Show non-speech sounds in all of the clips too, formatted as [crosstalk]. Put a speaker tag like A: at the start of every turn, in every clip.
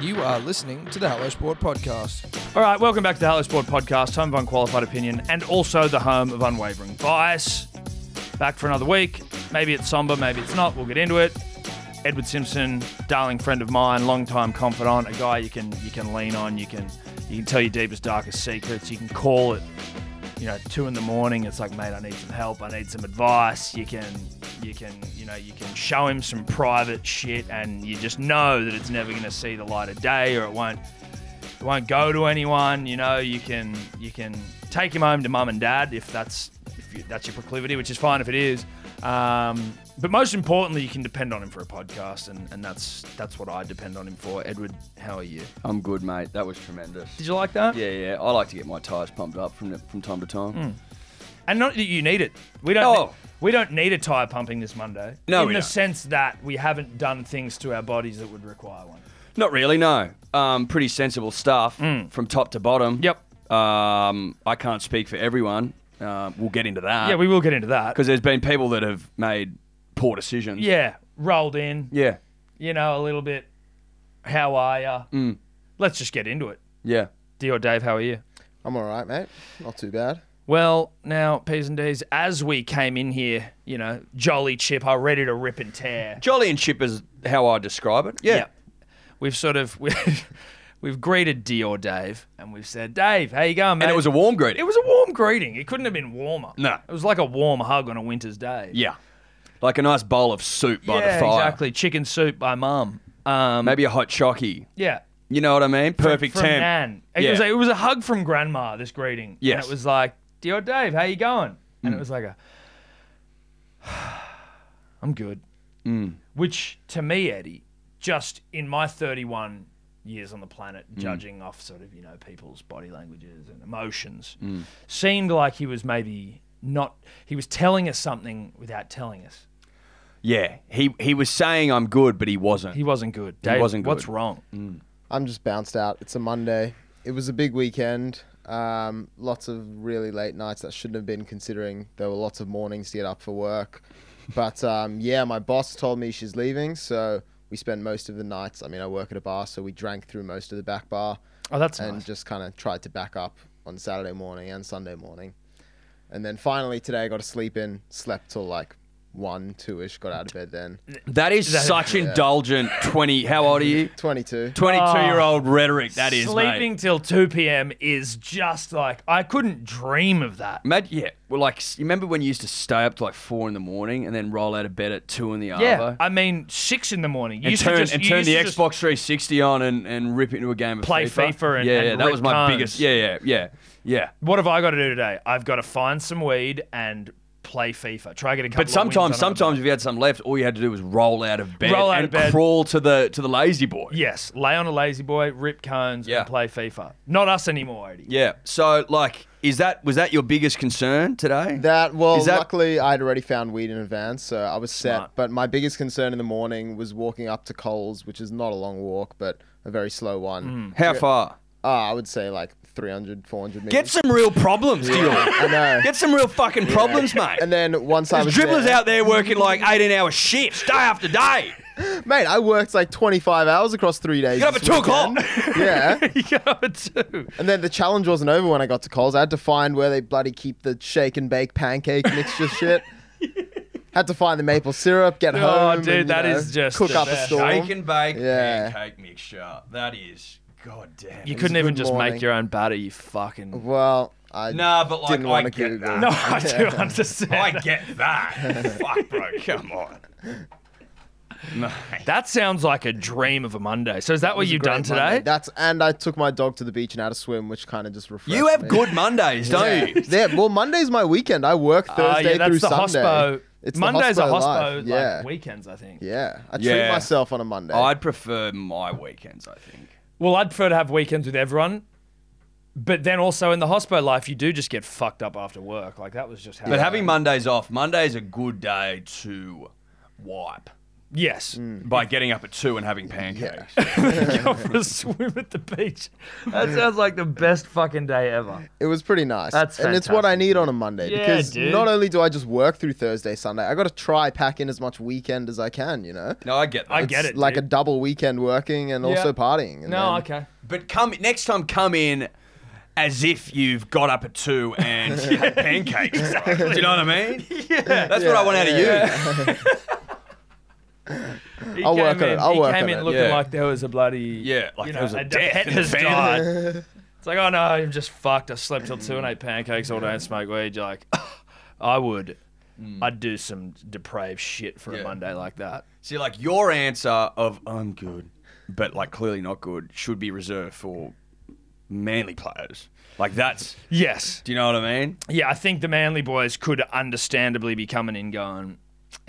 A: You are listening to the Hello Sport Podcast.
B: All right, welcome back to the Hello Sport Podcast, home of unqualified opinion and also the home of unwavering bias. Back for another week. Maybe it's somber, maybe it's not. We'll get into it. Edward Simpson, darling friend of mine, longtime confidant, a guy you can you can lean on, you can you can tell your deepest darkest secrets, you can call it, you know, two in the morning. It's like, mate, I need some help, I need some advice. You can you can you know you can show him some private shit, and you just know that it's never going to see the light of day, or it won't it won't go to anyone. You know, you can you can take him home to mum and dad if that's if you, that's your proclivity, which is fine if it is. Um, but most importantly, you can depend on him for a podcast, and, and that's that's what I depend on him for. Edward, how are you?
C: I'm good, mate. That was tremendous.
B: [laughs] Did you like that? Mm.
C: Yeah, yeah. I like to get my tyres pumped up from from time to time.
B: And not that you need it. We don't.
C: Oh.
B: We don't need a tire pumping this Monday.
C: No,
B: in
C: we
B: the
C: don't.
B: sense that we haven't done things to our bodies that would require one.
C: Not really, no. Um, pretty sensible stuff from top to bottom.
B: Mm. Yep.
C: Um, I can't speak for everyone. Um, we'll get into that.
B: yeah, we will get into that.
C: because there's been people that have made poor decisions.
B: Yeah, rolled in.
C: Yeah.
B: You know, a little bit. How are ya?
C: Mm.
B: Let's just get into it.
C: Yeah.
B: Dior Dave, how are you?
D: I'm all right, mate. Not too bad.
B: Well, now, P's and D's, as we came in here, you know, jolly chip are ready to rip and tear.
C: Jolly and chip is how I describe it. Yeah.
B: We've sort of, [laughs] we've, we've greeted Dior Dave and we've said, Dave, how you going, mate?
C: And it was a warm greeting.
B: it was a warm greeting. It couldn't have been warmer.
C: No.
B: It was like a warm hug on a winter's day.
C: yeah. Like a nice bowl of soup by
B: Yeah,
C: the fire.
B: exactly. Chicken soup by mum. Um,
C: Maybe a hot chockey.
B: yeah.
C: You know what I mean? Perfect
B: from
C: temp.
B: Nan. It,
C: Yeah.
B: was a, it was a hug from grandma, this greeting. And
C: Yes.
B: it was like, Dear Dave, how you going? And
C: Mm.
B: it was like a, I'm good.
C: Mm.
B: Which to me, Eddie, just in my 31 years on the planet,
C: Mm.
B: judging off sort of, you know, people's body languages and emotions,
C: Mm.
B: seemed like he was maybe not, he was telling us something without telling us.
C: Yeah. He he was saying I'm good, but he wasn't. Mm.
B: He wasn't good. Dave,
C: wasn't
B: What's
C: good.
B: wrong?
D: I'm just bounced out. It's a Monday. It was a big weekend. Um, lots of really late nights that shouldn't have been, considering there were lots of mornings to get up for work. But um, yeah, my boss told me she's leaving, so we spent most of the nights. I mean, I work at a bar, so we drank through most of the back bar
B: Oh, that's
D: and
B: nice.
D: just kind of tried to back up on Saturday morning and Sunday morning. And then finally today, I got to sleep in, slept till like one, two ish, got out of bed then.
C: That is
B: That-
C: such indulgent. Twenty. How old are you?
D: 22.
C: Twenty-two-year-old rhetoric. That is.
B: Oh, sleeping
C: Mate.
B: till 2 p.m. is just like I couldn't dream of that.
C: Imagine, yeah. Well, like, s- you remember when you used to stay up to like four in the morning and then roll out of bed at two in the
B: Yeah,
C: arvo?
B: I mean six in the morning. You
C: and
B: used to
C: turn
B: just-
C: and
B: you
C: turn
B: used
C: the
B: to just-
C: Xbox 360 on and, and rip into a game of
B: Play
C: FIFA.
B: FIFA and-
C: yeah,
B: and
C: yeah, that
B: rip
C: was my
B: cones.
C: biggest. Yeah, yeah, yeah, yeah.
B: What have I got to do today? I've got to find some weed and play FIFA. Try to get a couple.
C: But
B: of
C: sometimes,
B: wins on it.
C: sometimes if you had some left, all you had to do was roll out of bed
B: Roll out
C: and
B: of bed.
C: crawl to the to the lazy boy.
B: yes, lay on a lazy boy, rip cones,
C: Yeah.
B: and play FIFA. Not us anymore,
C: [laughs]
B: Eddie.
C: Yeah. So, like, is that was that your biggest concern today?
D: That well,
C: Is that-
D: luckily I'd already found weed in advance, so I was set.
B: Smart.
D: But my biggest concern in the morning was walking up to Coles, which is not a long walk, but a very slow one.
C: How far?
D: Ah, I would say like 300, 400 meters.
C: Get some real problems, deal.
D: I know.
C: Get some real fucking problems, mate.
D: and then once I was
C: There's dribblers
D: there-
C: out there working like 18 hour shifts day after day.
D: mate, I worked like twenty five hours across three days.
C: Get up at
D: this
C: 2 o'clock.
D: weekend.
C: [laughs]
D: yeah,
B: you got it too.
D: and then the challenge wasn't over when I got to Coles. I had to find where they bloody keep the shake and bake pancake mixture shit. Had to find the maple syrup, get home.
B: Oh, dude,
D: and, you
B: that
D: know,
B: is just
D: cook
B: the
D: up a
B: best.
D: storm.
C: and bake
D: Yeah.
C: pancake mixture. That is goddamn.
B: You
D: was
B: couldn't
D: a
B: even
D: good
B: just
D: morning.
B: make your own batter. You fucking.
D: Well, I
C: Nah, but, like,
D: didn't
C: I
D: wanna
C: get
D: Google.
C: that.
B: No,
D: [laughs]
B: I do understand.
C: [laughs] get that. Fuck, bro. Come on.
B: That sounds like a dream of a Monday. So is that what
D: was a
B: you've
D: great
B: done
D: Monday.
B: today?
D: That's and I took my dog to the beach and had a swim, which kind of just refreshed.
C: You have
D: me.
C: good Mondays, don't
D: Yeah.
C: you?
D: [laughs] yeah. Well, Monday's my weekend. I work
B: Oh,
D: Thursday
B: yeah, that's
D: through
B: the
D: Sunday.
B: hospo.
D: It's the
B: Mondays
D: hospo
B: are hospo
D: life.
B: like
D: yeah.
B: weekends, I think.
D: Yeah. I treat
C: Yeah.
D: myself on a Monday.
C: I'd prefer my weekends, I think.
B: Well, I'd prefer to have weekends with everyone, but then also in the hospo life, you do just get fucked up after work. [laughs] Like that was just how.
C: But having Mondays off, Monday's a good day to wipe.
B: Yes.
D: Mm.
C: by getting up at two and having pancakes.
B: [laughs]
C: [laughs]
B: Go for a swim at the beach. That sounds like the best fucking day ever.
D: It was pretty nice.
B: That's
D: and it's what I
B: fantastic.
D: need on a Monday
B: Yeah,
D: because
B: dude.
D: not only do I just work through Thursday, Sunday, I got to try pack in as much weekend as I can, you know?
C: No, I get that.
B: I get it.
D: like
B: dude.
D: a double weekend working and also partying. and then-
C: [laughs]
B: No, okay.
C: But come next time, come in as if you've got up at two
D: [laughs]
C: and had pancakes. Do you know what I mean?
B: Yeah.
C: That's what I want out of you.
B: He
D: I'll work on
B: came
D: it,
B: in-
D: I'll
B: he
D: work
B: came
D: on
B: in
D: it.
B: looking
C: Yeah.
B: like there was a bloody
C: Yeah, like
B: you
C: there was a
B: a
C: death
B: pet
C: in
B: has
C: the
B: died.
D: [laughs]
C: [laughs]
B: It's like, oh no, I'm just fucked. I slept till two and ate pancakes all day and smoked weed. You're like, [laughs] I would, I'd do some depraved shit for
C: Hmm. Yeah.
B: a Monday like that.
C: See, like your answer of I'm good, but like clearly not good, should be reserved for manly players. Like that's,
B: Yes.
C: do you know what I mean?
B: Yeah, I think the Manly boys could understandably be coming in going,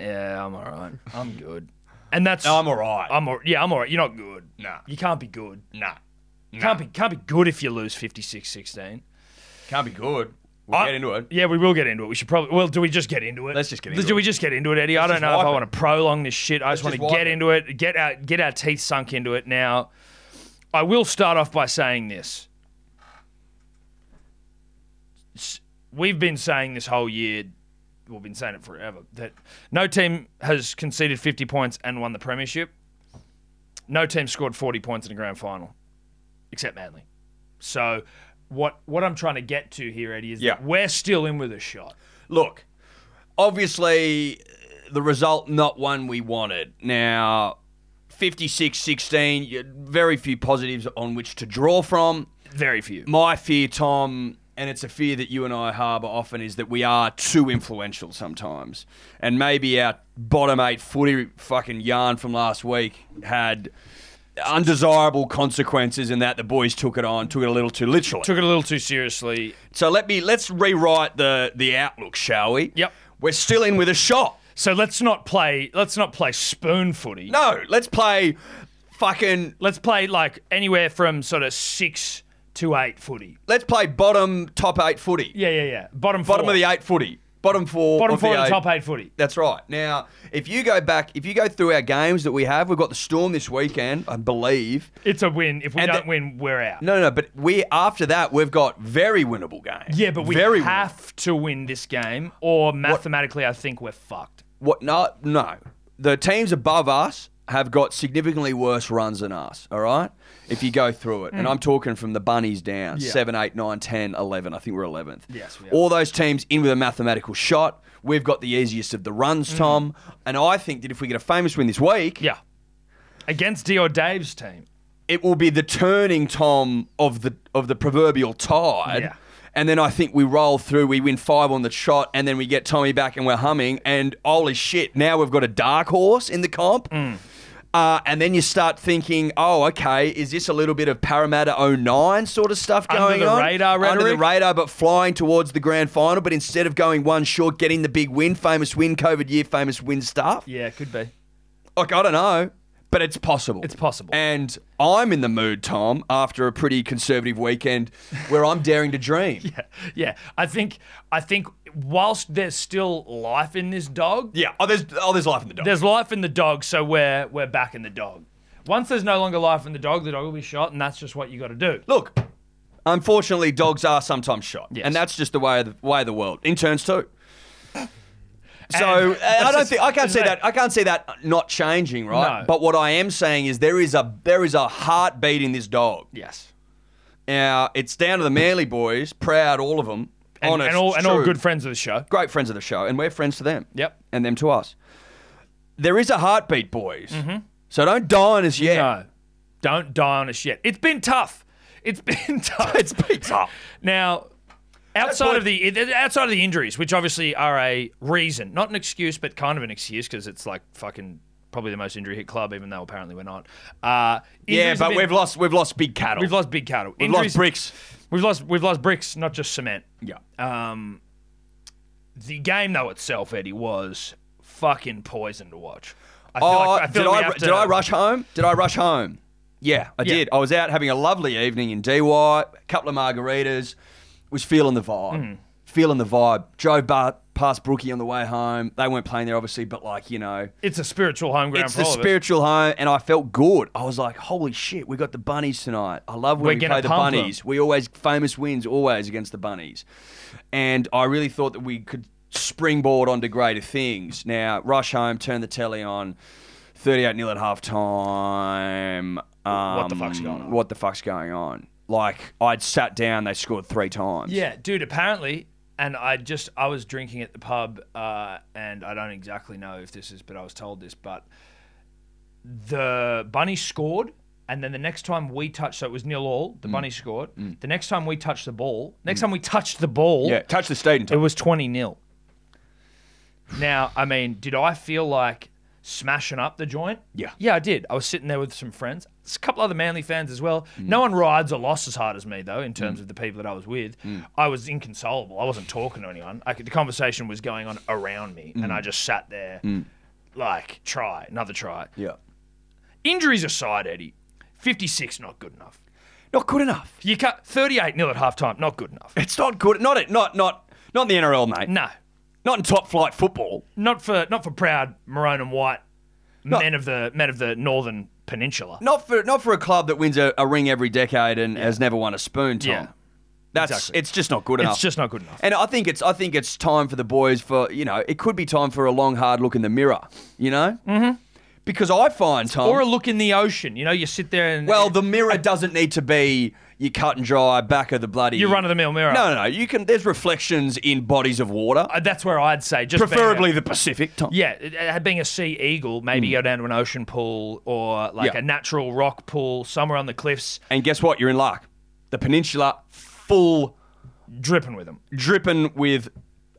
B: yeah, I'm all right. I'm good. And that's
C: No, I'm all right.
B: I'm all, yeah, I'm all right. You're not good.
C: Nah.
B: You can't be good.
C: nah,
B: Can't be can't be good if you lose 56-16.
C: can't be good. We'll
B: I-
C: get into it.
B: Yeah, we will get into it. We should probably. Well, do we just get into it?
C: Let's just get into
B: Do
C: it.
B: we just get into it, Eddie? I don't
C: just
B: know if
C: wipe
B: I
C: it.
B: want to prolong this shit. I just want
C: Let's
B: to
C: just wipe
B: get
C: it.
B: into it. Get our get our teeth sunk into it now. I will start off by saying this. S- We've been saying this whole year. We've been saying it forever that no team has conceded 50 points and won the premiership. No team scored 40 points in a grand final, except Manly. So, what what I'm trying to get to here, Eddie, is
C: Yeah.
B: that we're still in with a shot.
C: Look, obviously, the result not one we wanted. Now, 56 16, very few positives on which to draw from.
B: Very few.
C: My fear, Tom, and it's a fear that you and I harbour often, is that we are too influential sometimes. And maybe our bottom eight footy fucking yarn from last week had undesirable consequences in that the boys took it on, took it a little too literally.
B: Took it a little too seriously.
C: So let me let's rewrite the the outlook, shall we?
B: Yep.
C: We're still in with a shot.
B: So let's not play. Let's not play spoon footy.
C: No, let's play fucking
B: Let's play like anywhere from sort of six to eight footy.
C: let's play bottom top eight footy.
B: Yeah, yeah, yeah. Bottom four.
C: Bottom of the eight footy. Bottom four.
B: Bottom
C: of
B: four
C: the
B: to
C: eight.
B: top eight footy.
C: That's right. Now, if you go back, if you go through our games that we have, we've got the Storm this weekend, I believe.
B: It's a win. If we
C: And
B: don't
C: the-
B: win, we're out.
C: No, no, no, but we after that we've got very winnable games.
B: yeah, but we
C: very
B: have to win this game, or mathematically, I think we're fucked.
C: winnable. what? No, no. The teams above us have got significantly worse runs than us. All right, if you go through it, and I'm talking from the bunnies down
B: Hmm. Yeah.
C: seven, eight, nine, ten, eleven. I think we're eleventh.
B: Yes, we are.
C: All those teams in with a mathematical shot. We've got the easiest of the runs, Tom. And I think that if we get a famous win this week,
B: Hmm. Yeah. Against Dior Dave's team.
C: it will be the turning tom of the of the proverbial tide.
B: Yeah.
C: And then I think we roll through, we win five on the shot, and then we get Tommy back and we're humming. And holy shit, now we've got a dark horse in the comp.
B: Mm.
C: Uh, and then you start thinking, oh, okay, is this a little bit of Parramatta 09 sort of stuff
B: Under
C: going
B: the
C: on?
B: radar
C: Under the
B: rhetoric?
C: radar, but flying towards the grand final. But instead of going one short, getting the big win, famous win, COVID year, famous win stuff.
B: Yeah, could be.
C: Like, I don't know, but it's possible.
B: It's possible.
C: And I'm in the mood, Tom, after a pretty conservative weekend where I'm daring to dream. yeah.
B: [laughs] Yeah, I think I think whilst there's still life in this dog,
C: Oh, there's oh, there's life in the dog.
B: there's life in the dog, so we're we're back in the dog. Once there's no longer life in the dog, the dog will be shot, and that's just what you got to do.
C: Look, unfortunately, dogs are sometimes shot,
B: Yes.
C: and that's just the way of the way of the world. Interns too. So uh, I don't think I can't see that I can't see that not changing, right?
B: No.
C: But what I am saying is there is a there is a heartbeat in this dog.
B: Yes,
C: Now it's down to the Manly boys, proud all of them,
B: and,
C: honest,
B: and all and all
C: true.
B: good friends of the show.
C: great friends of the show, and we're friends to them.
B: Yep.
C: And them to us. There is a heartbeat,
B: Mm.
C: boys.
B: Mm-hmm.
C: So don't die on us yet.
B: No, don't die on us yet. It's been tough. It's [laughs] been tough. it's been
C: tough.
B: Now, outside
C: why-
B: of the outside of the injuries, which obviously are a reason, not an excuse, but kind of an excuse because it's like fucking probably the most injury hit club, even though apparently we're not.
C: Yeah,
B: Uh, injuries have
C: but
B: been-
C: we've lost we've lost big cattle.
B: We've lost big cattle.
C: We've lost
B: Injuries-
C: bricks.
B: We've lost we've lost bricks, not just cement.
C: Yeah.
B: Um, the game though itself, Eddie, was fucking poison to watch. I feel
C: oh,
B: like, I feel
C: did
B: like we
C: I
B: have
C: did I
B: to-
C: rush home? Did I rush home? Yeah, I
B: Yeah.
C: did. I was
B: Mm-hmm.
C: out having a lovely evening in DY, a couple of margaritas, was feeling the vibe. feeling the vibe. Drove bar, past Brookie on the way home. They weren't playing there, obviously, but like, you know,
B: It's a spiritual home ground
C: it's
B: for
C: the
B: all of us.
C: spiritual home, and I felt good. I was like, "Holy shit, we got the bunnies tonight!" I love
B: We're
C: when we
B: gonna
C: play the
B: pump 'em.
C: bunnies. We always famous wins, always against the bunnies, and I really thought that we could springboard onto greater things. Now, rush home, turn the telly on, thirty-eight 0 at halftime. Um,
B: What the fuck's going on?
C: What the fuck's going on? Like I'd sat down, they scored three times.
B: Yeah, dude. Apparently, and I just I was drinking at the pub, uh, and I don't exactly know if this is, but I was told this. But the bunny scored, and then the next time we touched, so it was nil all. The bunny scored. The next time we touched the ball, next time we touched the ball,
C: yeah. Touch the stadium.
B: it was twenty nil. Now, I mean, did I feel like smashing up the joint?
C: Yeah.
B: yeah, I did. I was sitting there with some friends, There's a couple other Manly fans as well. No one rides a loss as hard as me though. In terms of the people that I was with, I was inconsolable. I wasn't talking to anyone. I could, the conversation was going on around me, and I just sat there,
C: Mm.
B: like try another try.
C: yeah.
B: Injuries aside, Eddie, fifty six not good enough.
C: Not good enough.
B: You cut thirty eight nil at halftime, not good enough.
C: It's not good. Not it. Not not not in the NRL, mate.
B: No,
C: Not in top flight football.
B: not for not for proud maroon and white men of the men of the northern peninsula.
C: Not for not for a club that wins a, a ring every decade and has never won a spoon, Tom.
B: Yeah.
C: That's
B: Exactly.
C: it's just not good enough.
B: It's just not good enough.
C: and I think it's I think it's time for the boys for you know it could be time for a long hard look in the mirror, you know, mm-hmm. because I find Tom
B: Or a look in the ocean. You know, you sit there and
C: well the mirror doesn't need to be your cut and dry back of the bloody
B: Your run-of-the-mill mirror.
C: No, no, no. You can there's reflections in bodies of water,
B: Uh, that's where I'd say just being a-
C: preferably the Pacific, Tom.
B: yeah, it- it- uh, being a sea eagle, maybe go down to an ocean pool or like
C: Mm. Yeah.
B: a natural rock pool somewhere on the cliffs,
C: And guess what? You're in luck. The peninsula full
B: dripping with them.
C: dripping with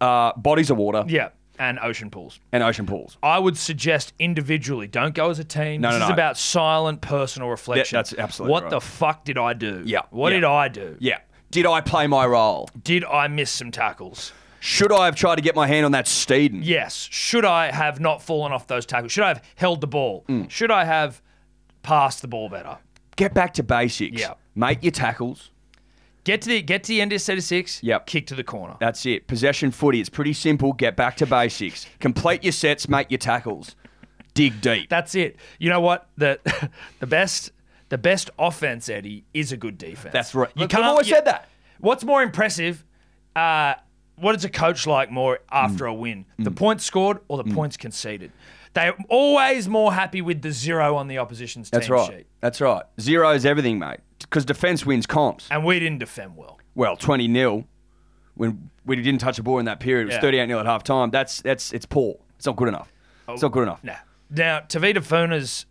C: uh, bodies of water
B: Yeah, and ocean pools.
C: and ocean pools.
B: I would suggest individually, don't go as a team.
C: No,
B: this
C: no,
B: is
C: no.
B: about silent personal reflection.
C: that's absolutely
B: What
C: right.
B: the fuck did I do?
C: Yeah,
B: What
C: yeah.
B: did I do?
C: Yeah. Did I play my role?
B: Did I miss some tackles?
C: Should I have tried to get my hand on that Steeden?
B: Yes. Should I have not fallen off those tackles? Should I have held the ball?
C: Mm.
B: Should I have passed the ball better?
C: Get back to basics.
B: Yeah.
C: Make your tackles.
B: Get to the get to the end of set of six.
C: Yep.
B: Kick to the corner.
C: That's it. Possession footy. It's pretty simple. Get back to basics. Complete your sets. Make your tackles. Dig deep.
B: That's it. You know what? The [laughs] the best the best offense, Eddie, is a good defense.
C: That's right. Look, I've always said that.
B: What's more impressive? Uh, what does a coach like more after
C: Mm.
B: a win? The points scored or the points conceded? They're always more happy with the zero on the opposition's
C: That's
B: team
C: right.
B: sheet.
C: That's right. Zero is everything, mate. Because defense wins comps.
B: And we didn't defend well.
C: Well, 20 nil when we didn't touch the ball in that period. It was
B: Yeah.
C: 38 nil at half time. That's, that's, it's poor. It's not good enough. It's not good enough.
B: Nah. Now, Tavita Funa's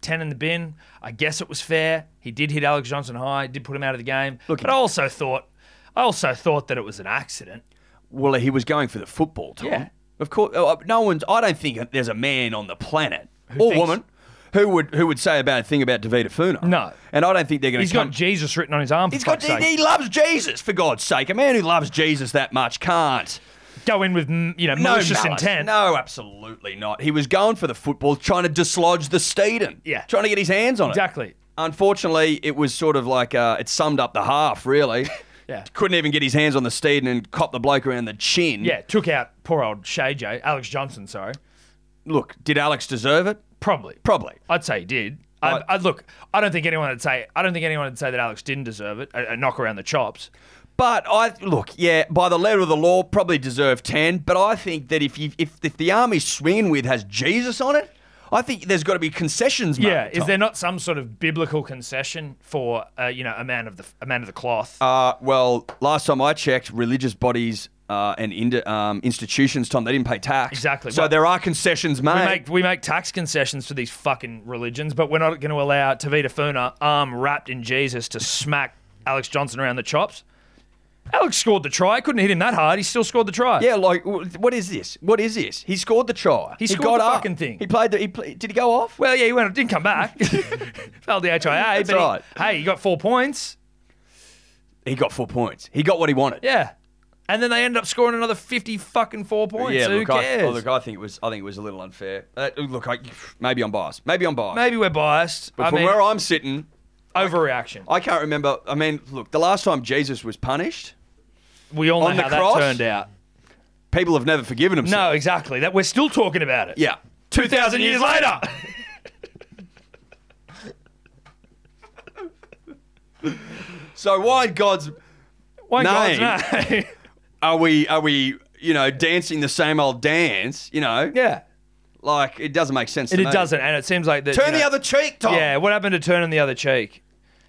B: 10 in the bin. I guess it was fair. He did hit Alex Johnson high, did put him out of the game.
C: Look,
B: but I also thought I also thought that it was an accident.
C: Well, he was going for the football, Tom.
B: Yeah.
C: Of course, uh, no one's. I don't think there's a man on the planet or
B: thinks-
C: woman who would who would say a bad thing about Davida Funa.
B: No.
C: and I don't think they're going
B: He's
C: to come.
B: got Jesus written on his arm. For
C: he's got.
B: fuck's sake.
C: He, he loves Jesus, for God's sake. A man who loves Jesus that much can't.
B: go in with mm, you know
C: No
B: malicious
C: malice.
B: intent.
C: No, absolutely not. He was going for the football, trying to dislodge the Steeden.
B: Yeah.
C: trying to get his hands on it.
B: Exactly.
C: Unfortunately, it was sort of like uh, it summed up the half. Really. [laughs]
B: Yeah.
C: Couldn't even get his hands on the Steeden and cop the bloke around the chin.
B: Yeah, took out poor old Shay J, Alex Johnson. Sorry,
C: Look, did Alex deserve it?
B: probably.
C: Probably.
B: I'd say he did. I,
C: Right.
B: I, look, I don't think anyone would say. I don't think anyone would say that Alex didn't deserve it. A, a knock around the chops.
C: But I look, yeah, by the letter of the law, probably deserved ten. But I think that if you if, if the arm he's swinging with has Jesus on it, I think there's got to be concessions. Made,
B: yeah, is
C: Tom.
B: there not some sort of biblical concession for uh, you know a man of the a man of the cloth?
C: Uh, well, last time I checked, religious bodies uh, and indi- um, institutions, Tom, they didn't pay tax.
B: Exactly.
C: So
B: Well,
C: there are concessions made.
B: we make we make tax concessions to these fucking religions, but we're not going to allow Tavita Funa, arm wrapped in Jesus, to smack Alex Johnson around the chops. Alex scored the try. Couldn't hit him that hard. He still scored the try.
C: yeah, like w- what is this? What is this? He scored the try.
B: He scored
C: got
B: the
C: up.
B: fucking thing.
C: He played. The, he play, did he go off?
B: Well, yeah, he went. Didn't
C: [laughs]
B: come back. Failed the HIA.
C: That's
B: but he-
C: right.
B: hey, he got four points.
C: He got four points. He got what he wanted.
B: Yeah, and then they ended up scoring another fifty fucking four points.
C: Yeah,
B: Who
C: look,
B: cares?
C: I, oh, look, I think it was. I think it was a little unfair. Uh, look, I, maybe I'm biased. Maybe I'm biased.
B: Maybe we're biased.
C: But
B: I
C: from
B: mean,
C: where I'm sitting,
B: overreaction.
C: I can't remember. I mean, look, the last time Jesus was punished
B: we all know
C: On the
B: how
C: cross?
B: that turned out.
C: People have never forgiven himself.
B: No, exactly. That we're still talking about it.
C: Yeah.
B: 2,000 years later.
C: So why in God's
B: Why
C: Name.
B: God's name?
C: are we are we you know dancing the same old dance? You know,
B: yeah.
C: like it doesn't make sense.
B: And
C: to
B: it
C: me.
B: doesn't. And it seems like that.
C: Turn
B: you know-
C: the other cheek, Tom.
B: Yeah, what happened to turning the other cheek?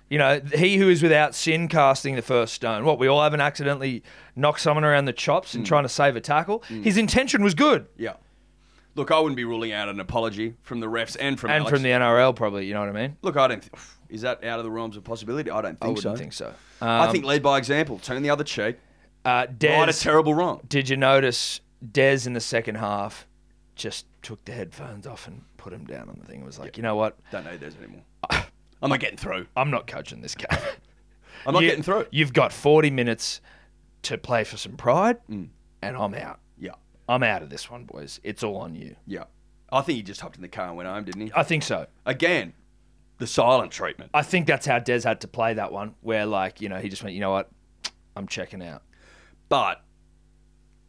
B: You know, he who is without sin casting the first stone. What, we all haven't accidentally knocked someone around the chops
C: Hmm.
B: and trying to save a tackle? His intention was good.
C: Yeah. Look, I wouldn't be ruling out an apology from the refs and from
B: And
C: Alex.
B: from the NRL, probably, you know what I mean?
C: Look, I don't. Th- [sighs] is that out of the realms of possibility? I don't think
B: I wouldn't
C: so.
B: think so. Um,
C: I think lead by example. Turn the other cheek.
B: uh,
C: Right a
B: Des,
C: terrible wrong.
B: did you notice Des in the second half just took the headphones off and put him down on the thing? It was like, you know what?
C: Don't need those anymore. I'm not getting through.
B: I'm not coaching
C: [laughs]
B: this game.
C: I'm not
B: You-
C: getting through.
B: You've got 40 minutes to play for some pride, and I'm out.
C: Mm. Yeah,
B: I'm out of this one, boys. It's all on you.
C: yeah. I think he just hopped in the car and went home, didn't he?
B: I think so.
C: Again, the silent treatment.
B: I think that's how Des had to play that one, where like you know he just went, you know what, I'm checking out.
C: But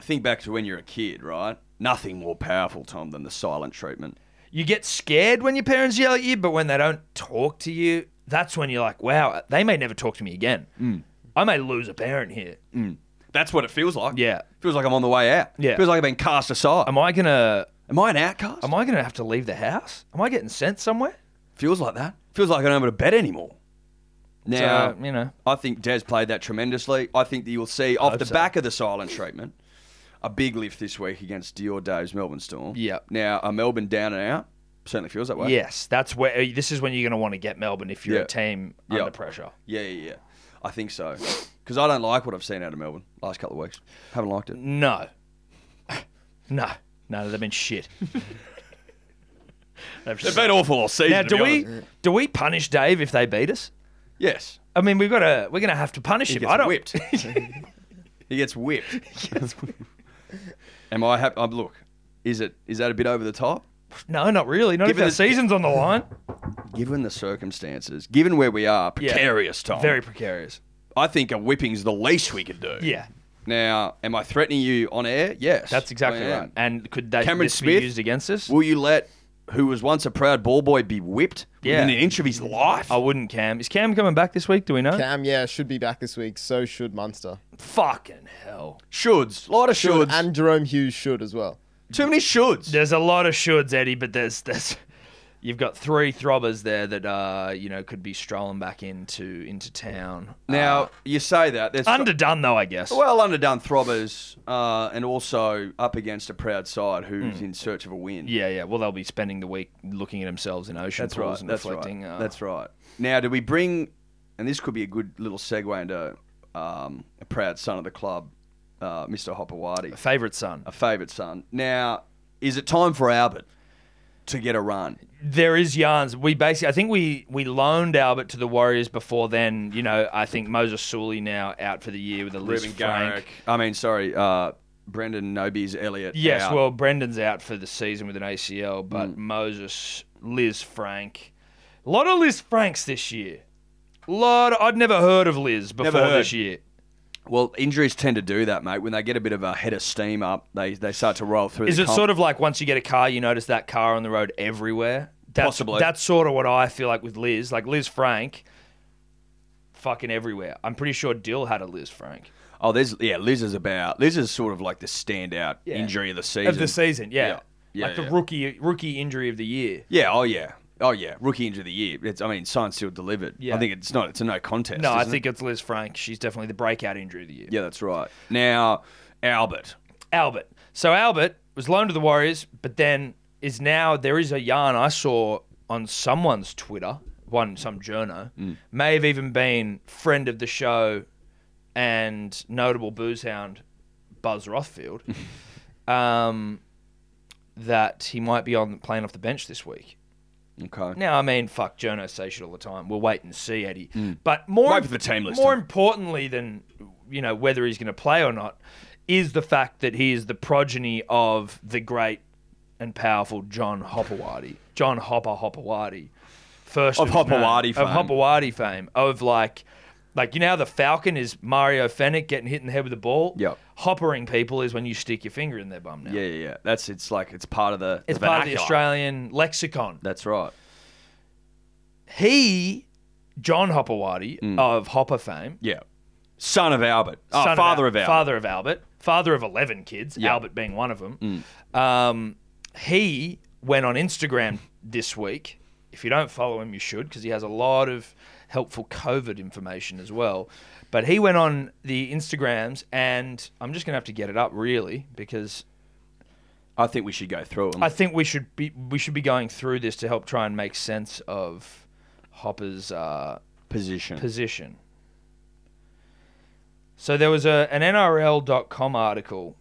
C: think back to when you're a kid, right? Nothing more powerful, Tom, than the silent treatment.
B: You get scared when your parents yell at you, but when they don't talk to you, that's when you're like, wow, they may never talk to me again. I may lose a parent here.
C: That's what it feels like.
B: Yeah.
C: feels like I'm on the way out.
B: Yeah.
C: feels like I've been cast aside.
B: Am I gonna?
C: Am I an outcast?
B: Am I gonna have to leave the house? Am I getting sent somewhere?
C: Feels like that. Feels like I don't go to bed anymore. Now,
B: So, you know.
C: I think Des played that tremendously. I think that you'll see off
B: hope
C: the
B: so.
C: back of the silent treatment a big lift this week against Dior Dave's Melbourne Storm.
B: Yep.
C: Now, a Melbourne down and out certainly feels that way.
B: Yes, that's where. This is when you're gonna want to get Melbourne if you're
C: Yeah.
B: a team
C: Yeah.
B: under pressure.
C: Yeah, yeah, yeah. I think so. Because I don't like what I've seen out of Melbourne last couple of weeks. Haven't liked it.
B: No. No. No, they've been shit. They've
C: They've been awful all season.
B: now,
C: to
B: do
C: be
B: we
C: honest.
B: do we punish Dave if they beat us?
C: Yes.
B: I mean, we've got to we're going to have to punish
C: He
B: him.
C: gets
B: I don't.
C: whipped. he gets [laughs]
B: [laughs]
C: whipped. Am I happy? Look, is it is that a bit over the top?
B: No, not really. Not if
C: Given
B: the
C: the-
B: season's on the line.
C: Given the circumstances, given where we are,
B: Yeah.
C: precarious time.
B: Very precarious.
C: I think a whipping's the least we could do.
B: Yeah,
C: Now, am I threatening you on air? Yes.
B: that's exactly
C: I am.
B: right. And could that
C: Cameron
B: this
C: Smith?
B: be used against us?
C: Will you let who was once a proud ball boy be whipped
B: Yeah.
C: within an inch of his life?
B: I wouldn't. [laughs] Cam is Cam coming back this week? Do we know?
D: Cam, yeah, should be back this week. So should Munster.
B: Fucking hell!
C: Shoulds. A lot of shoulds.
D: And Jerome Hughes should as well.
C: Too many shoulds.
B: There's a lot of shoulds, Eddie, but there's there's you've got three throbbers there that uh you know could be strolling back into into town. Uh,
C: Now, you say that. There's
B: Underdone though, I guess.
C: well, underdone throbbers uh, and also up against a proud side who's in search of a win.
B: Hmm. yeah, yeah. Well, they'll be spending the week looking at themselves in ocean
C: That's
B: pools
C: right.
B: and
C: That's
B: reflecting.
C: right.
B: uh,
C: That's right. Now, do we bring, and this could be a good little segue into um, a proud son of the club, uh, Mr. Hopawati,
B: favorite son.
C: a favourite son. Now, is it time for Albert to get a run?
B: There is yarns. We basically, I think we we loaned Albert to the Warriors before then. You know, I think Moses Sully now out for the year with a Liz Frank.
C: I mean, sorry, uh, Brendan Nobis Elliott.
B: Yes,
C: out. Hmm.
B: well, Brendan's out for the season with an ACL, but Moses, Liz Frank, a lot of Liz Franks this year. Lot, I'd never heard of Liz before
C: heard.
B: this year.
C: well, injuries tend to do that, mate. When they get a bit of a head of steam up, they they start to roll through.
B: Is
C: the
B: it
C: comp-
B: sort of like once you get a car, you notice that car on the road everywhere? That's,
C: Possibly.
B: That's sort of what I feel like with Liz. Like Liz Frank, fucking everywhere. I'm pretty sure Dill had a Liz Frank.
C: Oh, there's yeah, Liz is about Liz is sort of like the standout injury of the season.
B: Of the season, yeah.
C: Yeah. Yeah,
B: like
C: yeah.
B: the rookie rookie injury of the year.
C: Yeah. Oh yeah. Oh yeah. Rookie injury of the year. It's, I mean, science still delivered.
B: Yeah.
C: I think it's not. It's a no contest.
B: No, I
C: isn't it?
B: think it's Liz Frank. She's definitely the breakout injury of the year.
C: Yeah, that's right. Now, Albert.
B: Albert. So Albert was loaned to the Warriors, but then is now there is a yarn I saw on someone's Twitter, one some journo,
C: Mm.
B: may have even been friend of the show and notable booze hound
C: [laughs]
B: Buzz Rothfield, um, that he might be on playing off the bench this week.
C: Okay.
B: Now, I mean, fuck, journos say shit all the time. We'll wait and see, Eddie. But more,
C: Mm. Wait for the team list,
B: more
C: Tom.
B: importantly than you know whether he's going to play or not is the fact that he is the progeny of the great and powerful John Hopperwadi, John Hopper Hopperwadi, first
C: Of
B: his name-
C: Hopperwadi
B: of
C: fame.
B: Hopperwadi fame, of like Like you know, how the Falcon is Mario Fennec getting hit in the head with the ball.
C: Yep.
B: Hoppering people is when you stick your finger in their bum. Now.
C: Yeah, yeah, yeah. That's it's like it's part of the.
B: It's part of the
C: vernacular.
B: Australian lexicon.
C: That's right.
B: He, John Hopperwadi of Hopper fame,
C: Yeah. Son of Albert. Mm. Oh,
B: son
C: father
B: Al-
C: of, Albert.
B: father of Albert, father of eleven kids,
C: Yeah.
B: Albert being one of
C: Mm.
B: them. Um, he went on Instagram this week. If you don't follow him, you should because he has a lot of helpful COVID information as well. But he went on the Instagrams, and I'm just gonna have to get it up really because
C: I think we should go through it.
B: I think we should be we should be going through this to help try and make sense of Hopper's uh,
C: Position.
B: position. So there was a an NRL.com article.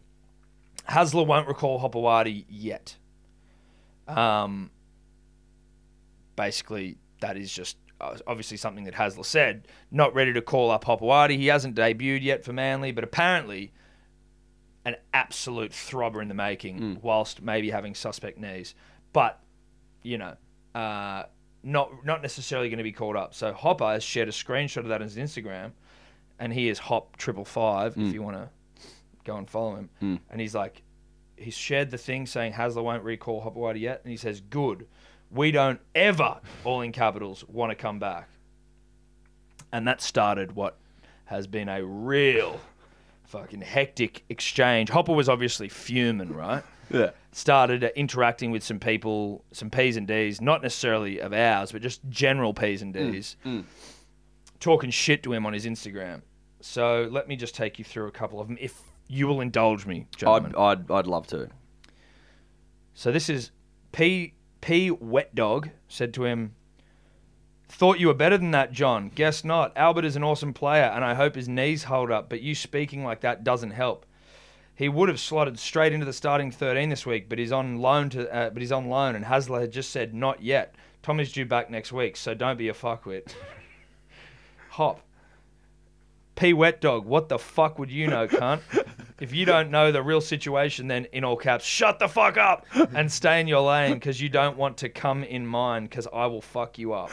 B: Hasler won't recall Hopewadi yet. Um, basically, that is just uh, obviously something that Hasler said. Not ready to call up Hopewadi. He hasn't debuted yet for Manly, but apparently, an absolute throbber in the making. Whilst maybe having suspect knees, but you know, uh, not not necessarily going to be called up. So Hopper has shared a screenshot of that on his Instagram, and he is Hop Triple Five. If you want to go and follow him,
C: Mm.
B: and he's like, he's shared the thing saying Hasler won't recall Hopper White yet, and he says, "Good, we don't ever, all in capitals, want to come back." And that started what has been a real fucking hectic exchange. Hopper was obviously fuming, right?
C: Yeah.
B: started uh, interacting with some people, some P's and D's, not necessarily of ours, but just general P's and D's, talking shit to him on his Instagram. So let me just take you through a couple of them, if you will indulge me, gentlemen.
C: I'd, I'd, I'd love to.
B: So this is P P Wet Dog said to him, "Thought you were better than that, John. Guess not. Albert is an awesome player, and I hope his knees hold up. But you speaking like that doesn't help. He would have slotted straight into the starting 13 this week, but he's on loan to. Uh, but he's on loan, and Hasler had just said not yet. Tommy's due back next week, so don't be a fuckwit. [laughs] Hop." P Wet Dog, what the fuck would you know, cunt? if you don't know the real situation, then in all caps, shut the fuck up and stay in your lane because you don't want to come in mine because I will fuck you
C: [laughs]
B: up.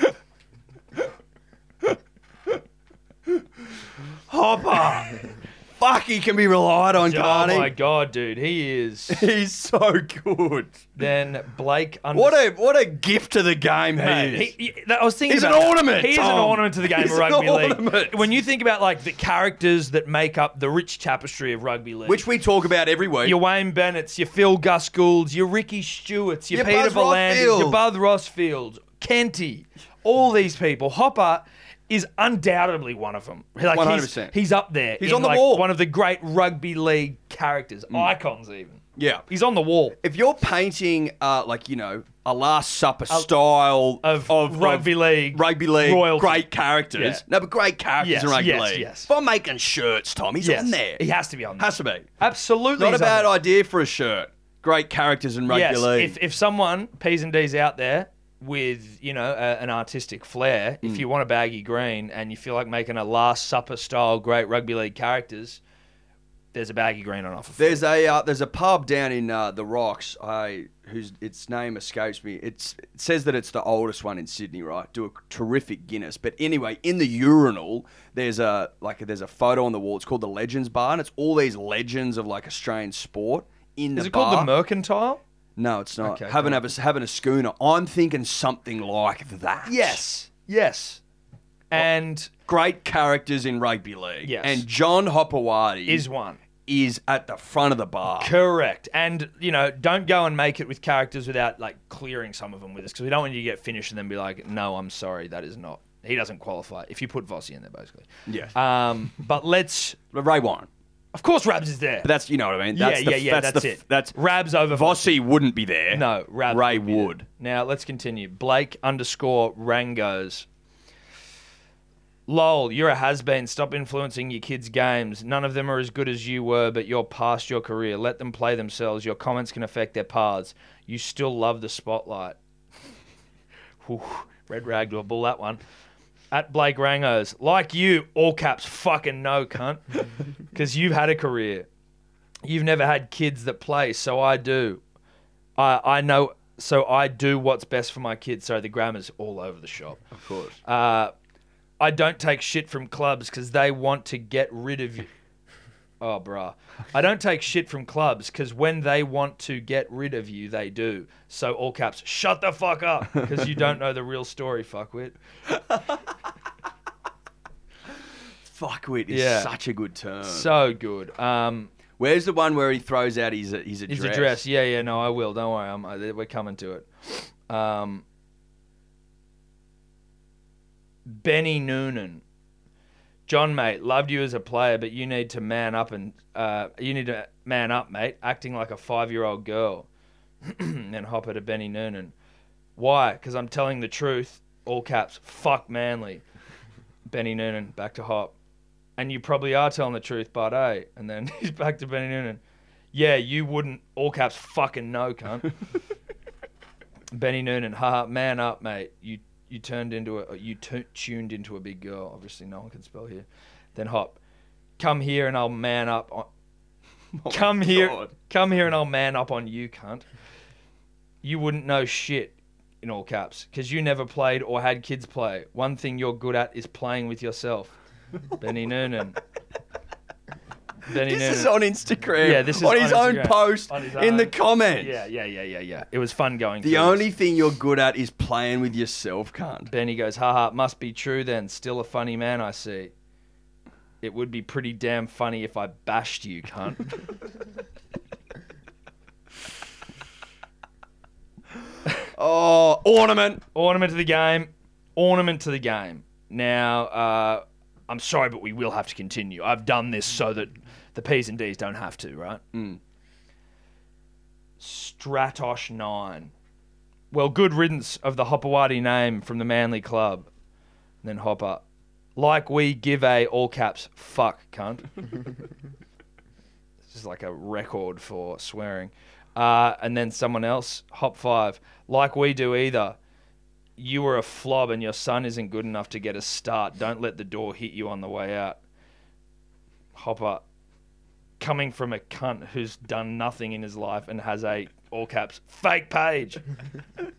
B: Hopper! [laughs]
C: Fuck, he can be relied on,
B: oh
C: Carney. [laughs]
B: my god, dude, he is.
C: He's so good.
B: Then Blake. Under-
C: What a what a gift to the game he
B: Mate,
C: is.
B: he- he- that- I was thinking
C: He's
B: about
C: an
B: that.
C: ornament,
B: He is an
C: Tom.
B: ornament to the game
C: He's
B: of
C: an
B: rugby league.
C: ornament.
B: When you think about like the characters that make up the rich tapestry of rugby league,
C: Which we talk about every week.
B: your Wayne Bennett's, your Phil Gusgoulds, your Ricky Stewart's, your,
C: Your Buzz
B: Peter Volandis, your
C: Rothfield.
B: Buzz Rossfields, Kenty, all these people. Hopper is undoubtedly one of them. Like he's-
C: 100%.
B: He's, up there.
C: He's
B: in,
C: on the
B: like,
C: wall. Hmm.
B: One of the great rugby league characters, icons even.
C: yeah.
B: He's on the wall
C: If you're painting, uh, like you know, a Last Supper style
B: of, rugby league,
C: rugby league,
B: royalty.
C: great characters.
B: Yeah.
C: No, but great characters
B: Yes,
C: in rugby
B: yes,
C: league.
B: yes.
C: If I'm making shirts, Tom, he's
B: Yes.
C: on there.
B: He has to be on. There.
C: has to be.
B: Absolutely,
C: Not a
B: he's on
C: bad
B: there.
C: idea for a shirt. Great characters in rugby
B: yes,
C: league.
B: if if someone P's and D's out there with you know a, an artistic flair, if you want a baggy green and you feel like making a Last Supper style great rugby league characters, there's a baggy green on offer.
C: There's a uh, there's a pub down in uh, the Rocks. I whose its name escapes me. It's, it says that it's the oldest one in Sydney, right? Do a terrific Guinness. But anyway, in the urinal, there's a like there's a photo on the wall. It's called the Legends Bar, and it's all these legends of like Australian sport in
B: Is
C: the
B: it called the
C: bar.
B: Mercantile?
C: no, it's not.
B: Okay,
C: having
B: cool.
C: a having a schooner. I'm thinking something like that.
B: Yes, yes, and
C: Great characters in rugby league.
B: Yes.
C: And John Hopewadi
B: is one.
C: is at the front of the bar.
B: Ah. Correct. And, you know, don't go and make it with characters without, like, clearing some of them with us because we don't want you to get finished and then be like, no, I'm sorry, that is not. He doesn't qualify if you put Vossi in there, basically.
C: Yeah.
B: Um, [laughs] but let's.
C: Ray Warren.
B: Of course, Rabs is there.
C: But that's you know what I mean.
B: Yeah,
C: That's
B: yeah,
C: the,
B: yeah. That's,
C: That's, the,
B: it.
C: That's
B: Rabs over
C: Vossi wouldn't be there.
B: No, Rabs.
C: Ray
B: would be there.
C: would.
B: Now let's continue. Blake underscore Rangos. Lol, you're a has been. Stop influencing your kids' games. None of them are as good as you were, but you're past your career. Let them play themselves. Your comments can affect their paths. You still love the spotlight. [laughs] Whew, red rag to a bull, that one. At Blake Rangos, like you, all caps, fucking no, cunt. Because you've had a career. You've never had kids that play, so I do. I, I know, so I do what's best for my kids. So the grammar's all over the shop.
C: Of course.
B: Uh, I don't take shit from clubs because they want to get rid of you. Oh, bruh. I don't take shit from clubs because when they want to get rid of you, they do. So, all caps, shut the fuck up because you don't know the real story, fuckwit.
C: Fuckwit is
B: Yeah.
C: such a good term.
B: So good. Um,
C: Where's the one where he throws out his his address?
B: his address. Yeah, yeah, no, I will. Don't worry. I'm, I, we're coming to it. Um, Benny Noonan. John, mate, loved you as a player, but you need to man up and uh, you need to man up, mate, acting like a five-year-old girl. [clears throat] and hopper to Benny Noonan. Why? Because I'm telling the truth. All caps. Fuck Manly. Benny Noonan back to Hop. And you probably are telling the truth, but hey. And then [laughs] he's back to Benny Noonan. Yeah, you wouldn't. All caps. Fucking no, cunt. Benny Noonan. Ha, man up, mate. You you turned into a you tu- tuned into a big girl. Obviously, no one can spell here. Then Hop. Come here and I'll man up.
C: [laughs]
B: On, come here,
C: Oh God.
B: come here and I'll man up on you, cunt you wouldn't know shit in all caps because you never played or had kids play. One thing you're good at is playing with
C: [laughs]
B: yourself. Benny Noonan. Benny
C: This
B: Noonan.
C: is on Instagram.
B: Yeah, this is
C: on
B: on
C: his own
B: Instagram.
C: post
B: On his
C: in the
B: own.
C: comments.
B: yeah, yeah, yeah, yeah, yeah. It was fun going.
C: The
B: through
C: only
B: this.
C: thing you're good at is playing with yourself, cunt.
B: Benny goes, haha, it must be true then. Still a funny man, I see. It would be pretty damn funny if I bashed you, cunt.
C: [laughs] Oh, ornament.
B: ornament to the game. Ornament to the game. Now, uh, I'm sorry, but we will have to continue. I've done this so that the P's and D's don't have to, right?
C: Mm.
B: Stratosh 9. Well, good riddance of the Hopawati name from the Manly Club. And then Hopper. Like we give a all caps fuck cunt. This is like a record for swearing. Uh, and then someone else, Hop 5. Like we do either. You were a flob and your son isn't good enough to get a start. Don't let the door hit you on the way out. Hopper. Coming from a cunt who's done nothing in his life and has a, all caps, fake page.
C: Could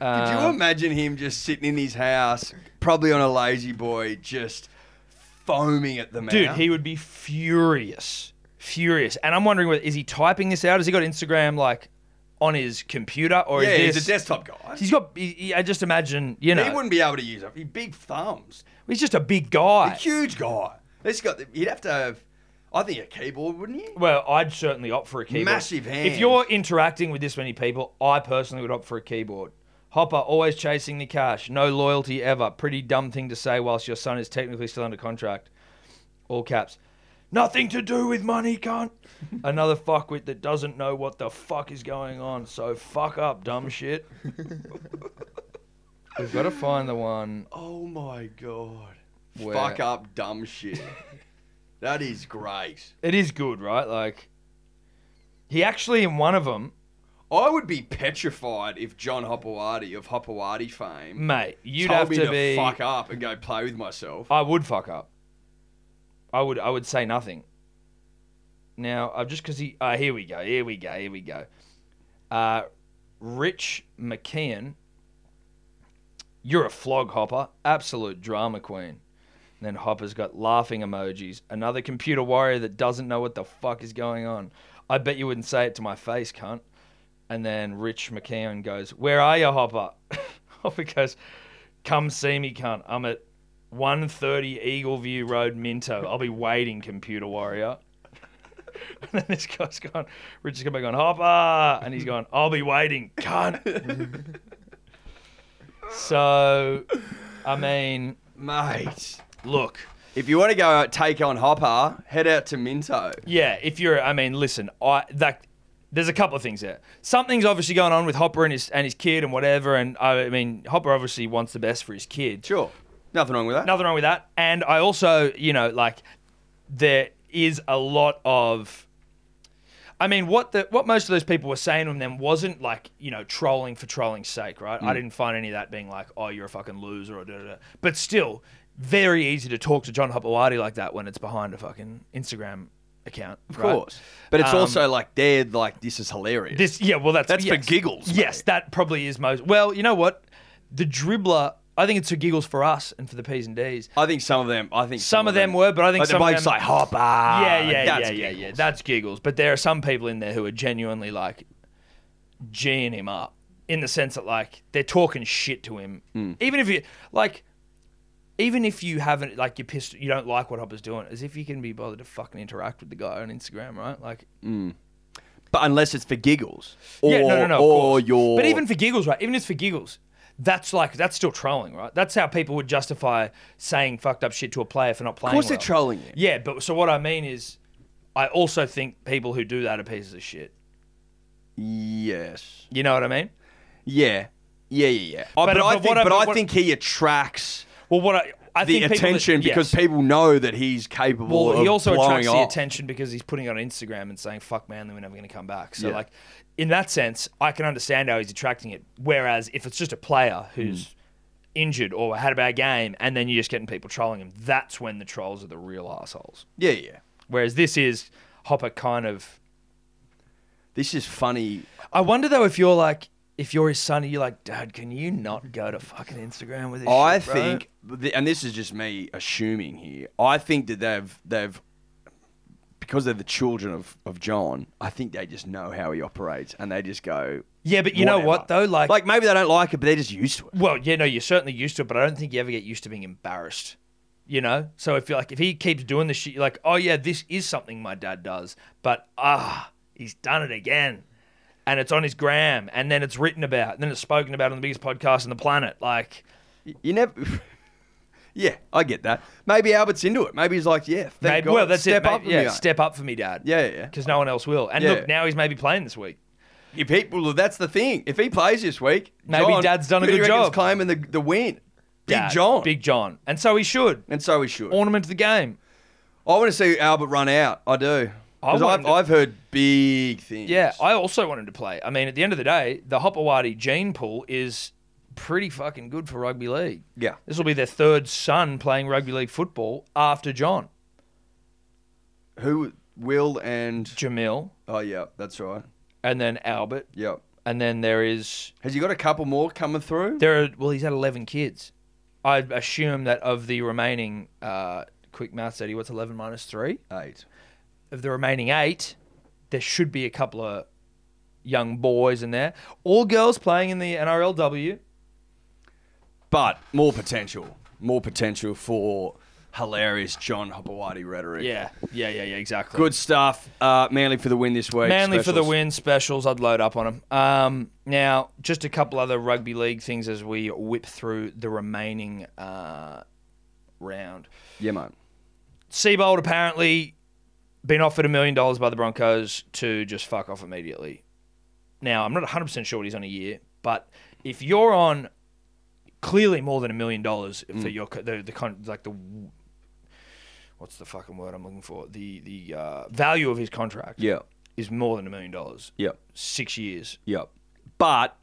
B: Uh, Um,
C: you imagine him just sitting in his house, probably on a lazy boy, just foaming at the mouth?
B: Dude, he would be furious, furious. And I'm wondering, whether, is he typing this out? Has he got Instagram like on his computer, or
C: yeah,
B: is this?
C: he's a desktop guy.
B: He's got. He, he- I just imagine, you know,
C: He wouldn't be able to use it. He big thumbs.
B: he's just a big
C: A
B: guy.
C: huge guy. This got. He'd have to have. I think a keyboard, wouldn't you?
B: well, I'd certainly opt for a keyboard.
C: Massive hands.
B: If you're interacting with this many people, I personally would opt for a keyboard. Hopper always chasing the cash, no loyalty ever. Pretty dumb thing to say whilst your son is technically still under contract. All caps. Nothing to do with money, cunt. Another fuckwit that doesn't know what the fuck is going on. So fuck up, dumb shit. We've got to find the one.
C: [laughs] Oh my god.
B: Where-
C: Fuck up, dumb
B: [laughs]
C: shit. that is great.
B: It is good, right? Like, he actually in one of them,
C: I would be petrified if John Hopewadi of Hopewadi fame
B: mate. You'd
C: told
B: have
C: me
B: to,
C: to,
B: be.
C: fuck up and go play with myself.
B: I would fuck up. I would. I would say nothing. Now, I've just because he. Uh, here we go. Here we go. Here we go. Uh, Rich McKeon. You're a flog hopper, absolute drama queen. And then Hopper's got laughing emojis. Another computer warrior that doesn't know what the fuck is going on. I bet you wouldn't say it to my face, cunt. And then Rich McKeon goes, Where are you, Hopper? [laughs] Hopper goes, Oh, Come see me, cunt. I'm at 130 Eagle View Road, Minto. I'll be waiting, computer warrior. [laughs] And then this guy's gone, Richard's come back on, Hopper! And he's gone, I'll be waiting, cunt. [laughs] so, I mean,
C: Mate.
B: look,
C: If you want to go out, take on Hopper, head out to Minto.
B: yeah, if you're, I mean, listen, I that there's a couple of things there. Something's obviously going on with Hopper and his and his kid and whatever. And uh, I mean, Hopper obviously wants the best for his kid.
C: Sure. Nothing wrong with that.
B: Nothing wrong with that. And I also, you know, like there is a lot of I mean, what the what most of those people were saying to them wasn't like, you know, trolling for trolling's sake, right?
C: Mm.
B: I didn't find any of that being like, oh, you're a fucking loser or da da da. But still, very easy to talk to John Hopewadi like that when it's behind a fucking Instagram account.
C: Of course. But it's
B: Um,
C: also like they're like this is hilarious.
B: This, yeah, well, that's
C: That's for
B: yes.
C: giggles,
B: Yes, that probably is most. Well, you know what? The dribbler I think it's for giggles for us and for the P's and D's.
C: I think some of them. I think
B: Some of them were, but I think
C: like
B: some
C: the
B: of
C: blokes
B: them-
C: like Hopper.
B: yeah, yeah,
C: that's
B: yeah, yeah, yeah.
C: giggles.
B: That's giggles. But there are some people in there who are genuinely like geeing him up in the sense that like they're talking shit to him.
C: Mm,
B: Even if you like even if you haven't like you're pissed you don't like what Hopper's doing, as if you can be bothered to fucking interact with the guy on Instagram, right? Like
C: mm. But unless it's for giggles, or
B: yeah, no, no, no, of
C: or
B: course.
C: your.
B: But even for giggles, right? Even if it's for giggles, that's like that's still trolling, right? That's how people would justify saying fucked up shit to a player for not playing.
C: course they're
B: well.
C: trolling you.
B: Yeah, but so what I mean is, I also think people who do that are pieces of shit.
C: yes,
B: You know what I mean?
C: yeah, yeah, yeah, yeah. Oh,
B: But- uh,
C: But, I
B: but
C: think,
B: what I-
C: but
B: but
C: I
B: what-
C: think he attracts
B: Well, what I I
C: the
B: think people that-
C: attention
B: yeah.
C: because people know that he's capable.
B: well,
C: of
B: he also
C: blowing
B: attracts the
C: up.
B: attention because he's putting it on Instagram and saying "fuck man, then we're never going to come back." So,
C: Yeah.
B: like in that sense, I can understand how he's attracting it. Whereas if it's just a player who's
C: Hmm.
B: injured or had a bad game, and then you're just getting people trolling him, that's when the trolls are the real assholes.
C: Yeah, yeah.
B: Whereas this is Hopper kind of.
C: This is funny.
B: I wonder though if you're like. If you're his son, are you like, Dad, can you not go to fucking Instagram with this
C: I
B: shit, bro?"
C: think, th- and this is just me assuming here. I think that they've they've because they're the children of of John. I think they just know how he operates, and they just go.
B: Yeah, but you know what,
C: whatever.
B: though? Like-
C: like maybe they don't like it, but they're just used to it.
B: Well, yeah, no, you're certainly used to it, but I don't think you ever get used to being embarrassed. You know, so if you like, if he keeps doing this shit, you're like, oh yeah, this is something my dad does, but ah, he's done it again, and it's on his gram, and then it's written about, and then it's spoken about on the biggest podcast on the planet. Like,
C: Y- You [laughs] never. yeah, I get that. Maybe Albert's into it. Maybe he's like, yeah, thank
B: maybe,
C: God,
B: well, that's
C: step
B: it. mate.
C: up, for
B: yeah,
C: me, mate.
B: step up for me, dad.
C: Yeah, yeah, yeah.
B: because no one else will. And
C: Yeah.
B: look, now he's maybe playing this week.
C: If he, well, that's the thing. If he plays this week,
B: Maybe
C: John-
B: Dad's done a
C: who do
B: good
C: you reckon's
B: job.
C: claiming the the win. Big
B: Dad,
C: John,
B: Big John, and so he should
C: and so he should.
B: ornament the game.
C: I want to see Albert run out. I do.
B: I
C: Because
B: want
C: I've,
B: him to-
C: I've heard big things.
B: Yeah, I also want him to play. I mean, at the end of the day, the Hopawati gene pool is pretty fucking good for rugby league.
C: Yeah.
B: This will be their third son playing rugby league football after John.
C: Who? Will and.
B: Jamil,
C: Oh, yeah, that's right.
B: and then Albert,
C: Yeah.
B: and then there is
C: Has he got a couple more coming through?
B: there are well, he's had eleven kids. I assume that of the remaining uh, quick math study, what's eleven minus three?
C: Eight.
B: Of the remaining eight, there should be a couple of young boys in there. All girls playing in the NRLW.
C: But more potential. More potential for hilarious John Hopewadi rhetoric.
B: Yeah, yeah, yeah, yeah, exactly.
C: Good stuff. Uh, Manly for the win this week.
B: Manly for the
C: Specials.
B: win specials. I'd load up on them. Um, now, just a couple other rugby league things as we whip through the remaining uh, round.
C: Yeah, mate.
B: Seabold apparently been offered a million dollars by the Broncos to just fuck off immediately. Now, I'm not 100% sure what he's on a year, but if you're on clearly more than a million dollars
C: Mm.
B: for your co- the, the con, like the what's the fucking word I'm looking for? The the uh, value of his contract
C: Yeah.
B: is more than a million dollars.
C: Yeah.
B: Six years.
C: Yeah. But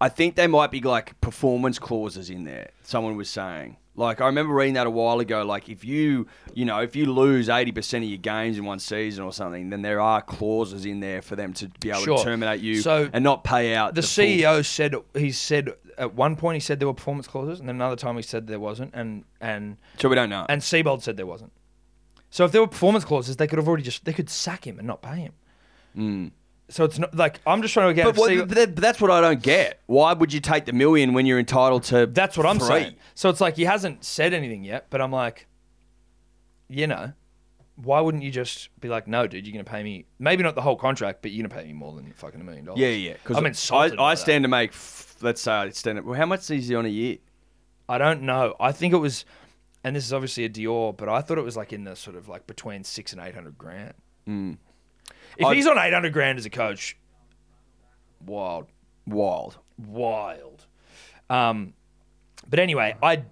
C: I think there might be like performance clauses in there. Someone was saying. Like I remember reading that a while ago. Like if you, you know, if you lose eighty percent of your games in one season or something, then there are clauses in there for them to be able
B: Sure.
C: to terminate you
B: So,
C: and not pay out.
B: The, E
C: full-
B: CEO said he said at one point he said there were performance clauses, and then another time he said there wasn't, and and
C: So we don't know.
B: and Seabold said there wasn't. So if there were performance clauses, they could have already just they could sack him and not pay him. So it's not like I'm just trying to get.
C: Mm.
B: E
C: but, what,
B: Seabold-
C: but that- but that's what I don't get. Why would you take the million when you're entitled to?
B: That's what I'm
C: three?
B: saying. So it's like he hasn't said anything yet, but I'm like, you know, why wouldn't you just be like, no, dude, you're gonna pay me maybe not the whole contract, but you're gonna pay me more than fucking a million dollars.
C: Yeah, yeah. Because
B: I'm insulted.
C: I,
B: by
C: I
B: that.
C: stand to make. f- Let's say I stand. to- Well, how much is he on a year?
B: I don't know. I think it was, and this is obviously a Dior, but I thought it was like in the sort of like between six and eight hundred grand.
C: mm.
B: If
C: I-
B: he's on eight hundred grand as a coach, wild,
C: Wild.
B: wild. Um, but anyway, I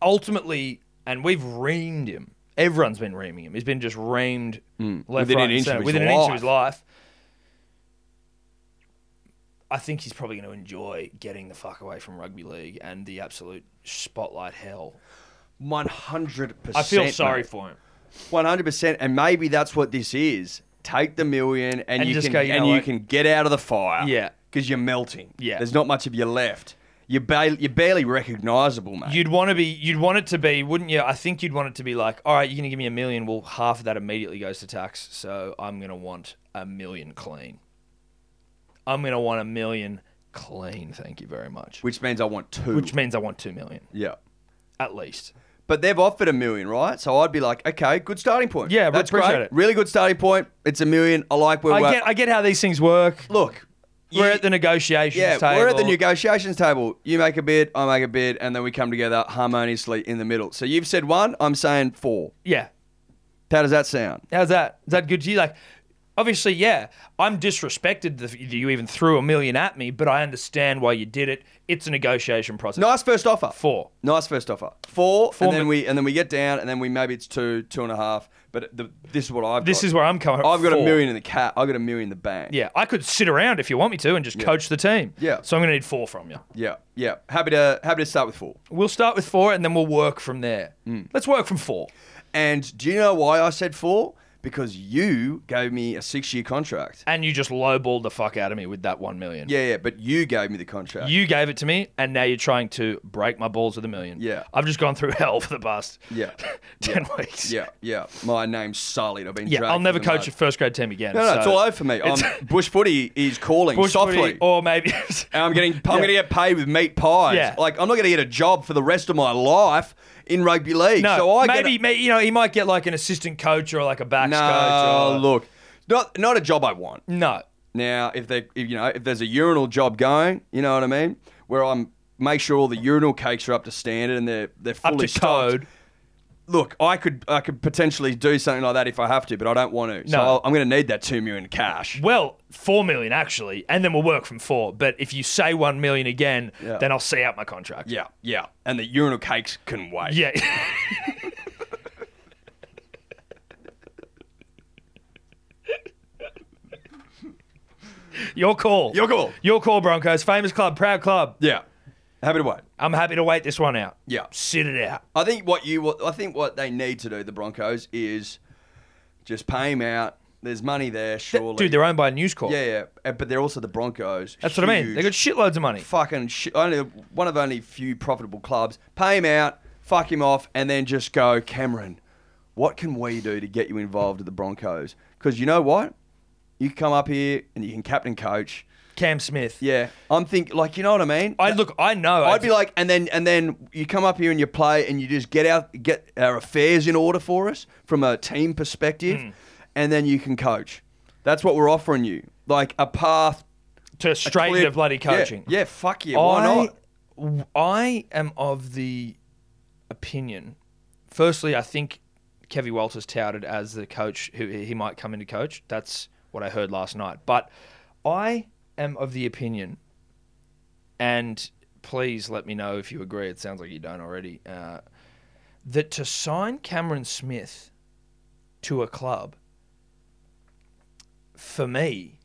B: ultimately, and we've reamed him. Everyone's been reaming him. He's been just reamed left,
C: Hmm. Within
B: right,
C: an
B: and
C: inch of
B: centre.
C: his
B: within an inch of his
C: life.
B: life. I think he's probably going to enjoy getting the fuck away from rugby league and the absolute spotlight hell
C: One hundred percent.
B: I feel sorry for him.
C: One hundred percent, and maybe that's what this is. Take the million, and,
B: And
C: you
B: just
C: can
B: go, you
C: and
B: know
C: you
B: what?
C: can get out of the fire.
B: Yeah.
C: because you're melting.
B: Yeah.
C: there's not much of you left. You're, ba- you're barely recognizable, mate.
B: You'd want to be, you'd want it to be, wouldn't you? I think you'd want it to be like, all right, you're going to give me a million. Well, half of that immediately goes to tax. So I'm going to want a million clean. I'm going to want a million clean. Thank you very much.
C: which means I want two.
B: Which means I want two million
C: yeah.
B: at least.
C: But they've offered a million, right? So I'd be like, okay, good starting point.
B: Yeah,
C: that's
B: appreciate
C: great.
B: it.
C: Really good starting point. It's a million. I like where we're
B: I get, I get how these things work.
C: Look,
B: we're
C: you-
B: at the negotiations
C: yeah,
B: table.
C: we're at the negotiations table. You make a bid, I make a bid, and then we come together harmoniously in the middle. So you've said one, I'm saying four.
B: Yeah,
C: How does that sound?
B: How's that? Is that good to you? Like, obviously, yeah, I'm disrespected that you even threw a million at me, but I understand why you did it. It's a negotiation process.
C: Nice first offer.
B: Four.
C: Nice first offer. Four,
B: Four
C: and then
B: mi-
C: we and then we get down, and then we maybe it's two, two and a half. But the, this is what I've.
B: This
C: got.
B: is where I'm coming.
C: I've got a
B: four.
C: million in the cat. I've got a million in the bank.
B: Yeah, I could sit around if you want me to and just coach the team.
C: Yeah.
B: So I'm going to need four from you.
C: yeah, yeah. Happy to happy to start with four. Mm.
B: We'll start with four and then we'll work from there. Let's work from four.
C: And do you know why I said four? Because you gave me a six-year contract.
B: And you just lowballed the fuck out of me with that one million.
C: Yeah, yeah. But you gave me the contract.
B: You gave it to me, and now you're trying to break my balls with a million.
C: Yeah.
B: I've just gone through [laughs] hell for the past
C: Yeah.
B: [laughs] ten weeks.
C: yeah, yeah. My name's sullied. I've been.
B: Yeah,
C: dragged
B: I'll never
C: through the
B: coach a
C: mud.
B: first grade team again.
C: No, no, it's
B: so
C: all over for me. I'm,
B: it's- [laughs]
C: Bush footy is calling
B: Bush
C: softly.
B: footy or maybe
C: and I'm getting, I'm
B: Yeah.
C: going to get paid with meat pies.
B: Yeah.
C: Like I'm not going to get a job for the rest of my life in rugby league.
B: no.
C: so I
B: maybe,
C: get
B: may- you know he might get like an assistant coach or like a
C: a,
B: backs
C: no.
B: coach. Or,
C: Look, not not a job I want.
B: no,
C: Now, if they, if, you know, if there's a urinal job going, you know what I mean, where I'm make sure all the urinal cakes are up to standard and they're they're
B: Up
C: fully
B: to
C: stocked.
B: code.
C: Look, I could I could potentially do something like that if I have to, but I don't want to. So
B: No.
C: I'll, I'm going to need that two million cash.
B: Well, four million actually, and then we'll work from four. But if you say one million again,
C: Yeah.
B: then I'll see out my contract.
C: Yeah, yeah, and the urinal cakes can wait.
B: Yeah. [laughs] Your call.
C: Your call.
B: Your call, Broncos. Famous club, proud club.
C: yeah. Happy to wait.
B: I'm happy to wait this one out.
C: Yeah.
B: Sit it out.
C: I think what you what, I think what they need to do the Broncos is just pay him out. There's money there, surely.
B: Dude, they're owned by News Corp.
C: yeah, yeah, Uh, but they're also the Broncos.
B: That's what I mean.
C: Huge,
B: They got shitloads of money.
C: fucking sh- only one of only few profitable clubs. Pay him out, fuck him off, and then just go, Cameron. What can we do to get you involved at the Broncos? Because you know what, you come up here and you can captain coach.
B: Cam Smith.
C: Yeah, I'm think like you know what I mean.
B: I look. I know.
C: I'd be like, and then and then you come up here and you play, and you just get out, get our affairs in order for us from a team perspective,
B: Hmm.
C: and then you can coach. That's what we're offering you, like a path
B: to
C: a
B: straight
C: clear-
B: into bloody
C: Yeah,
B: coaching.
C: Yeah, fuck you. Why not?
B: not? I am of the opinion. Firstly, I think Kevy Walters touted as the coach who he might come into coach. That's what I heard last night. But I am of the opinion, and please let me know if you agree. It sounds like you don't already. Uh, that to sign Cameron Smith to a club for me,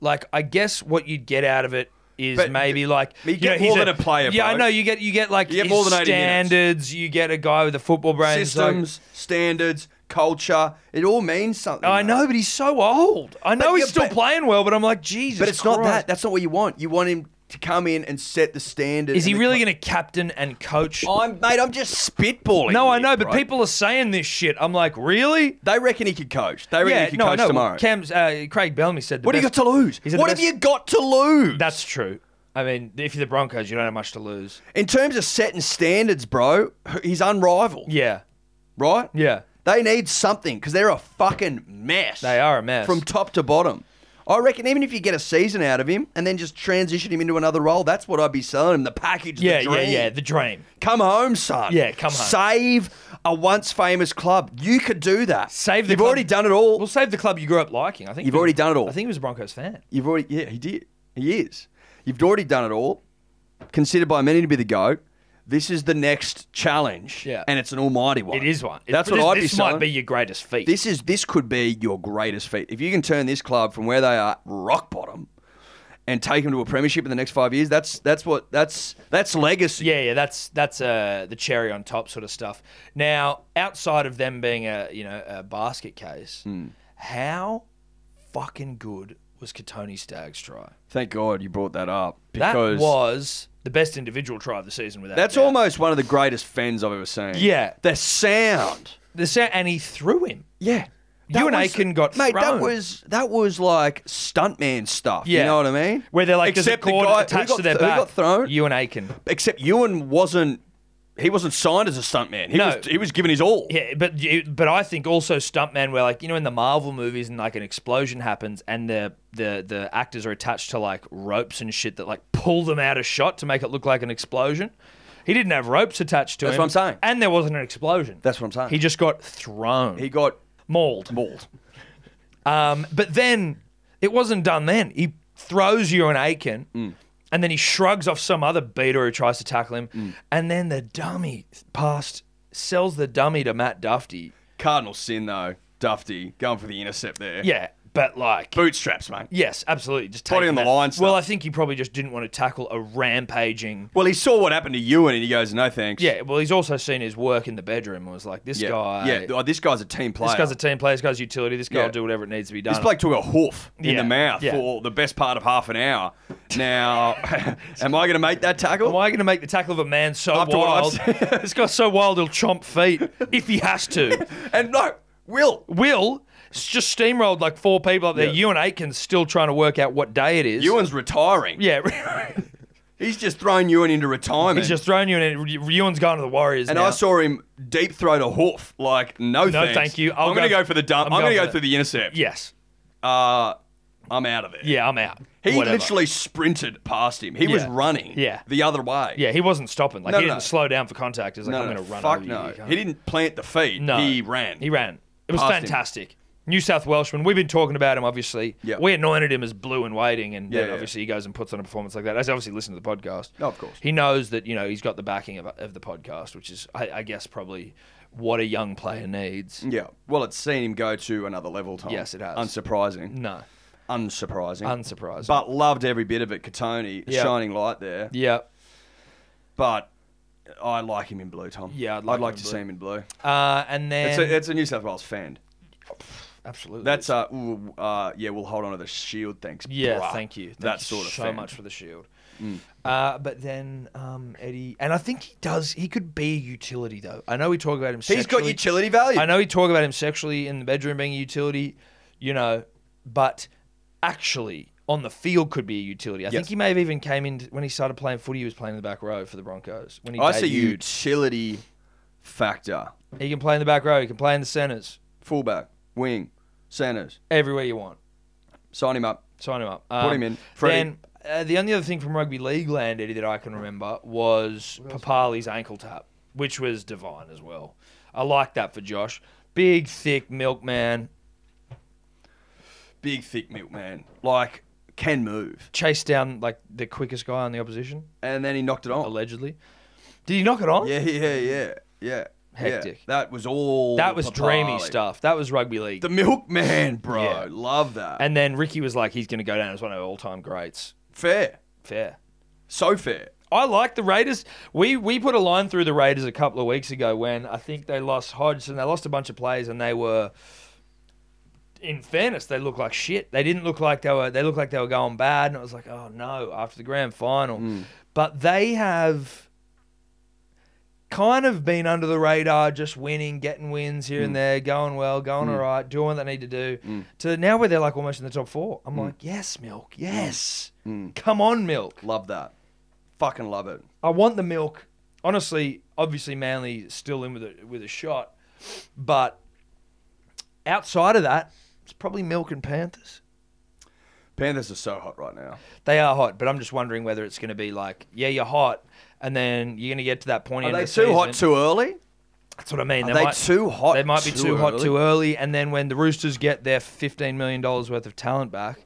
B: like I guess what you'd get out of it is
C: But
B: maybe like
C: you get
B: he's
C: more than a player,
B: Yeah, I
C: bro.
B: know you get you get like
C: You get
B: his
C: more than 80 minutes.
B: standards. You get a guy with a football brain. It's like-
C: Systems, standards, culture. It all means something.
B: I
C: mate.
B: know, but he's so old. I know
C: But
B: he's
C: yeah,
B: still
C: but-
B: playing well, but I'm like Jesus.
C: but it's not that. That's not what you want. You want him to come in and set the standard.
B: Is he
C: and the
B: really going to captain and coach?
C: co- I'm mate. I'm just spitballing.
B: no, I
C: here,
B: know, but
C: bro.
B: people are saying this shit. I'm like, really?
C: They reckon he could coach. They reckon he could
B: no, I
C: coach
B: know.
C: tomorrow.
B: Cam's uh, Craig Bellamy said, the
C: what have you
B: best-
C: got to lose?
B: He said the
C: What have
B: best-
C: you got to lose?
B: That's true. I mean, if you're the Broncos, you don't have much to lose.
C: In terms of setting standards, bro, he's unrivaled,
B: Yeah,
C: right?
B: yeah.
C: They need something because they're a fucking mess.
B: They are a mess.
C: From top to bottom. I reckon even if you get a season out of him and then just transition him into another role, that's what I'd be selling him the package.
B: Yeah,
C: the
B: yeah,
C: dream.
B: yeah. The dream.
C: Come home, son.
B: Yeah, come home.
C: Save a once famous club. You could do that.
B: Save the
C: You've
B: club.
C: already done it all.
B: We'll save the club you grew up liking. I think
C: You've
B: he was-
C: already done it all.
B: I think he was a Broncos fan.
C: You've already, yeah, he did. He is. You've already done it all. Considered by many to be the goat. This is the next challenge,
B: Yeah.
C: and it's an almighty one.
B: It is one. It-
C: That's
B: this,
C: what I'd be
B: This
C: selling.
B: might be your greatest feat.
C: This is this could be your greatest feat if you can turn this club from where they are rock bottom and take them to a premiership in the next five years. That's that's what that's that's legacy.
B: yeah, yeah. That's that's uh, the cherry on top sort of stuff. Now, outside of them being a you know a basket case, how fucking good was Katoni Stag's try?
C: Thank God you brought that up
B: That
C: because
B: was the best individual try of the season without.
C: That's
B: a doubt.
C: almost one of the greatest fens I've ever seen.
B: Yeah.
C: The sound.
B: the sa- and he threw him.
C: Yeah.
B: You and
C: was-
B: Aiken got
C: mate.
B: thrown.
C: That was that was like stuntman stuff.
B: Yeah.
C: You know what I mean?
B: Where they're like,
C: except
B: there's a cord
C: the guy
B: attached
C: who got,
B: to their
C: who
B: back.
C: got thrown.
B: You and Aiken.
C: Except Ewan wasn't. He wasn't signed as a stuntman. He
B: No.
C: was he was giving his all.
B: Yeah, but you, but I think also stuntman, where like you know in the Marvel movies and like an explosion happens and the the the actors are attached to like ropes and shit that like pull them out of shot to make it look like an explosion. He didn't have ropes attached to
C: That's
B: him.
C: what I'm saying.
B: And there wasn't an explosion.
C: That's what I'm saying.
B: He just got thrown.
C: He got
B: mauled.
C: mauled.
B: Um, but then it wasn't done then. He throws you an Aiken
C: Mm.
B: and then he shrugs off some other beater who tries to tackle him.
C: Hmm.
B: And then the dummy passed, sells the dummy to Matt Dufty.
C: Cardinal sin though. Dufty going for the intercept there.
B: Yeah, but like.
C: Bootstraps, mate.
B: Yes, absolutely. Just
C: Body
B: taking
C: on the
B: that-
C: line stuff.
B: Well, I think he probably just didn't want to tackle a rampaging.
C: Well, he saw what happened to Ewan and he goes, "No thanks."
B: Yeah, well, he's also seen his work in the bedroom and was like, this
C: Yeah.
B: guy.
C: Yeah. Oh, this guy's a team player.
B: this guy's a team player. This guy's utility. This guy
C: Yeah.
B: will do whatever it needs to be done.
C: This bloke took a hoof in
B: Yeah,
C: the mouth
B: yeah.
C: for the best part of half an hour. Now, [laughs] am I going to make that tackle?
B: Am I going to make the tackle of a man so
C: After what
B: wild?
C: I've said. [laughs]
B: [laughs] this guy's so wild he'll chomp feet if he has to.
C: [laughs] and no, Will.
B: Will s- just steamrolled like four people up there.
C: Yeah.
B: You and Aiken's still trying to work out what day it is.
C: Ewan's retiring.
B: yeah, [laughs]
C: He's just thrown Ewan into retirement.
B: he's just thrown you in. and Ewan's gone to the Warriors.
C: and
B: now.
C: I saw him deep throat a hoof. Like, no,
B: No,
C: thanks.
B: thank you. I'll
C: I'm going to
B: go-
C: go for the dump.
B: I'm
C: I'm, going
B: going
C: to go
B: for the-
C: through the intercept.
B: yes,
C: Uh, I'm out of there.
B: yeah, I'm out.
C: He
B: Whatever.
C: literally sprinted past him. He was
B: Yeah.
C: running
B: Yeah.
C: the other way.
B: Yeah, he wasn't stopping. Like
C: No,
B: he
C: no,
B: didn't
C: no.
B: slow down for contact. He's like,
C: No,
B: I'm
C: no,
B: going to run
C: fuck
B: over
C: no.
B: you.
C: He didn't plant the feet.
B: No,
C: He ran.
B: He ran. It was
C: Past him.
B: fantastic. New South Welshman. We've been talking about him, obviously.
C: Yeah.
B: We anointed him as blue and waiting, and
C: Yeah,
B: then
C: yeah.
B: obviously he goes and puts on a performance like that. As obviously listen to the podcast.
C: Oh, of course.
B: He knows that you know he's got the backing of, of the podcast, which is, I, I guess, probably what a young player needs.
C: Yeah. Well, it's seen him go to another level, Tom.
B: Yes, it has.
C: Unsurprising.
B: No,
C: Unsurprising.
B: unsurprising.
C: but loved every bit of it. Katoni,
B: Yeah.
C: shining light there.
B: yeah.
C: But I like him in blue, Tom.
B: Yeah, I'd
C: I'd
B: like
C: like,
B: him in
C: to
B: blue.
C: see him in blue.
B: Uh, and then
C: It's a, it's a New South Wales fan.
B: absolutely.
C: That's uh, ooh, uh yeah. We'll hold on to the shield. Thanks.
B: Yeah,
C: bruh.
B: thank you. Thank
C: that
B: you
C: sort of
B: so
C: fan.
B: much for the shield.
C: Mm.
B: Uh, but then um, Eddie, and I think he does. He could be a utility though. I know we talk about him.
C: He's got
B: sexually.
C: utility value.
B: I know we talk about him sexually in the bedroom being a utility, you know, but actually on the field could be a utility. I think
C: Yes.
B: he may have even came in when he started playing footy. He was playing in the back row for the Broncos. When he
C: Oh, I see
B: debuted.
C: utility factor.
B: He can play in the back row. He can play in the centres
C: Fullback, wing, centers.
B: everywhere you want.
C: Sign him up.
B: Sign him up. Um,
C: Put him in. Freddie.
B: Then uh, the only other thing from rugby league land, Eddie, that I can remember was Papali's ankle tap, which was divine as well. I like that for Josh. Big, thick milkman,
C: Big thick milk man. Like can move.
B: chased down like the quickest guy on the opposition,
C: And then he knocked it on.
B: allegedly. Did he knock it on?
C: Yeah, yeah, yeah, yeah.
B: Hectic.
C: Yeah. That was all.
B: That was dreamy
C: Papali.
B: stuff. That was rugby league.
C: The milkman, bro.
B: Yeah.
C: Love that.
B: and then Ricky was like, he's going to go down as one of our all-time greats.
C: fair.
B: Fair.
C: So fair.
B: I like the Raiders. We we put a line through the Raiders a couple of weeks ago when I think they lost Hodge and they lost a bunch of players and they were in fairness, they looked like shit. They didn't look like they were they looked like they were going bad and it was like, oh no, after the grand final.
C: mm.
B: But they have kind of been under the radar, just winning, getting wins here and there, going well, going all right, doing what they need to do.
C: Mm.
B: To now where they're like almost in the top four. I'm like, yes, milk, yes.
C: Mm.
B: Come on, milk.
C: Love that. Fucking love it.
B: I want the milk. Honestly, obviously Manly still in with a with a shot, but outside of that, it's probably milk and Panthers.
C: Panthers are so hot right now.
B: They are hot, but I'm just wondering whether it's going to be like, yeah, you're hot, and then you're going to get to that point.
C: Are
B: in
C: they
B: the
C: too hot
B: season.
C: too early?
B: That's what I mean.
C: Are they too hot
B: They might be
C: too
B: too, hot
C: early?
B: too early, and then when the Roosters get their fifteen million dollars worth of talent back.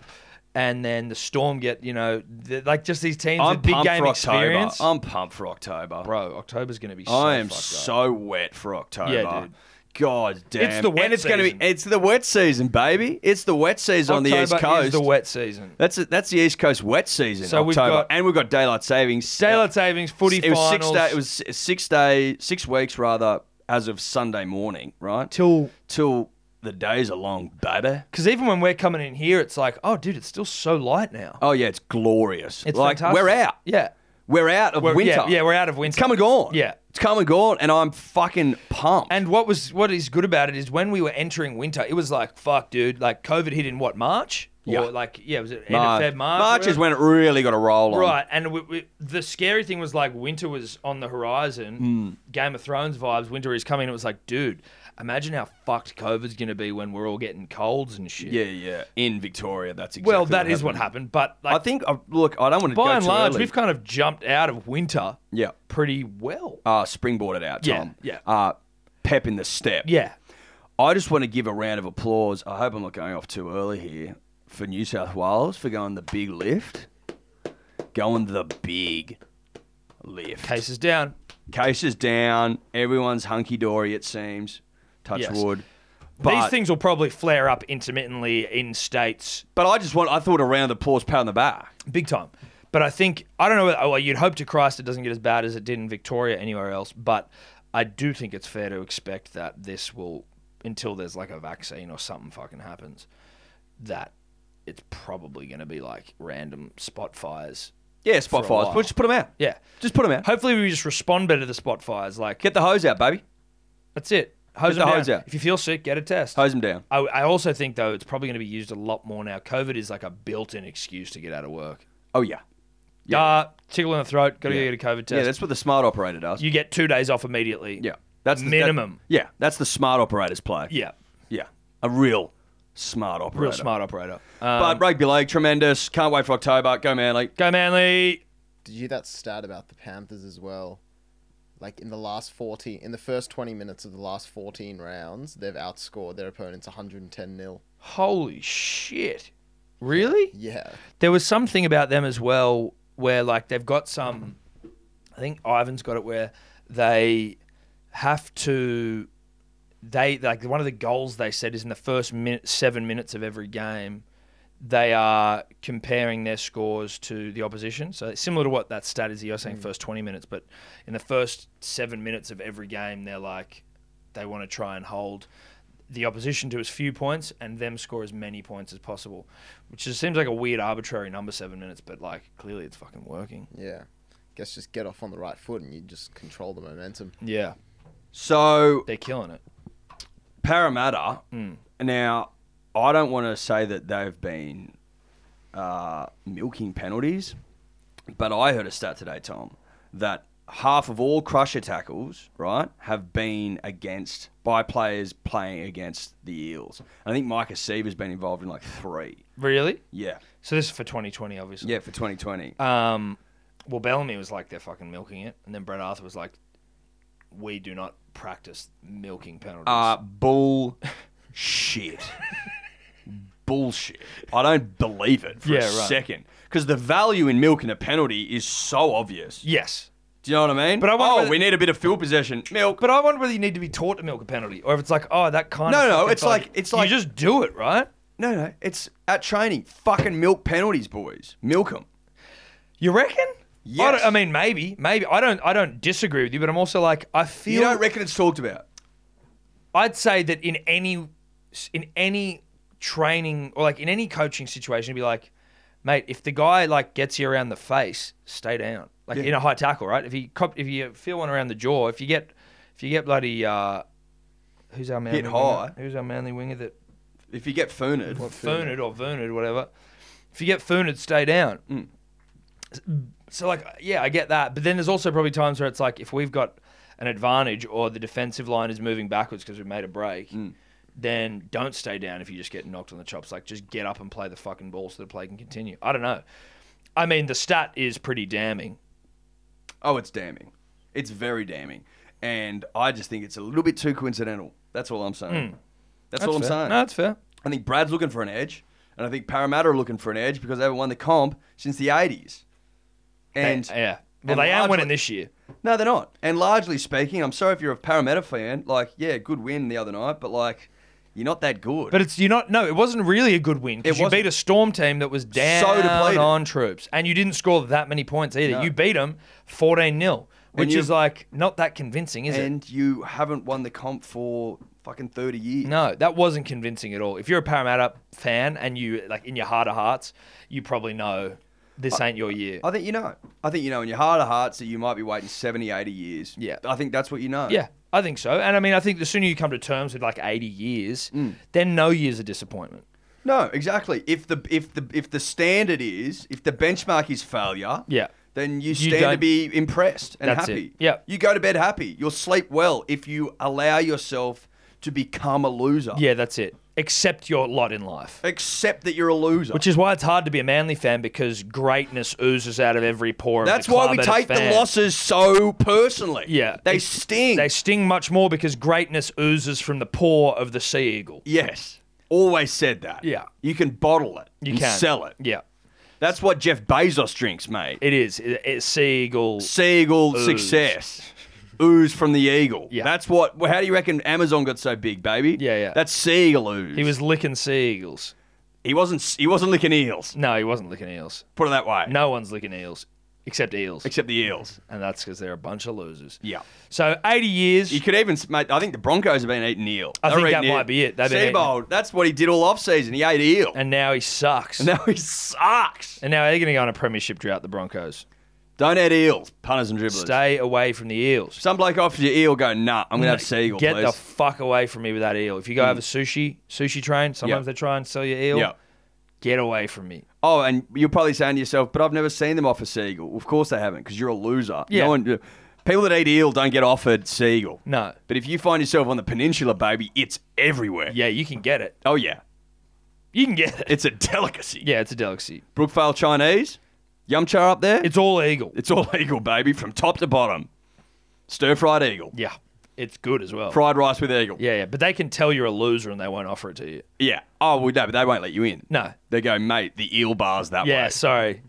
B: And then the Storm get, you know, the, like just these teams
C: I'm
B: with big
C: pumped
B: game
C: for October.
B: experience.
C: I'm pumped for October.
B: Bro, October's going to be so
C: I am
B: fucked up.
C: so wet for October.
B: Yeah, dude.
C: God Oh, damn.
B: It's the wet
C: and it's gonna
B: season.
C: be it's the wet season, baby. It's the wet season on the
B: October
C: East
B: is
C: Coast.
B: the wet season.
C: That's it that's the East Coast wet season.
B: So we've
C: October.
B: got-
C: and we've got daylight savings.
B: Daylight savings, footy
C: it was six
B: finals.
C: day, it was s- six day six weeks rather as of Sunday morning, right?
B: till
C: till the days are long, baby.
B: because even when we're coming in here, it's like, oh, dude, it's still so light now.
C: Oh yeah, it's glorious.
B: It's
C: like
B: fantastic.
C: we're out.
B: Yeah,
C: We're out of
B: We're-
C: winter.
B: Yeah, yeah, we're out of winter.
C: It's come and gone.
B: Yeah.
C: It's come and gone, and I'm fucking pumped.
B: And what was what is good about it is when we were entering winter, it was like fuck, dude. Like COVID hit in what March?
C: Yeah.
B: Or like yeah, was it end
C: Mar-
B: of Feb March?
C: March is
B: whatever?
C: when it really got a roll on.
B: Right, and we, we, the scary thing was like winter was on the
C: Mm.
B: horizon. Game of Thrones vibes. Winter is coming. It was like, dude, imagine how fucked COVID's gonna be when we're all getting colds and shit.
C: Yeah, yeah. In Victoria, that's exactly.
B: Well,
C: that
B: that is what happened. But like,
C: I think. I- Look, I don't want to go
B: by and
C: too
B: large,
C: early.
B: we've kind of jumped out of winter
C: yeah.
B: pretty well.
C: Uh, springboarded out,
B: Yeah,
C: Tom.
B: yeah.
C: Uh, pep in the step.
B: Yeah.
C: I just want to give a round of applause. I hope I'm not going off too early here for New South Wales for going the big lift. Going the big lift.
B: Cases down.
C: Cases down. Everyone's hunky dory, it seems. Touch
B: Yes.
C: wood. But,
B: These things will probably flare up intermittently in states
C: but I just want, I thought a round of applause, pat on the back.
B: big time. But I think I don't know. whether- Well, you'd hope to Christ it doesn't get as bad as it did in Victoria anywhere else. But I do think it's fair to expect that this will, until there's like a vaccine or something fucking happens, that it's probably going to be like random spot fires.
C: Yeah, spot
B: For a
C: fires.
B: while.
C: But just put them out.
B: Yeah.
C: Just put them out.
B: Hopefully we just respond better to spot fires. Like
C: Get the hose out, baby.
B: that's it. Hose
C: Get the
B: them
C: hose
B: down.
C: out.
B: If you feel sick, get a test.
C: Hose them down.
B: I, I also think though it's probably going to be used a lot more now. COVID is like a built-in excuse to get out of work.
C: Oh, yeah.
B: Yeah. tickle in the throat. Got to
C: Yeah.
B: get a COVID test.
C: Yeah, that's what the smart operator does.
B: you get two days off immediately.
C: yeah. That's the, that-
B: minimum.
C: yeah, that's the smart operator's play.
B: yeah,
C: Yeah. A real smart operator.
B: real smart operator. Um,
C: But rugby league, tremendous. Can't wait for October. Go Manly.
B: go Manly.
D: Did you hear that stat about the Panthers as well? Like in the last 14, in the first 20 minutes of the last 14 rounds, they've outscored their opponents 110 nil.
B: Holy shit! Really?
D: Yeah.
B: There was something about them as well where like they've got some. I think Ivan's got it where they have to. They like one of the goals they said is in the first minute, seven minutes of every game, they are comparing their scores to the opposition. So it's similar to what that stat is, you're saying
D: Mm.
B: first twenty minutes, but in the first seven minutes of every game, they're like they want to try and hold the opposition to as few points and them score as many points as possible, which just seems like a weird arbitrary number seven minutes, but like clearly it's fucking working.
D: Yeah. Guess just get off on the right foot and you just control the momentum.
B: Yeah,
C: So
B: they're killing it. Mm.
C: Parramatta. Now, I don't want to say that they've been uh, milking penalties, but I heard a stat today, Tom, that half of all crusher tackles, right, have been against by players playing against the Eels. I think Micah Seaver's been involved in like three.
B: Really?
C: Yeah.
B: So this is for 2020, obviously.
C: Yeah, for 2020.
B: Um, well, Bellamy was like they're fucking milking it, and then Brett Arthur was like, we do not practice milking penalties.
C: Uh,
B: [laughs]
C: bullshit. bullshit. I don't believe it for
B: Yeah,
C: a
B: right.
C: second. Because the value in milking a penalty is so obvious.
B: yes.
C: Do you know what I mean?
B: But I wonder
C: oh,
B: whether-
C: we need a bit of field possession. Milk.
B: But I wonder whether you need to be taught to milk a penalty, or if it's like, oh, that kind
C: No,
B: of.
C: no,
B: fucking
C: it's like-
B: thing.
C: it's like-
B: you just do it, right?
C: No, no, it's at training. Fucking milk penalties, boys. Milk them.
B: You reckon? I,
C: Yes.
B: don't- I mean, maybe, maybe. I don't. I don't disagree with you, but I'm also like, I feel.
C: You don't reckon it's talked about?
B: I'd say that in any in any training or like in any coaching situation, it'd be like, mate, if the guy like gets you around the face, stay down. Like in a high tackle, right? If you cop, if you feel one around the jaw, if you get if you get bloody uh, who's our manly
C: Hit
B: winger?
C: high.
B: Who's our manly winger that
C: If you get fooned,
B: Fooned or Verned, whatever. If you get Fooned, stay down.
C: Mm.
B: So, like, yeah, I get that. But then there's also probably times where it's like if we've got an advantage or the defensive line is moving backwards because we've made a break,
C: Mm.
B: then don't stay down if you just get knocked on the chops. Like, just get up and play the fucking ball so the play can continue. I don't know. I mean, the stat is pretty damning.
C: oh, it's damning. It's very damning. And I just think it's a little bit too coincidental. That's all I'm saying. That's, all I'm
B: fair.
C: saying.
B: No, Hmm. that's fair.
C: I think Brad's looking for an edge, and I think Parramatta are looking for an edge because they haven't won the comp since the 80s. And
B: yeah. Well,
C: and
B: they are
C: largely-
B: winning this year.
C: no, they're not. And largely speaking, I'm sorry if you're a Parramatta fan. Like, yeah, good win the other night, but like, you're not that good.
B: But it's you're not. No, it wasn't really a good win
C: It
B: because you
C: wasn't.
B: beat a storm team that was down
C: depleted.
B: on troops, and you didn't score that many points either.
C: No.
B: You beat them fourteen 0 which
C: you-
B: is like not that convincing, is
C: and you haven't won the comp for fucking 30 years.
B: it? No, that wasn't convincing at all. If you're a Parramatta fan and you like in your heart of hearts, you probably know this ain't your year.
C: I think you know. I think you know in your heart of hearts that you might be waiting 70, 80 years.
B: Yeah.
C: I think that's what you know.
B: Yeah, I think so. And I mean, I think the sooner you come to terms with like 80 years,
C: Mm.
B: then no year's a disappointment.
C: No, exactly. If the if the if the standard is if the benchmark is failure,
B: Yeah.
C: then you
B: You
C: stand to
B: don't-
C: be impressed and
B: That's
C: happy.
B: it. Yeah.
C: you go to bed happy. You'll sleep well if you allow yourself to become a loser.
B: Yeah, that's it. Accept your lot in life.
C: accept that you're a loser.
B: Which is why it's hard to be a Manly fan because greatness oozes out of every pore.
C: that's
B: of the
C: why
B: club
C: we
B: and its
C: take the
B: fans.
C: losses so personally.
B: Yeah,
C: they
B: It's-
C: sting.
B: They sting much more because greatness oozes from the pore of the sea eagle.
C: yes, always said that.
B: Yeah.
C: you can bottle it.
B: You
C: and
B: can
C: sell it.
B: Yeah,
C: That's what Jeff Bezos drinks, mate.
B: it is. It, it's sea eagle.
C: Seagull
B: Ooze.
C: success. Ooze from the eagle.
B: Yeah.
C: That's what. well, How do you reckon Amazon got so big, baby?
B: Yeah, yeah.
C: That's seagull ooze.
B: He was licking sea eagles.
C: He wasn't. He wasn't licking eels.
B: No, he wasn't licking eels.
C: Put it that way.
B: No one's licking eels except eels,
C: Except the eels.
B: and that's because they're a bunch of losers.
C: Yeah.
B: So 80 years.
C: You could even, mate. I think the Broncos have been eating eel.
B: I
C: They
B: think
C: were eating
B: that
C: eel.
B: might be it. They've been eating-
C: Seabold. That's what he did all off season. He ate eel.
B: and now he sucks.
C: now he sucks.
B: And now they're going to go on a premiership drought, the Broncos.
C: Don't eat eels, punters and dribblers.
B: Stay away from the Eels.
C: Some bloke offers you eel, go nah. I'm gonna have seagull,
B: Get
C: please. Mm.
B: the fuck away from me with that eel. If you go have a sushi, sushi train, sometimes
C: Yeah.
B: they try and sell you eel.
C: yeah.
B: Get away from me.
C: Oh, and you're probably saying to yourself, but I've never seen them offer seagull. Of course they haven't, because you're a loser.
B: Yeah.
C: No one, people that eat eel don't get offered seagull.
B: No.
C: But if you find yourself on the peninsula, baby, it's everywhere.
B: Yeah, you can get it.
C: Oh, yeah.
B: You can get it.
C: It's a delicacy.
B: Yeah, it's a delicacy.
C: Brookvale Chinese, yum char up there.
B: It's all eagle.
C: It's all [laughs] eagle, baby, from top to bottom. Stir fried eagle.
B: Yeah. It's good as well.
C: Fried rice with eagle.
B: Oh. Yeah, yeah. But they can tell you're a loser and they won't offer it to you.
C: Yeah. Oh, well, no, but they won't let you in.
B: No.
C: They go, mate, the eel bar's that
B: Yeah,
C: way.
B: sorry.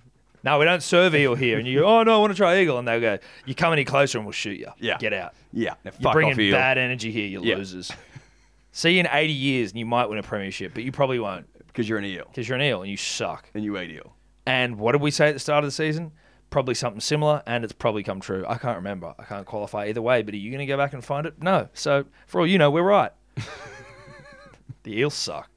B: No, we don't serve eel here. And you go, oh, no, I want to try eagle. And they'll go, you come any closer and we'll shoot you.
C: Yeah.
B: Get out.
C: Yeah. Now,
B: You're
C: fuck
B: bringing
C: off eel.
B: bad energy here, you
C: Yeah.
B: losers. See you in 80 years and you might win a premiership, but you probably won't
C: Because you're an eel
B: because you're an eel and you suck.
C: and you eat eel.
B: And what did we say at the start of the season? Probably something similar, and it's probably come true. I can't remember. I can't qualify either way, but are you going to go back and find it? No. So, for all you know,
C: [laughs]
B: we're right. the eels suck.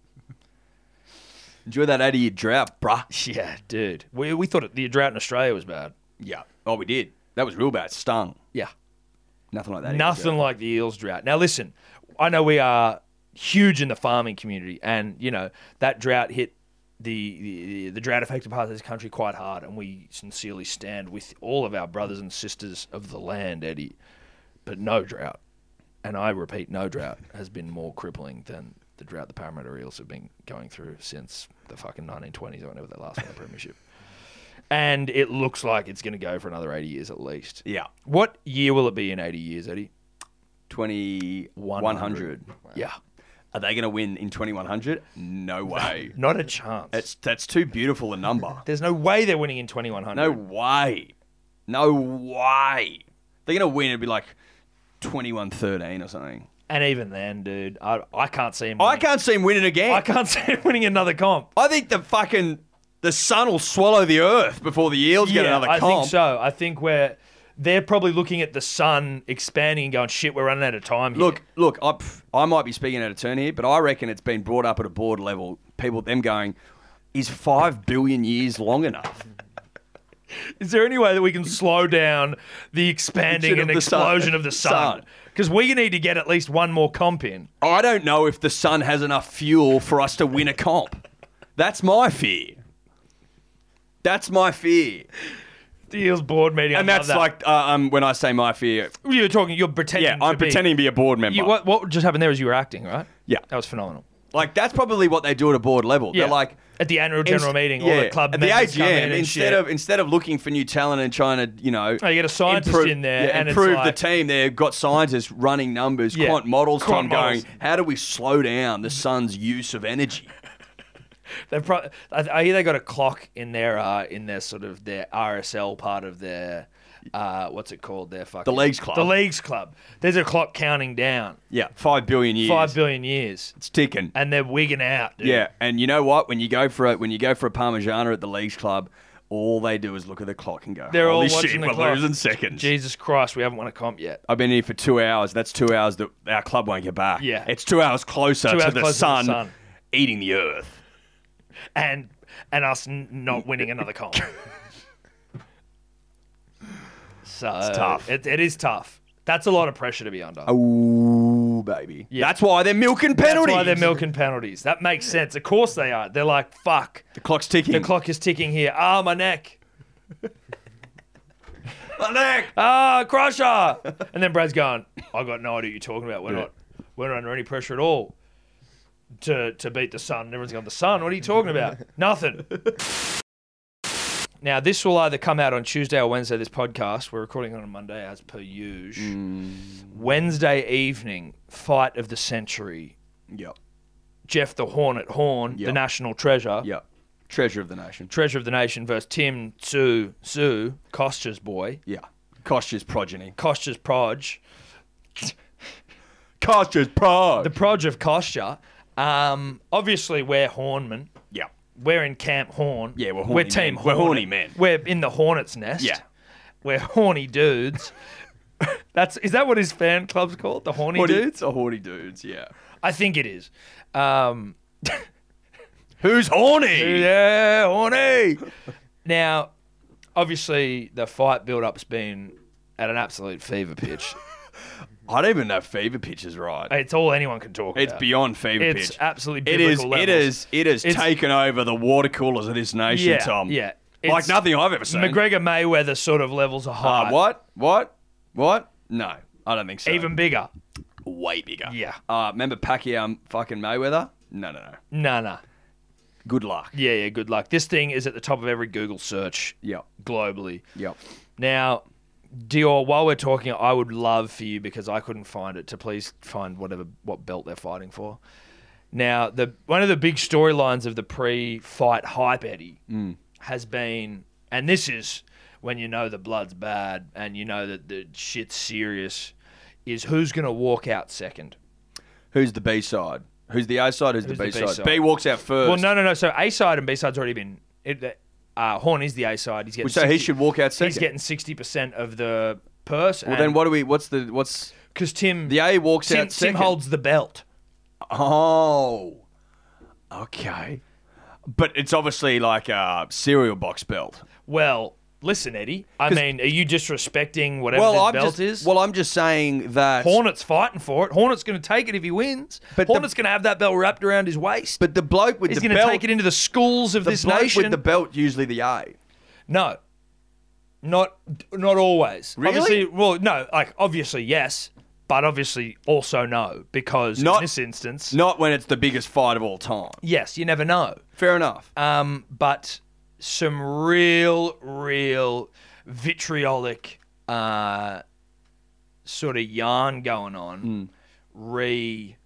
C: Enjoy that 80 year drought, bruh.
B: Yeah, dude. We, we thought it, the drought in Australia was bad.
C: Yeah. Oh, we did. That was real bad. Stung.
B: Yeah.
C: Nothing like that.
B: Nothing like the Eels drought. Now, listen, I know we are huge in the farming community, and you know that drought hit the the, the drought affected parts of this country quite hard, and we sincerely stand with all of our brothers and sisters of the land, Eddie. But no drought, and I repeat, no drought has been more crippling than the drought the Parramatta Eels have been going through since the fucking 1920s or whenever they last won the premiership. And it looks like it's going to go for another 80 years at least.
C: Yeah.
B: What year will it be in 80 years, Eddie?
C: 2100.
B: 100. Yeah.
C: Are they going to win in 2100? No way.
B: Not a chance.
C: it's, that's too beautiful a
B: [laughs]
C: number.
B: There's no way they're winning in 2100.
C: No way. No way. They're going to win. It'd be like 2113 or something.
B: And even then, dude, I, I can't see him.
C: I
B: winning-
C: can't see him winning
B: I
C: again.
B: can't [laughs] see him winning another comp.
C: I think the fucking the sun will swallow the earth before the eels get another
B: I
C: comp.
B: think so. I think we're they're probably looking at the sun expanding and going, shit, we're running out of time. Here.
C: Look, look, I, pff, I might be speaking out of turn here, but I reckon it's been brought up at a board level. People, them going, is five billion years long enough?
B: is there any way that we can slow down the
C: Explosion
B: expanding and
C: of the sun.
B: explosion of the sun?
C: Sun.
B: Because we need to get at least one more comp in.
C: I don't know if the sun has enough fuel for us to win a comp. That's my fear. That's my fear,
B: The Eels board meeting. I
C: and
B: love
C: that's
B: that.
C: like uh, um, when I say my fear.
B: you're talking. You're pretending.
C: Yeah, I'm
B: to be-
C: pretending to be a board member.
B: You, what, what just happened there is you were acting, right?
C: Yeah.
B: that was phenomenal.
C: Like that's probably what they do at a board level.
B: Yeah,
C: They're like,
B: at the annual general
C: Inst-
B: meeting,
C: yeah,
B: all the club
C: at the
B: members
C: AGM.
B: come in and
C: instead
B: shit.
C: of instead of looking for new talent and trying to you know,
B: Oh, you get a scientist
C: improve-
B: in there
C: yeah,
B: and it's
C: improve
B: like-
C: the team. They've got scientists running numbers,
B: Yeah,
C: quant models.
B: quant
C: Quant
B: models.
C: going, how do we slow down the sun's use of energy?
B: they pro- I, I hear they got a clock in their uh, in their sort of their RSL part of their uh, what's it called? Their fucking
C: The Leagues Club.
B: The leagues club. There's a clock counting down
C: Yeah, five billion years.
B: five billion years,
C: It's ticking.
B: and they're wigging out. Dude.
C: yeah, and you know what? When you go for a when you go for a parmigiana at the leagues club, all they do is look at the clock and go,
B: They're all
C: "Holy
B: watching
C: shit,
B: the
C: we're
B: clock."
C: losing seconds."
B: Jesus Christ, we haven't won a comp yet.
C: I've been here for two hours. That's two hours that our club won't get back.
B: Yeah.
C: it's two hours closer,
B: Two
C: to,
B: hours
C: the
B: closer to
C: sun
B: the sun.
C: eating the earth. [laughs]
B: And and us n- not winning another comp. So
E: It's tough.
B: It, it is tough. That's a lot of pressure to be under.
C: Ooh, baby.
B: Yeah.
C: That's why they're milking
B: That's
C: penalties.
B: why they're milking penalties. That makes sense. Of course they are. They're like, fuck.
C: the clock's ticking.
B: The clock is ticking here. Ah, my neck.
C: [laughs] My neck.
B: Ah, crusher. And then Brad's going, I got no idea what you're talking about. We're not we're not under any pressure at all to to beat the sun. And everyone's going, The sun, what are you
C: [laughs]
B: talking about? Nothing. Now this will either come out on Tuesday or Wednesday, this podcast. We're recording it on a Monday as per usual.
C: Mm.
B: Wednesday evening, fight of the century.
C: Yep.
B: Jeff the Hornet Horn, the
C: Yep.
B: national treasure.
C: Yep. Treasure of the nation.
B: Treasure of the Nation versus Tim Tsu Su, Koster's boy,
C: Yeah. Koster's progeny. [laughs]
B: Koster's Proj,
C: Koster's prog.
B: the Proj of Koster. Um, obviously, we're Hornmen.
C: yeah.
B: We're in Camp Horn.
C: Yeah, we're horny
B: We're Team
C: men. We're horny
B: Hornet.
C: men.
B: We're in the Hornet's Nest.
C: Yeah.
B: We're horny dudes. That's is that what his fan club's called? The horny
C: Horny
B: dudes?
C: dudes or horny dudes, yeah.
B: I think it is. Um, [laughs]
C: Who's horny?
B: yeah, horny. now, obviously, the fight build-up's been at an absolute fever pitch.
C: [laughs] I don't even know if fever pitch is right.
B: It's all anyone can talk
C: It's
B: about.
C: beyond fever
B: It's
C: pitch.
B: absolutely
C: It is.
B: biblical
C: It
B: levels.
C: is. It has
B: It's-
C: taken over the water coolers of this nation,
B: yeah,
C: Tom.
B: Yeah.
C: like
B: It's
C: nothing I've ever seen.
B: McGregor Mayweather sort of levels are
C: Uh,
B: high.
C: what? What? What? No, I don't think so.
B: Even bigger.
C: way bigger.
B: Yeah.
C: Uh, remember Pacquiao, and fucking Mayweather? No, no, no.
B: Nah, nah.
C: Good luck.
B: Yeah, yeah, good luck. This thing is at the top of every Google search
C: Yep.
B: globally.
C: Yep.
B: Now, Dior, while we're talking, I would love for you because I couldn't find it to please find whatever what belt they're fighting for. Now, the one of the big storylines of the pre-fight hype, Eddie,
C: Mm.
B: has been, and this is when you know the blood's bad and you know that the shit's serious, is who's going to walk out second?
C: Who's the B side? Who's the A side? Who's,
B: Who's
C: the
B: the
C: B side?
B: B-side?
C: B walks out first.
B: Well, no, no, no. So A side and B side's already been. It, uh, Horn is the A side. He's getting.
C: So he
B: 60
C: should walk out second.
B: He's getting sixty percent of the purse.
C: well, then what do we? What's the? What's
B: Because Tim,
C: the A walks
B: Tim,
C: out
B: Tim
C: second?
B: holds the belt.
C: Oh. Okay. But it's obviously like a cereal box belt.
B: Well, listen, Eddie. I mean, are you disrespecting whatever
C: Well,
B: the
C: I'm
B: belt
C: just
B: is?
C: well, I'm just saying that.
B: Hornet's fighting for it. Hornet's going to take it if he wins.
C: But
B: But
C: the-
B: Hornet's going to have that belt wrapped around his waist.
C: but the bloke with
B: he's
C: the
B: going to
C: belt,
B: take it into the schools of
C: the
B: this
C: bloke
B: nation.
C: with the belt, usually the A.
B: No. Not not always.
C: Really?
B: Obviously, well, no, like obviously yes, but obviously also no because
C: Not-
B: in this instance,
C: Not when it's the biggest fight of all time.
B: yes, you never know.
C: Fair enough.
B: Um, but some real, real vitriolic uh, sort of yarn going on.
C: Hmm.
B: Re,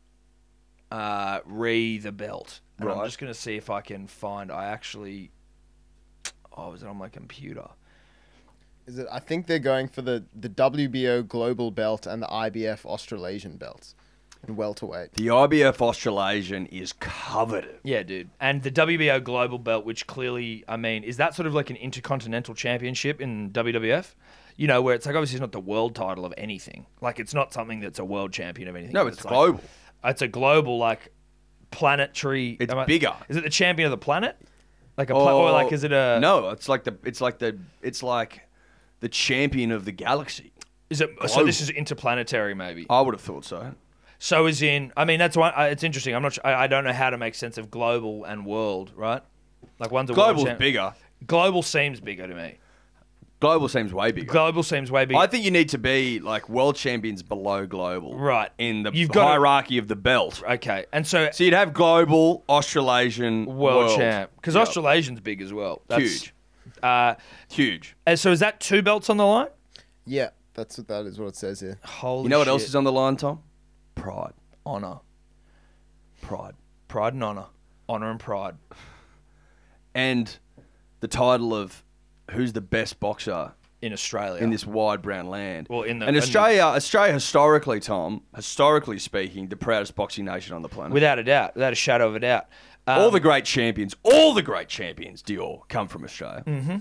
B: uh, re the belt. And I'm
C: Right.
B: just gonna see if I can find. I actually, oh, was it on my computer?
D: Is it? I think they're going for the the WBO global belt and the IBF Australasian belts in welterweight.
C: the IBF Australasian is coveted.
B: Yeah, dude. And the WBO Global Belt, which clearly, I mean, is that sort of like an intercontinental championship in WWF? You know, where it's like obviously it's not the world title of anything. Like it's not something that's a world champion of anything.
C: No,
B: but
C: it's
B: like-
C: global.
B: it's a global like planetary.
C: It's
B: am I-
C: bigger. Oh,
B: Is it the champion of the planet? Like a pla- or like is it a
C: no? It's like the it's like the it's like the champion of the galaxy.
B: Is it Oh, so? This is interplanetary, maybe.
C: I would have thought so.
B: So is in. I mean, that's one. I- It's interesting. I'm not. su- I, I don't know how to make sense of global and world. Right? Like one's a world
C: Global's
B: champ-
C: bigger.
B: Global seems bigger to me.
C: Global seems way bigger.
B: Global seems way bigger.
C: I think you need to be like world champions below global,
B: Right.
C: In the
B: You've gotta-
C: hierarchy of the belt.
B: Okay, and so
C: So you'd have global, Australasian,
B: world, champ because
C: Yep.
B: Australasian's big as well. That's,
C: Huge.
B: Uh,
C: huge.
B: and Uh, so is that two belts on the line?
D: Yeah, that's what that is. What it says here.
B: Holy,
C: You know what else is on the line, Tom? Pride,
B: honor,
C: pride,
B: pride and honor, honor and pride.
C: [sighs] and the title of who's the best boxer
B: in Australia.
C: in this wide brown land.
B: Well, in the-
C: and
B: in the-
C: Australia, Australia historically, Tom, historically speaking, the proudest boxing nation on the planet.
B: without a doubt, without a shadow of a doubt. Um,
C: all the great champions, all the great champions, Dior, come from Australia. Mm-hmm.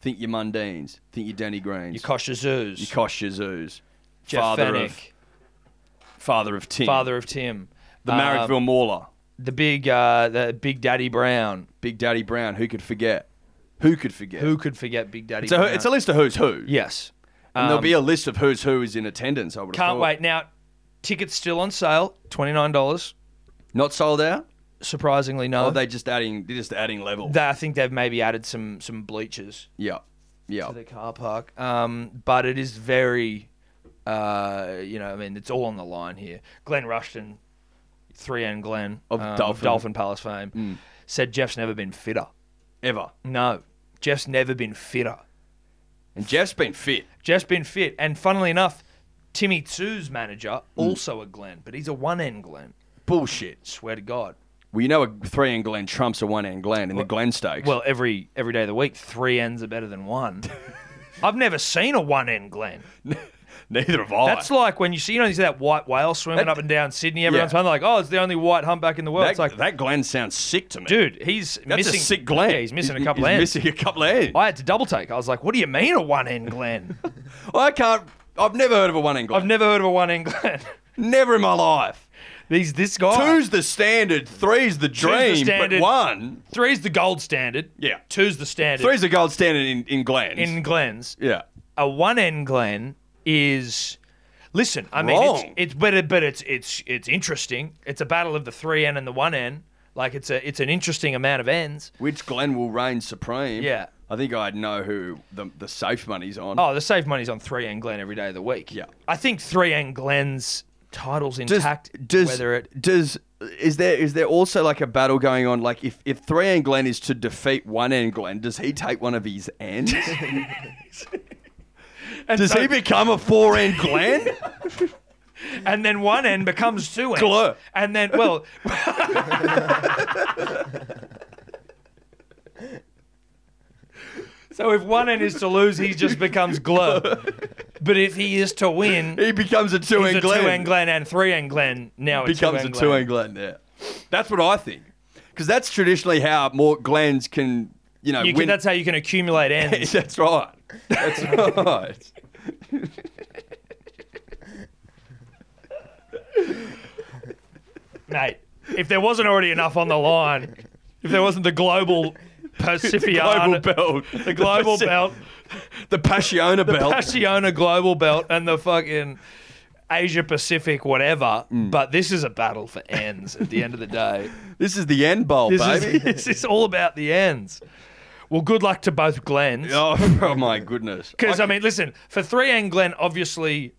C: Think your Mundanes, think your Danny Greens,
B: your Kosher Zoos,
C: your Kosh Zoos,
B: Jeff
C: father
B: Fennick,
C: of father of Tim,
B: father of Tim,
C: the
B: um,
C: Marrickville Mauler,
B: the big, uh, the Big Daddy Brown.
C: Big Daddy Brown. Who could forget? Who could forget?
B: Who could forget Big Daddy?
C: It's a,
B: Brown?
C: it's a list of who's who.
B: yes. Um,
C: And there'll be a list of who's who is in attendance. I would have
B: Can't
C: thought.
B: wait. Now, tickets still on sale, twenty nine dollars.
C: Not sold out.
B: Surprisingly, no.
C: Or are they just adding? They're just adding level.
B: They- I think they've maybe added some some bleachers
C: yeah, yeah.
B: to the car park. Um, but it is very, uh, you know, I mean, it's all on the line here. Glenn Rushton, three N Glenn
C: Of
B: um,
C: Dolphin. Mm.
B: Palace fame, said Jeff's never been fitter.
C: Ever.
B: No, Jeff's never been fitter.
C: And Jeff's been fit.
B: Jeff's been fit, and funnily enough, Timmy Tsu's
C: Mm.
B: manager also a Glenn, but he's a one N Glenn.
C: Bullshit.
B: Swear to God.
C: Well, you know a three and Glen trumps a one and [laughs] Glen in the Glen stakes.
B: Well, every every day of the week, three ends are better
C: [laughs]
B: than one. I've never seen a one end Glen.
C: neither have I.
B: That's like when you see, you know, you see that white whale swimming
C: That-
B: up and down Sydney. Everyone's
C: Yeah.
B: yeah. like, oh, it's the only white humpback in the world.
C: that,
B: it's like,
C: that Glen sounds sick to me.
B: dude, he's
C: that's
B: missing
C: a sick Glen.
B: Yeah, he's missing a
C: He-
B: couple
C: he's
B: ends.
C: Missing a couple of ends.
B: I had to double take. I was like, what do you mean a one end Glen?
C: [laughs] I can't. I've never heard of a one and Glen.
B: I've never heard of a one end Glen.
C: never in my life.
B: These this guy.
C: Two's the standard. Three's the dream.
B: standard.
C: But one.
B: three's the gold standard.
C: Yeah.
B: Two's the standard.
C: Three's the gold standard in in Glens.
B: in Glens.
C: yeah.
B: a one end Glen is listen, I mean it's,
C: Wrong.
B: it's but it, but it's it's it's interesting. It's a battle of the three N and the one N. Like it's a it's an interesting amount of ends.
C: Which Glen will reign supreme?
B: Yeah.
C: I think I'd know who the the safe money's on.
B: Oh, the safe money's on three N Glen every day of the week.
C: Yeah.
B: I think three N Glen's titles intact
C: does,
B: whether it
C: does is there is there also like a battle going on? Like if if three and Glen is to defeat one and Glen, does he take one of his
B: [laughs]
C: ends? [laughs]
B: and,
C: does
B: so-
C: he become a four end Glen?
B: [laughs] and then one N becomes two N.
C: Glur.
B: And then well [laughs] So if one N is to lose, he just becomes glur. But if he is to win,
C: he becomes a two
B: He's
C: and
B: a two
C: Glen.
B: and Glen and three and Glen now
C: [laughs] becomes a
B: it's
C: two and Glen. Yeah, that's what I think. Because that's traditionally how more Glens can you know
B: You can,
C: win.
B: that's how you can accumulate ends.
C: that's right.
B: [laughs]
C: That's right.
B: Mate, if there wasn't already enough on the line, if there wasn't
C: [laughs]
B: the global Persefiana,
C: Global belt.
B: the global
C: Perse-
B: belt,
C: The Passiona belt.
B: Passiona global belt, and the fucking Asia Pacific whatever,
C: Mm.
B: but this is a battle for ends at the end of
C: [laughs]
B: the day.
C: this is the end bowl,
B: This
C: Oh, baby.
B: is, [laughs] this is all about the ends. Well, good luck to both Glens.
C: oh, [laughs] oh my goodness.
B: Because I mean, listen, for three and Glenn, obviously,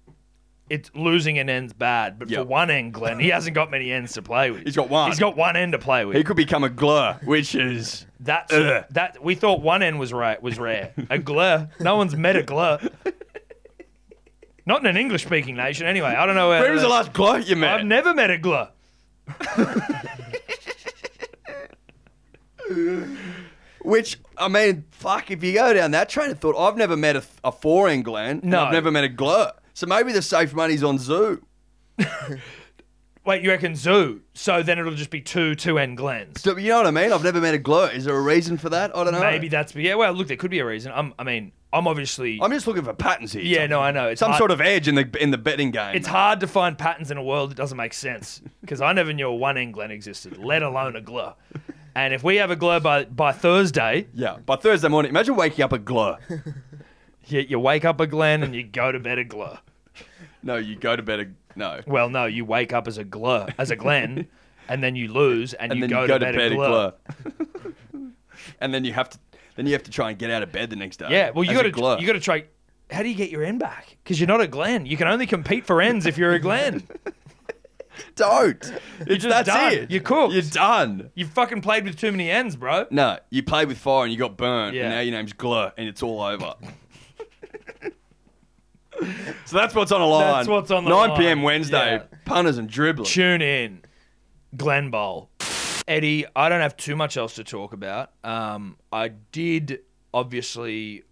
B: it's losing an end's bad, but for
C: Yep.
B: one end Glenn, he hasn't got many ends to play with.
C: He's got one.
B: He's got one end to play with.
C: He could become a glur, which is
B: That's
C: Ugh.
B: that we thought one end was right was rare. A glur. No one's met a glur. Not in an English speaking nation, anyway. I don't know where.
C: When was the last glur you met?
B: I've never met a glur.
C: Which I mean, fuck! If you go down that train of thought, I've never met a, a four in Glen. and
B: No.
C: I've never met a glur. So maybe the safe money's on Zoo.
B: Wait, you reckon zoo? So then it'll just be two two end Glens.
C: So, you know what I mean? I've never met a glur. Is there a reason for that? I don't know.
B: Maybe that's yeah. Well, look, there could be a reason. I'm, I mean, I'm obviously.
C: I'm just looking for patterns here.
B: yeah, no, I know. It's
C: Some
B: hard-
C: sort of edge in the in the betting game.
B: It's hard to find patterns in a world that doesn't
C: [laughs]
B: make sense because I never knew a one end Glen existed, let alone a glur. And if we have a glur by, by Thursday,
C: yeah. By Thursday morning, imagine waking up a glur.
B: [laughs] you, you wake up a Glen and you go to bed a glur.
C: no, you go to bed. A, no.
B: Well, no, you wake up as a glur, as a
C: [laughs]
B: Glen, and then you lose and,
C: And
B: you,
C: then
B: go
C: you go
B: to, bed, a glur.
C: glur. [laughs] and then you have to then you have to try and get out of bed the next day.
B: Yeah, well, you
C: as a
B: got
C: glur.
B: to you got to try. How do you get your end back? Because you're not a Glen. You can only compete for ends if you're a Glen.
C: [laughs] don't. It's,
B: just
C: that's
B: done.
C: it.
B: You're cooked.
C: You're done.
B: You fucking played with too many ends, bro.
C: No, you played with fire and you got burned,
B: Yeah.
C: and now your name's Glur, and it's all over. [laughs] so that's what's on the line.
B: That's what's on the
C: 9
B: line.
C: p.m. Wednesday.
B: Yeah.
C: Punters and dribblers.
B: Tune in, Glen Bowl. Eddie, I don't have too much else to talk about. Um, I did obviously.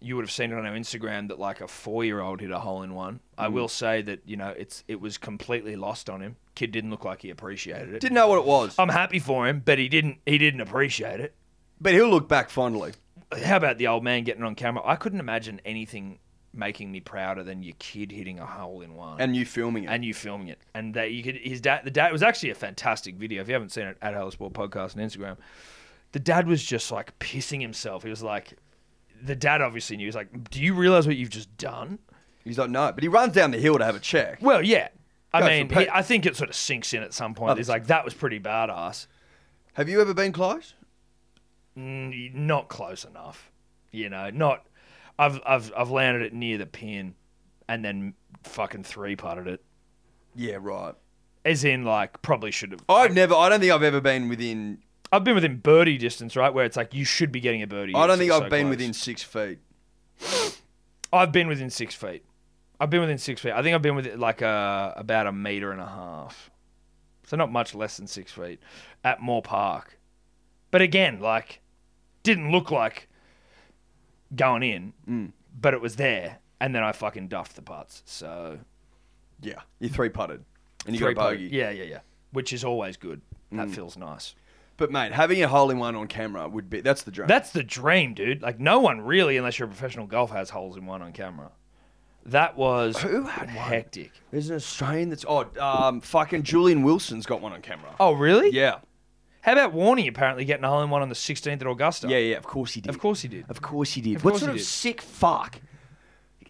B: You would have seen it on our Instagram that like a four-year-old hit a hole in one.
C: Mm.
B: I will say that you know it's it was completely lost on him. Kid didn't look like he appreciated it.
C: Didn't know what it was,
B: I'm happy for him, but he didn't he didn't appreciate it.
C: but he'll look back fondly.
B: How about the old man getting on camera? I couldn't imagine anything making me prouder than your kid hitting a hole in one
C: And you filming it.
B: and you filming it. And that you could his dad the dad it was actually a fantastic video. If you haven't seen it at Hellsport Podcast on Instagram, the dad was just like pissing himself. He was like the dad obviously knew. He's like, "Do you realize what you've just done?"
C: He's like, no, but he runs down the hill to have a check.
B: Well, yeah. I
C: Goes
B: mean,
C: for
B: he,
C: pay-
B: I think it sort of sinks in at some point. He's like, "That was pretty badass."
C: Oh. Have you ever been close?
B: N- Not close enough, you know. Not. I've I've I've landed it near the pin, and then fucking three putted it.
C: Yeah, right.
B: As in, like, probably should have.
C: I've never. I don't think I've ever been within.
B: I've been within birdie distance, right? Where it's like you should be getting a birdie.
C: I don't
B: It's
C: think
B: so
C: I've been
B: close.
C: within six feet.
B: I've been within six feet. I've been within six feet. I think I've been within like a, about a meter and a half. So not much less than six feet at Moore Park. But again, like, didn't look like going in, but it was there. And then I fucking duffed the putts. So
C: Yeah, you three [laughs] putted, and you
B: three
C: got a
B: putt-
C: bogey. Mm.
B: Yeah, yeah, yeah. Which is always good. That feels nice.
C: But mate, having a hole in one on camera would be that's the dream.
B: That's the dream, dude. Like, no one really, unless you're a professional golf, has holes in one on camera. That was
C: Who had one?
B: hectic.
C: There's an Australian that's oh um fucking Julian Wilson's got one on camera.
B: Oh, really?
C: Yeah,
B: How about Warney apparently getting a hole in one on the 16th at Augusta?
C: yeah, yeah. Of course he did.
B: Of course he did.
C: Of course he did.
B: Of
C: what
B: course
C: sort
B: he
C: of
B: did.
C: sick fuck?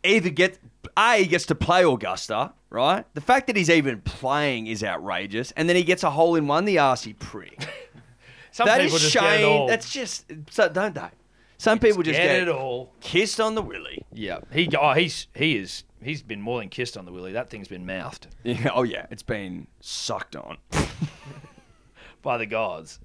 C: Either get a he gets to play Augusta, right? The fact that he's even playing is outrageous, and then he gets a hole in one. The arsey prick.
B: [laughs] Some
C: that
B: people
C: is
B: just get it all.
C: shame. That's just so, don't they? Some people just
B: get
C: get,
B: it all.
C: kissed on the willy.
B: Yeah. He oh he's he is he's been more than kissed on the willy. That thing's been mouthed
C: Yeah, oh yeah, it's been sucked on.
B: [laughs] by the gods.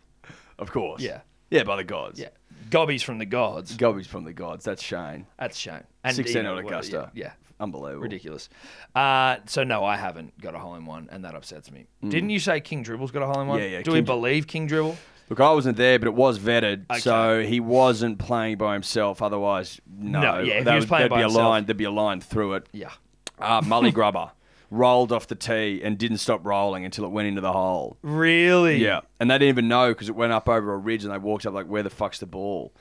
C: Of course.
B: Yeah.
C: Yeah, by the gods.
B: Gobbies from the gods.
C: Gobies from the gods. That's Shane.
B: That's shame.
C: Sixteen
B: you know
C: on
B: what,
C: Augusta.
B: Yeah. yeah.
C: Unbelievable.
B: Ridiculous. Uh, so no, I haven't got a hole in one, and that upsets me. Didn't you say King Dribble's got a hole in one?
C: Mm. Yeah, yeah,
B: Do we
C: King Dri-
B: believe King Dribble?
C: Look, I wasn't there, but it was vetted,
B: Okay.
C: so he wasn't playing by himself. Otherwise, no.
B: No, yeah, if he
C: That
B: was
C: would-
B: playing
C: there'd
B: by
C: be
B: himself-
C: a line. There'd be a line through it.
B: Yeah.
C: Uh, Mully Grubber [laughs] rolled off the tee and didn't stop rolling until it went into the hole.
B: Really?
C: Yeah, and they didn't even know because it went up over a ridge, and they walked up like, "Where the fuck's the ball?"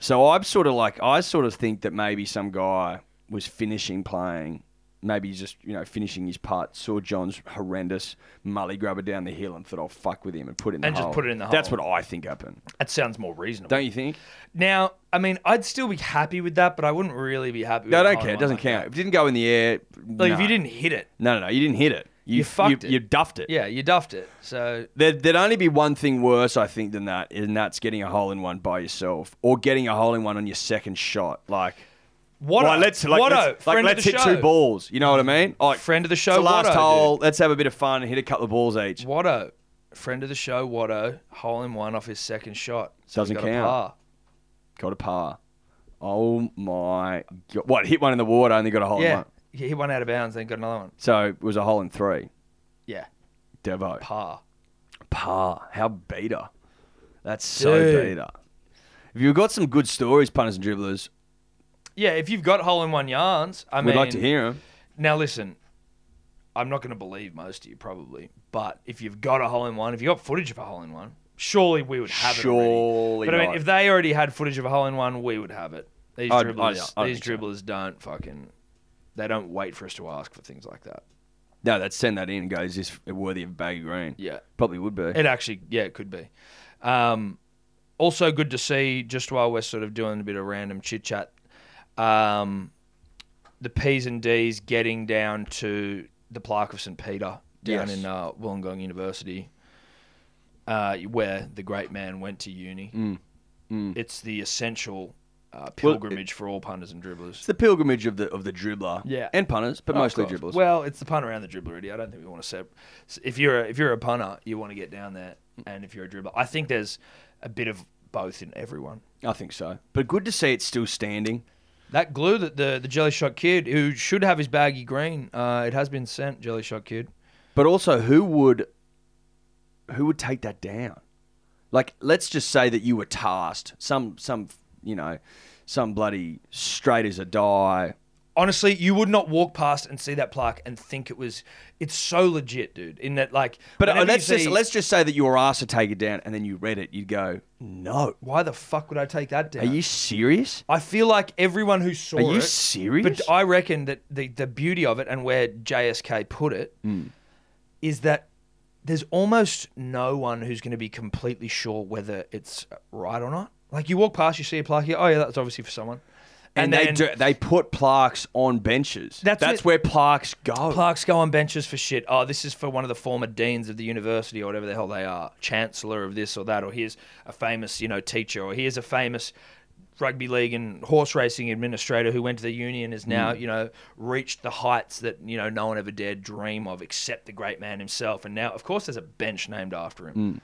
C: So I'm sort of like, I sort of think that maybe some guy was finishing playing, maybe he's just you know finishing his putt, saw John's horrendous mully grabber down the hill, and thought, "I'll fuck with him and put it in
B: And
C: the
B: just
C: hole."
B: put it in the
C: That's
B: hole.
C: what I think happened.
B: That sounds more reasonable.
C: Don't you think?
B: now, I mean, I'd still be happy with that, but I wouldn't really be happy. with
C: No, I
B: a
C: don't
B: hole in
C: care. It
B: one
C: doesn't
B: like
C: count. If it didn't go in the air,
B: that. Like
C: no.
B: if you didn't hit it,
C: no, no, no, you didn't hit it. You, f-
B: fucked
C: you,
B: it.
C: You duffed it.
B: yeah, you duffed it. So
C: There'd, there'd only be one thing worse, I think, than that, and that's getting a hole in one by yourself or getting a hole in one on your second shot. Like,
B: What?
C: like, let's like, let's, like, let's hit two balls. You know what I mean? Like,
B: Friend of the
C: it's
B: show,
C: last
B: Watto,
C: hole. Let's have a bit of fun and hit a couple of balls each.
B: Watto, friend of the show, Watto, hole in one off his second shot. So
C: Doesn't
B: he got a
C: count.
B: par.
C: Got a par. Oh my god! What hit one in the water? Only got a hole in
B: Yeah.
C: one.
B: yeah, he won out of bounds, then got another one.
C: So it was a hole in three.
B: Yeah,
C: Devo
B: par.
C: par. How beta? That's so
B: Dude.
C: beta. If you've got some good stories, punters and dribblers,
B: Yeah, if you've got hole in one yarns, I
C: we'd
B: mean,
C: like to hear them.
B: Now listen, I'm not going to believe most of you probably, but if you've got a hole in one, if you have got footage of a hole in one, surely we would have it. already.
C: Surely
B: but I mean,
C: not.
B: if they already had footage of a hole in one, we would have it. These
C: I'd- I'd-
B: dribblers,
C: I'd
B: these
C: think so.
B: dribblers don't fucking, they don't wait for us to ask for things like that.
C: No, that's send that in and go, is this worthy of a bag of green?
B: Yeah.
C: Probably would be.
B: It actually, yeah, it could be. Um, also, good to see, just while we're sort of doing a bit of random chit chat, um, the P's and D's getting down to the plaque of St. Peter down
C: Yes.
B: in uh, Wollongong University, uh, where the great man went to uni.
C: Mm.
B: It's the essential uh, pilgrimage for all punters and dribblers.
C: It's the pilgrimage of the of the dribbler.
B: Yeah.
C: And punters, but
B: Oh, of
C: mostly
B: course.
C: dribblers.
B: Well, it's the punter and the dribbler. Really. I don't think we want to sep- s If you're a, if you're a punter, you want to get down there, and if you're a dribbler, I think there's a bit of both in everyone.
C: I think so. But good to see it's still standing.
B: That glue that the the jelly shot kid who should have his baggy green, uh, it has been sent. Jelly shot kid.
C: But also who would who would take that down? Like let's just say that you were tasked. Some some you know, some bloody straight as a die.
B: Honestly, you would not walk past and see that plaque and think it was. It's so legit, dude. In that, like,
C: But uh,
B: whenever you
C: let's just
B: see-
C: let's just say that you were asked to take it down and then you read it, you'd go, No.
B: Why the fuck would I take that down?
C: Are you serious?
B: I feel like everyone who saw
C: Are you
B: it-
C: serious?
B: But I reckon that the, the beauty of it and where JSK put it is that there's almost no one who's going to be completely sure whether it's right or not. Like you walk past, you see a plaque, you go, oh yeah, that's obviously for someone.
C: And,
B: And
C: they
B: then-
C: do, they put plaques on benches.
B: That's it.
C: where plaques go.
B: Plaques go on benches for shit. Oh, this is for one of the former deans of the university or whatever the hell they are, chancellor of this or that, or here's a famous, you know, teacher, or here's a famous rugby league and horse racing administrator who went to the union has
C: Mm.
B: now, you know, reached the heights that, you know, no one ever dared dream of except the great man himself. And now, of course, there's a bench named after him.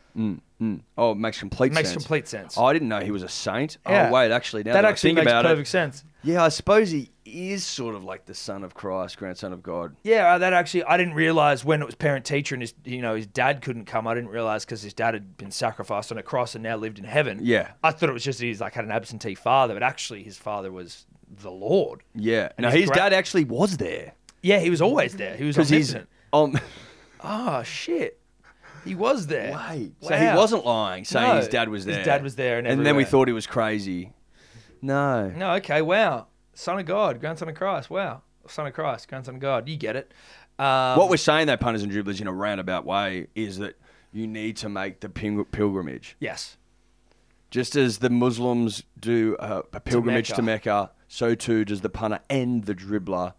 C: Mm, oh, it makes complete
B: It makes
C: sense.
B: complete sense.
C: Oh, I didn't know he was a saint.
B: Yeah.
C: Oh wait, actually, now
B: that
C: that I
B: actually
C: think
B: makes
C: about
B: perfect
C: it,
B: sense.
C: yeah, I suppose he is sort of like the son of Christ, grandson of God.
B: Yeah, uh, that actually, I didn't realize when it was parent teacher and his, you know, his dad couldn't come. I didn't realize because his dad had been sacrificed on a cross and now lived in heaven.
C: Yeah.
B: I thought it was just that he's like had an absentee father, but actually his father was the Lord.
C: Yeah,
B: And
C: no,
B: his
C: his
B: gra-
C: dad actually was there
B: Yeah, he was always there. He was
C: because he's
B: omnipotent.
C: um. [laughs]
B: Ah, shit. He was there.
C: Wait,
B: Wow.
C: so he wasn't lying, saying
B: No,
C: his dad was there.
B: his dad was there and
C: then we
B: everywhere.
C: thought he was crazy. No,
B: No, okay, wow. Son of God, grandson of Christ, wow. Son of Christ, grandson of God. You get it. Um,
C: what we're saying though, punters and dribblers, in a roundabout way, is that you need to make the pil- pilgrimage,
B: Yes.
C: just as the Muslims do uh, a pilgrimage to
B: Mecca.
C: Mecca. So too does the punter and the dribbler,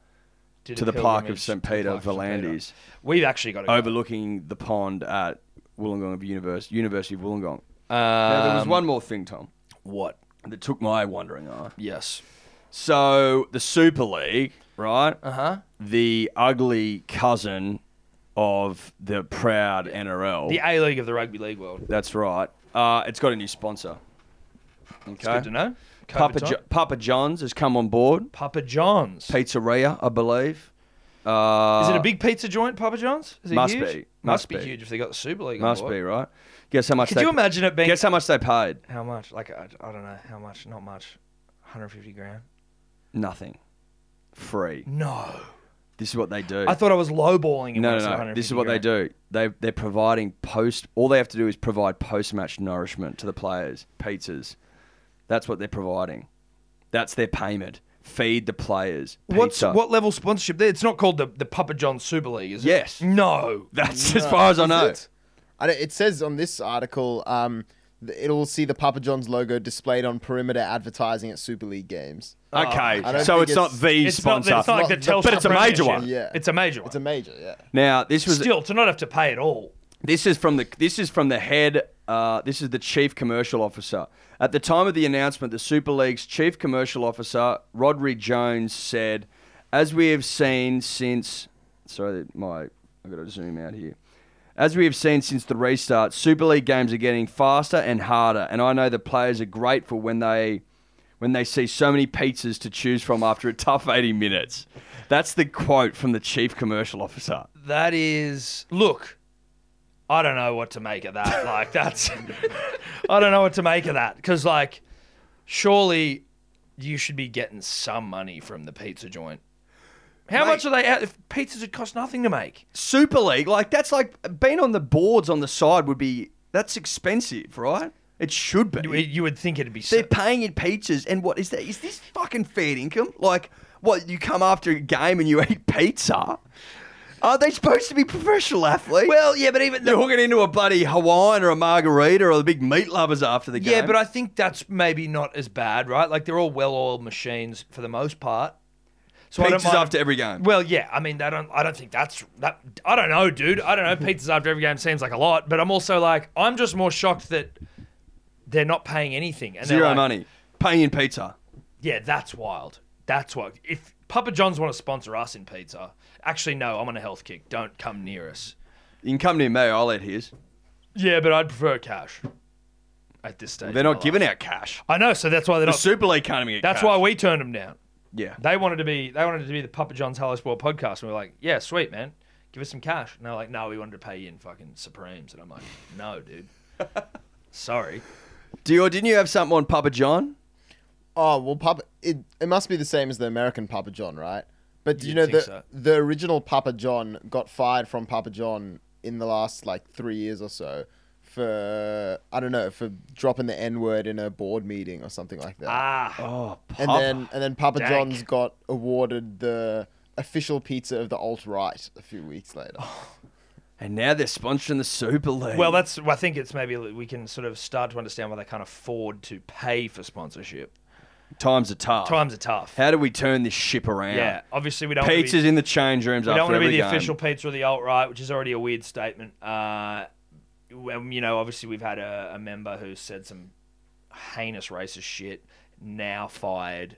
B: Did
C: To
B: a
C: the Park of
B: pilgrimage
C: St.
B: to the
C: Peter,
B: Park of St. Peter.
C: Volandes.
B: We've actually got to go.
C: overlooking the pond at Wollongong of Univers- University of Wollongong. now, there was
B: Um,
C: one more thing, Tom,
B: What?
C: that took my wandering eye.
B: Yes.
C: So the Super League, right?
B: Uh huh.
C: the ugly cousin of the proud NRL.
B: The A League of the rugby league world.
C: That's right. Uh, it's got a new sponsor. Okay.
B: It's good to know. COVID
C: Papa,
B: time.
C: jo- Papa John's has come on board.
B: Papa John's.
C: Pizzeria, I believe. Uh,
B: is it a big pizza joint, Papa John's? Is it
C: must
B: huge?
C: be.
B: Must,
C: Must
B: be
C: be.
B: huge if they got the Super League. on
C: Must
B: board.
C: be right. Guess how much?
B: Could
C: they
B: you
C: pa-
B: imagine it being?
C: Guess how much they paid?
B: How much? Like I, I don't know. How much? Not much. 150 grand.
C: Nothing. Free.
B: No.
C: This is what they do.
B: I thought I was lowballing. it when I
C: no,
B: said
C: no, no.
B: 150
C: This is what they
B: grand.
C: do. They they're providing post. All they have to do is provide post-match nourishment to the players. Pizzas. That's what they're providing. That's their payment. Feed the players.
B: What's
C: pizza.
B: what level sponsorship? There, it's not called the, the Papa John's Super League, is it?
C: Yes.
B: No.
C: [laughs] That's as far as I
D: Is
C: know.
D: It? I don't- it says on this article, um, th- it'll see the Papa John's logo displayed on perimeter advertising at Super League games.
C: Okay,
D: I don't
E: so
D: think
E: it's, not
D: it's-
E: the
B: It's not,
E: sponsor.
B: it's not like the
D: Not the-
B: Telstra
E: but it's a major
B: Premiership.
E: one.
D: Yeah.
B: It's a major one.
D: It's a major, yeah.
C: now this was
B: Still, to not have to pay at all.
C: This is from the this is from the head. Uh, this is the chief commercial officer. At the time of the announcement, the Super League's chief commercial officer, Rodri Jones, said, "As we have seen since, sorry, my I got to zoom out here. As we have seen since the restart, Super League games are getting faster and harder, and I know the players are grateful when they." When they see so many pizzas to choose from after a tough 80 minutes. That's the quote from the chief commercial officer.
B: That is, look, I don't know what to make of [laughs] that. Like, that's, I don't know what to make of that. Because, like, surely you should be getting some money from the pizza joint. How much are they out? If pizzas would cost nothing to make.
C: Super League, like that's like being on the boards on the side would be that's expensive, right? It should be.
B: You, you would think it'd be so.
C: They're paying in pizzas, and what is that? Is this fucking fair income? Like, what you come after a game and you [laughs] eat pizza? Are they supposed to be professional athletes? Well, yeah, but even they're hooking into a bloody Hawaiian or a margarita or the big meat lovers after the game.
B: Yeah, but I think that's maybe not as bad, right? Like, they're all well oiled machines for the most part. So I don't
C: pizzas
B: mind-
C: after every game.
B: Well, yeah. I mean, I don't. I don't think that's that. I don't know, dude.
C: [laughs]
B: I don't know. Pizzas after every game seems like a lot, but I'm also like, I'm just more shocked that they're not paying anything. And they're
C: Zero
B: like,
C: money, paying in pizza.
B: Yeah, that's wild. That's wild. If Papa John's want to sponsor us in pizza, actually, no. I'm on a health kick. Don't come near us.
C: You can come near me, I'll eat his.
B: Yeah, but I'd prefer cash. At this stage,
C: They're
B: of my
C: not giving
B: life.
C: out cash.
B: I know, so that's why they're
C: The
B: not.
C: Super League can't even get
B: that's
C: cash.
B: why we turned them down.
C: Yeah.
B: They wanted to be. They wanted to be the Papa John's Hello Sport podcast, and we were like, "Yeah, sweet man, give us some cash." And they're like, "No, we wanted to pay you in fucking Supremes," and I'm like,
C: [laughs]
B: "No, dude, sorry."
C: Do you, didn't you have something on Papa John?
D: Oh well, Papa. It, it must be the same as the American Papa John, right? But do you
B: You'd
D: know
B: think
D: the
B: so.
D: the original Papa John got fired from Papa John in the last like three years or so for I don't know for dropping the N word in a board meeting or something like that.
B: Ah,
C: Oh,
D: and then and then Papa
B: Dank.
D: John's got awarded the official pizza of the alt right a few weeks later.
C: Oh, And now they're sponsoring the Super League.
B: well, that's. I think it's maybe we can sort of start to understand why they can't afford to pay for sponsorship.
C: Times are tough.
B: Times are tough.
C: How do we turn this ship around?
B: Yeah, obviously we don't. wanna be-
C: Pizza's in the change rooms
B: We
C: after
B: don't want to be
C: every
B: the
C: game.
B: official pizza of the alt right, which is already a weird statement. Uh, when, you know, obviously we've had a, a member who said some heinous racist shit. Now fired.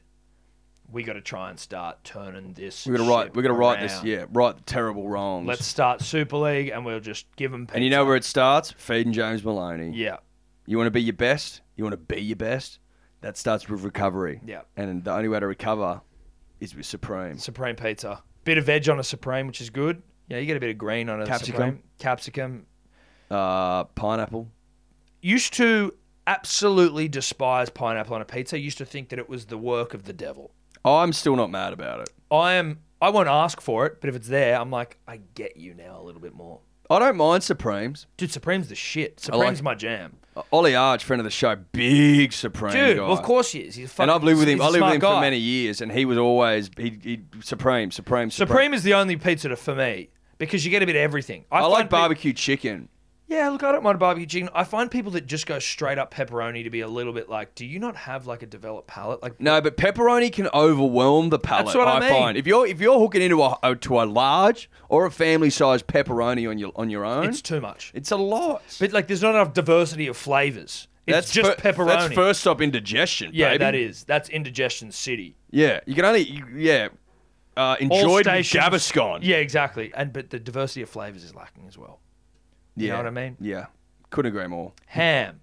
B: We got to try and start turning this.
C: We're gonna write.
B: ship
C: We're gonna write this.
B: around.
C: Yeah, right. the terrible wrongs.
B: Let's start Super League, and we'll just give them. Pizza.
C: and you know where it starts? Feeding James Maloney.
B: Yeah,
C: You want to be your best. You want to be your best. That starts with recovery.
B: Yeah.
C: And the only way to recover is with supreme.
B: supreme pizza. Bit of veg on a supreme, which is good. Yeah, you get a bit of green on a
C: Capsicum.
B: supreme. Capsicum.
C: Uh, pineapple.
B: used to absolutely despise pineapple on a pizza. Used to think that it was the work of the devil.
C: I'm still not mad about it.
B: I am. I won't ask for it, but if it's there, I'm like, I get you now a little bit more.
C: I don't mind supremes.
B: Dude, Supreme's the shit. Supreme's my jam.
C: Ollie Arch, friend of the show, big supreme
B: Dude,
C: guy.
B: well, of course he is. He's a fucking,
C: And I've lived with him.
B: he's a
C: I lived with
B: smart
C: him
B: guy.
C: for many years, and he was always he, he supreme, supreme, supreme.
B: Supreme is the only pizza to, for me because you get a bit of everything.
C: I,
B: find
C: like
B: pe-
C: barbecue chicken.
B: yeah, look, I don't mind barbecue chicken. I find people that just go straight up pepperoni to be a little bit like, do you not have like a developed palate? Like,
C: No, but pepperoni can overwhelm the palate.
B: That's what I mean.
C: find. If you're if you're hooking into a uh, to a large or a family sized pepperoni on your on your own,
B: it's
C: it's,
B: too much.
C: a lot.
B: But like, there's not enough diversity of flavors. It's just
C: fir-
B: pepperoni.
C: That's first stop indigestion.
B: Yeah,
C: baby.
B: that is. That's indigestion city.
C: Yeah, you can only you, yeah. Uh, enjoyed with
B: stations-
C: Gaviscon.
B: Yeah, exactly. And but the diversity of flavors is lacking as well.
C: yeah,
B: know what I mean?
C: Yeah, couldn't agree more.
B: Ham,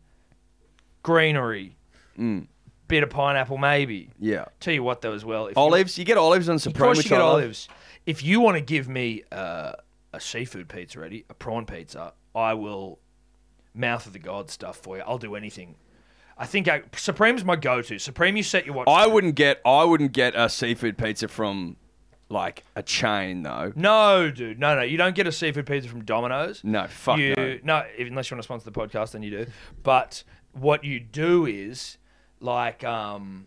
B: greenery,
C: Mm.
B: bit of pineapple, maybe.
C: Yeah,
B: Tell you what though, as well, if you-
C: olives. You get olives on
B: of
C: Supreme.
B: course
C: which
B: you get
C: I love.
B: olives. If you want to give me uh, a seafood pizza, ready a prawn pizza, I will mouth of the god stuff for you. I'll do anything. I think I, Supreme's my go-to. Supreme, you set your watch.
C: I
B: to.
C: wouldn't get I wouldn't get a seafood pizza from like a chain though.
B: No, dude, no, no. You don't get a seafood pizza from Domino's.
C: No, fuck
B: you,
C: no.
B: if- unless you want to sponsor the podcast, then you do. But what you do is like, um,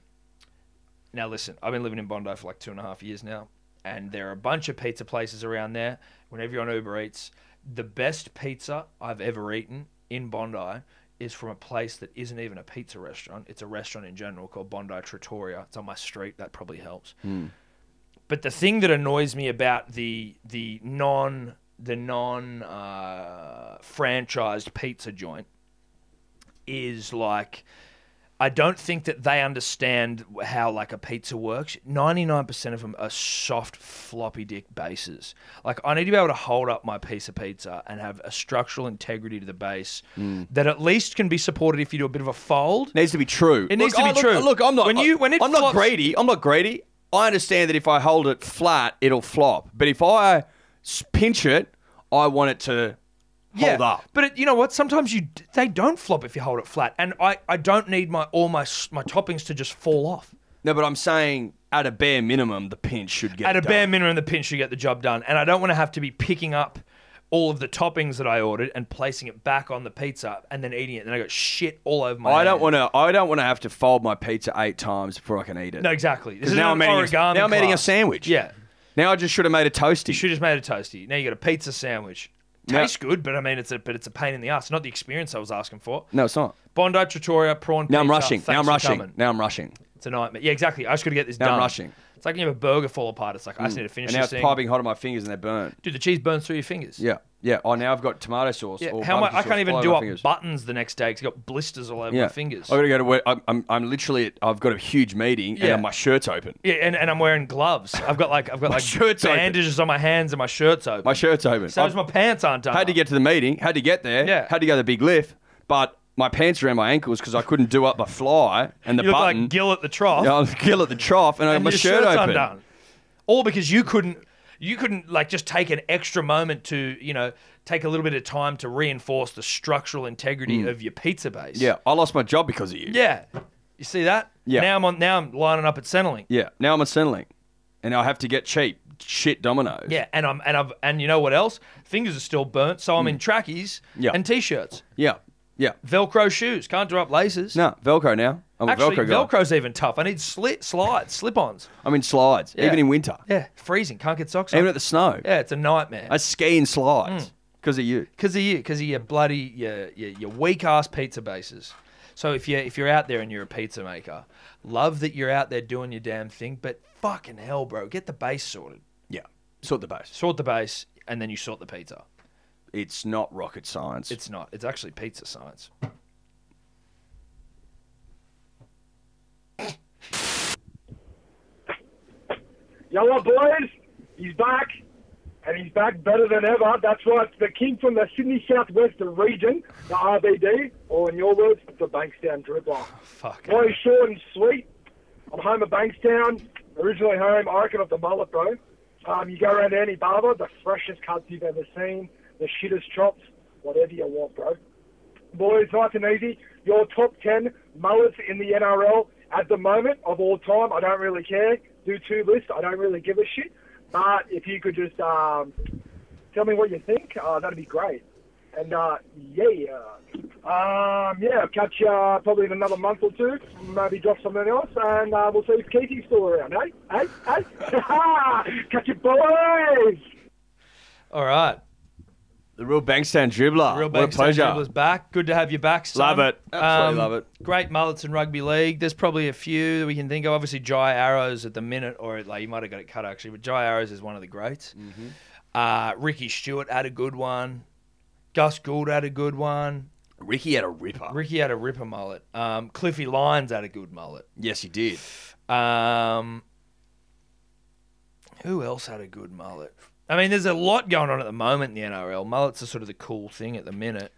B: now listen. I've been living in Bondi for like two and a half years now, and there are a bunch of pizza places around there. Whenever you're on Uber Eats, the best pizza I've ever eaten in Bondi is from a place that isn't even a pizza restaurant. It's a restaurant in general called Bondi Trattoria. It's on my street. That probably helps. But the thing that annoys me about the the non the non uh, franchised pizza joint is like I don't think that they understand how like a pizza works. Ninety nine percent of them are soft floppy dick bases. Like I need to be able to hold up my piece of pizza and have a structural integrity to the base that at least can be supported if you do a bit of a fold.
C: Mm. Needs to be true.
B: It needs to
C: I-
B: be true.
C: Look, I'm not.
B: When you- when it
C: I'm not
B: flops-
C: greedy. I'm not greedy. I understand that if I hold it flat, it'll flop. But if I s- pinch it, I want it to hold up.
B: But it, you know what? Sometimes you d- they don't flop if you hold it flat, and I, I don't need my all my s- my toppings to just fall off.
C: No, but I'm saying at a bare minimum, the pinch should get
B: At a
C: done.
B: bare minimum, the pinch you get the job done, and I don't want to have to be picking up all of the toppings that I ordered and placing it back on the pizza and then eating it. Then I got shit all over my.
C: I don't
B: hand.
C: want to. I don't want to have to fold my pizza eight times before I can eat it.
B: No, exactly. This
C: 'Cause
B: is
C: now
B: now
C: I'm eating
B: an
C: a-
B: origami.
C: now I'm eating a
B: class.
C: sandwich.
B: Yeah,
C: Now I just should have made a toasty.
B: you should have made a toasty. Now you got a pizza sandwich.
C: Yeah.
B: Tastes good, but I mean it's a but it's a pain in the ass. Not the experience I was asking for.
C: no, it's not.
B: Bondi Trattoria prawn.
C: Now I'm
B: pizza,
C: rushing. Now
B: Oh, thanks
C: I'm
B: for
C: rushing.
B: coming.
C: Now I'm rushing.
B: It's a nightmare. Yeah, exactly. I just got to get this
C: Now I'm
B: done.
C: rushing. Mm.
B: It's like when you have a burger fall apart. It's like I just need to finish
C: And now it's
B: this thing.
C: piping hot on my fingers and they're burnt.
B: Dude, the cheese burns through your fingers.
C: Yeah, yeah. Oh, now I've got tomato sauce.
B: Yeah,
C: or
B: How much?
C: barbecue
B: I
C: sauce
B: can't even
C: all
B: do
C: over my
B: up
C: fingers.
B: buttons the next day because I've got blisters all over
C: yeah.
B: my fingers.
C: I gotta go to work. I'm, I'm, I'm literally. at- I've got a huge meeting
B: Yeah.
C: and my shirt's open.
B: Yeah, and, and I'm wearing gloves. I've got like I've got like
C: shirt's open.
B: bandages on my hands and my shirt's open.
C: My shirt's open.
B: so
C: I
B: is my [laughs] pants aren't done.
C: had to
B: up.
C: get to the meeting. Had to get there.
B: Yeah.
C: Had to go to the big lift, but my pants are around my ankles because I couldn't do up my fly and the
B: You look
C: button.
B: like Gil at the trough.
C: Yeah, I was gill at the trough and, I had
B: and
C: my
B: your
C: shirt
B: shirt's
C: open.
B: undone. All because you couldn't you couldn't like just take an extra moment to you know take a little bit of time to reinforce the structural integrity of your pizza base.
C: Mm. Yeah, I lost my job because of you.
B: Yeah. You see that?
C: Yeah.
B: Now I'm on. Now I'm lining up at Centrelink.
C: Yeah. Now I'm a Centrelink, and I have to get cheap shit Dominoes.
B: Yeah, and I'm and I've and you know what else? Fingers are still burnt, so I'm in
C: Mm.
B: trackies
C: Yeah.
B: and t-shirts,
C: Yeah. Yeah.
B: Velcro shoes. Can't do up laces.
C: No, Velcro now. I'm
B: Actually,
C: a Oh, Velcro guy.
B: Velcro's even tough. I need slit slides, slip-ons.
C: I'm in slides,
B: Yeah.
C: even in winter,
B: Yeah, freezing. Can't get socks
C: even
B: on.
C: at the snow.
B: yeah, Mm. it's a nightmare.
C: I ski in slides because of you.
B: Because of you, because of your bloody your your, your weak ass pizza bases. So if you if you're out there and you're a pizza maker, love that you're out there doing your damn thing, but fucking hell, bro, get the base sorted.
C: Yeah, sort the base.
B: Sort the base, and then you sort the pizza.
C: It's not rocket science.
B: It's not. It's actually pizza science.
F: Yo, what, boys? He's back, and he's back better than ever. That's right, the king from the Sydney Southwestern region, the RBD, or in your words, the Bankstown Dribbler.
B: Fuck.
F: Boy, short and sweet. I'm home at Bankstown, originally home, I reckon, off the mullet, bro. Um, you go around to any barber, the freshest cuts you've ever seen, the shittest chops, whatever you want, bro. Boys, nice and easy. Your top 10 mullets in the NRL at the moment of all time. I don't really care. Do two lists. I don't really give a shit. But if you could just um, tell me what you think, uh, that'd be great. And uh, yeah, um, yeah, I'll catch you uh, probably in another month or two. Maybe drop something else, and uh, we'll see if Keithy's still around. Hey, hey, hey! [laughs] catch you, boys.
B: All right.
C: the real Bankstown dribbler.
B: Real
C: what a
B: Bankstown
C: pleasure.
B: Dribbler's back. Good to have you back. Son. Um,
C: Love it. Absolutely love it.
B: Great mullets in rugby league. There's probably a few that we can think of. Obviously, Jai Arrows at the minute, or like you might have got it cut actually, but Jai Arrows is one of the greats.
C: Mm-hmm.
B: Uh, Ricky Stewart had a good one. Gus Gould had a good one.
C: Ricky had a ripper.
B: Ricky had a ripper mullet. Um, Cliffy Lyons had a good mullet.
C: Yes, he did.
B: Um, who else had a good mullet? I mean, there's a lot going on at the moment in the NRL. Mullets are sort of the cool thing at the minute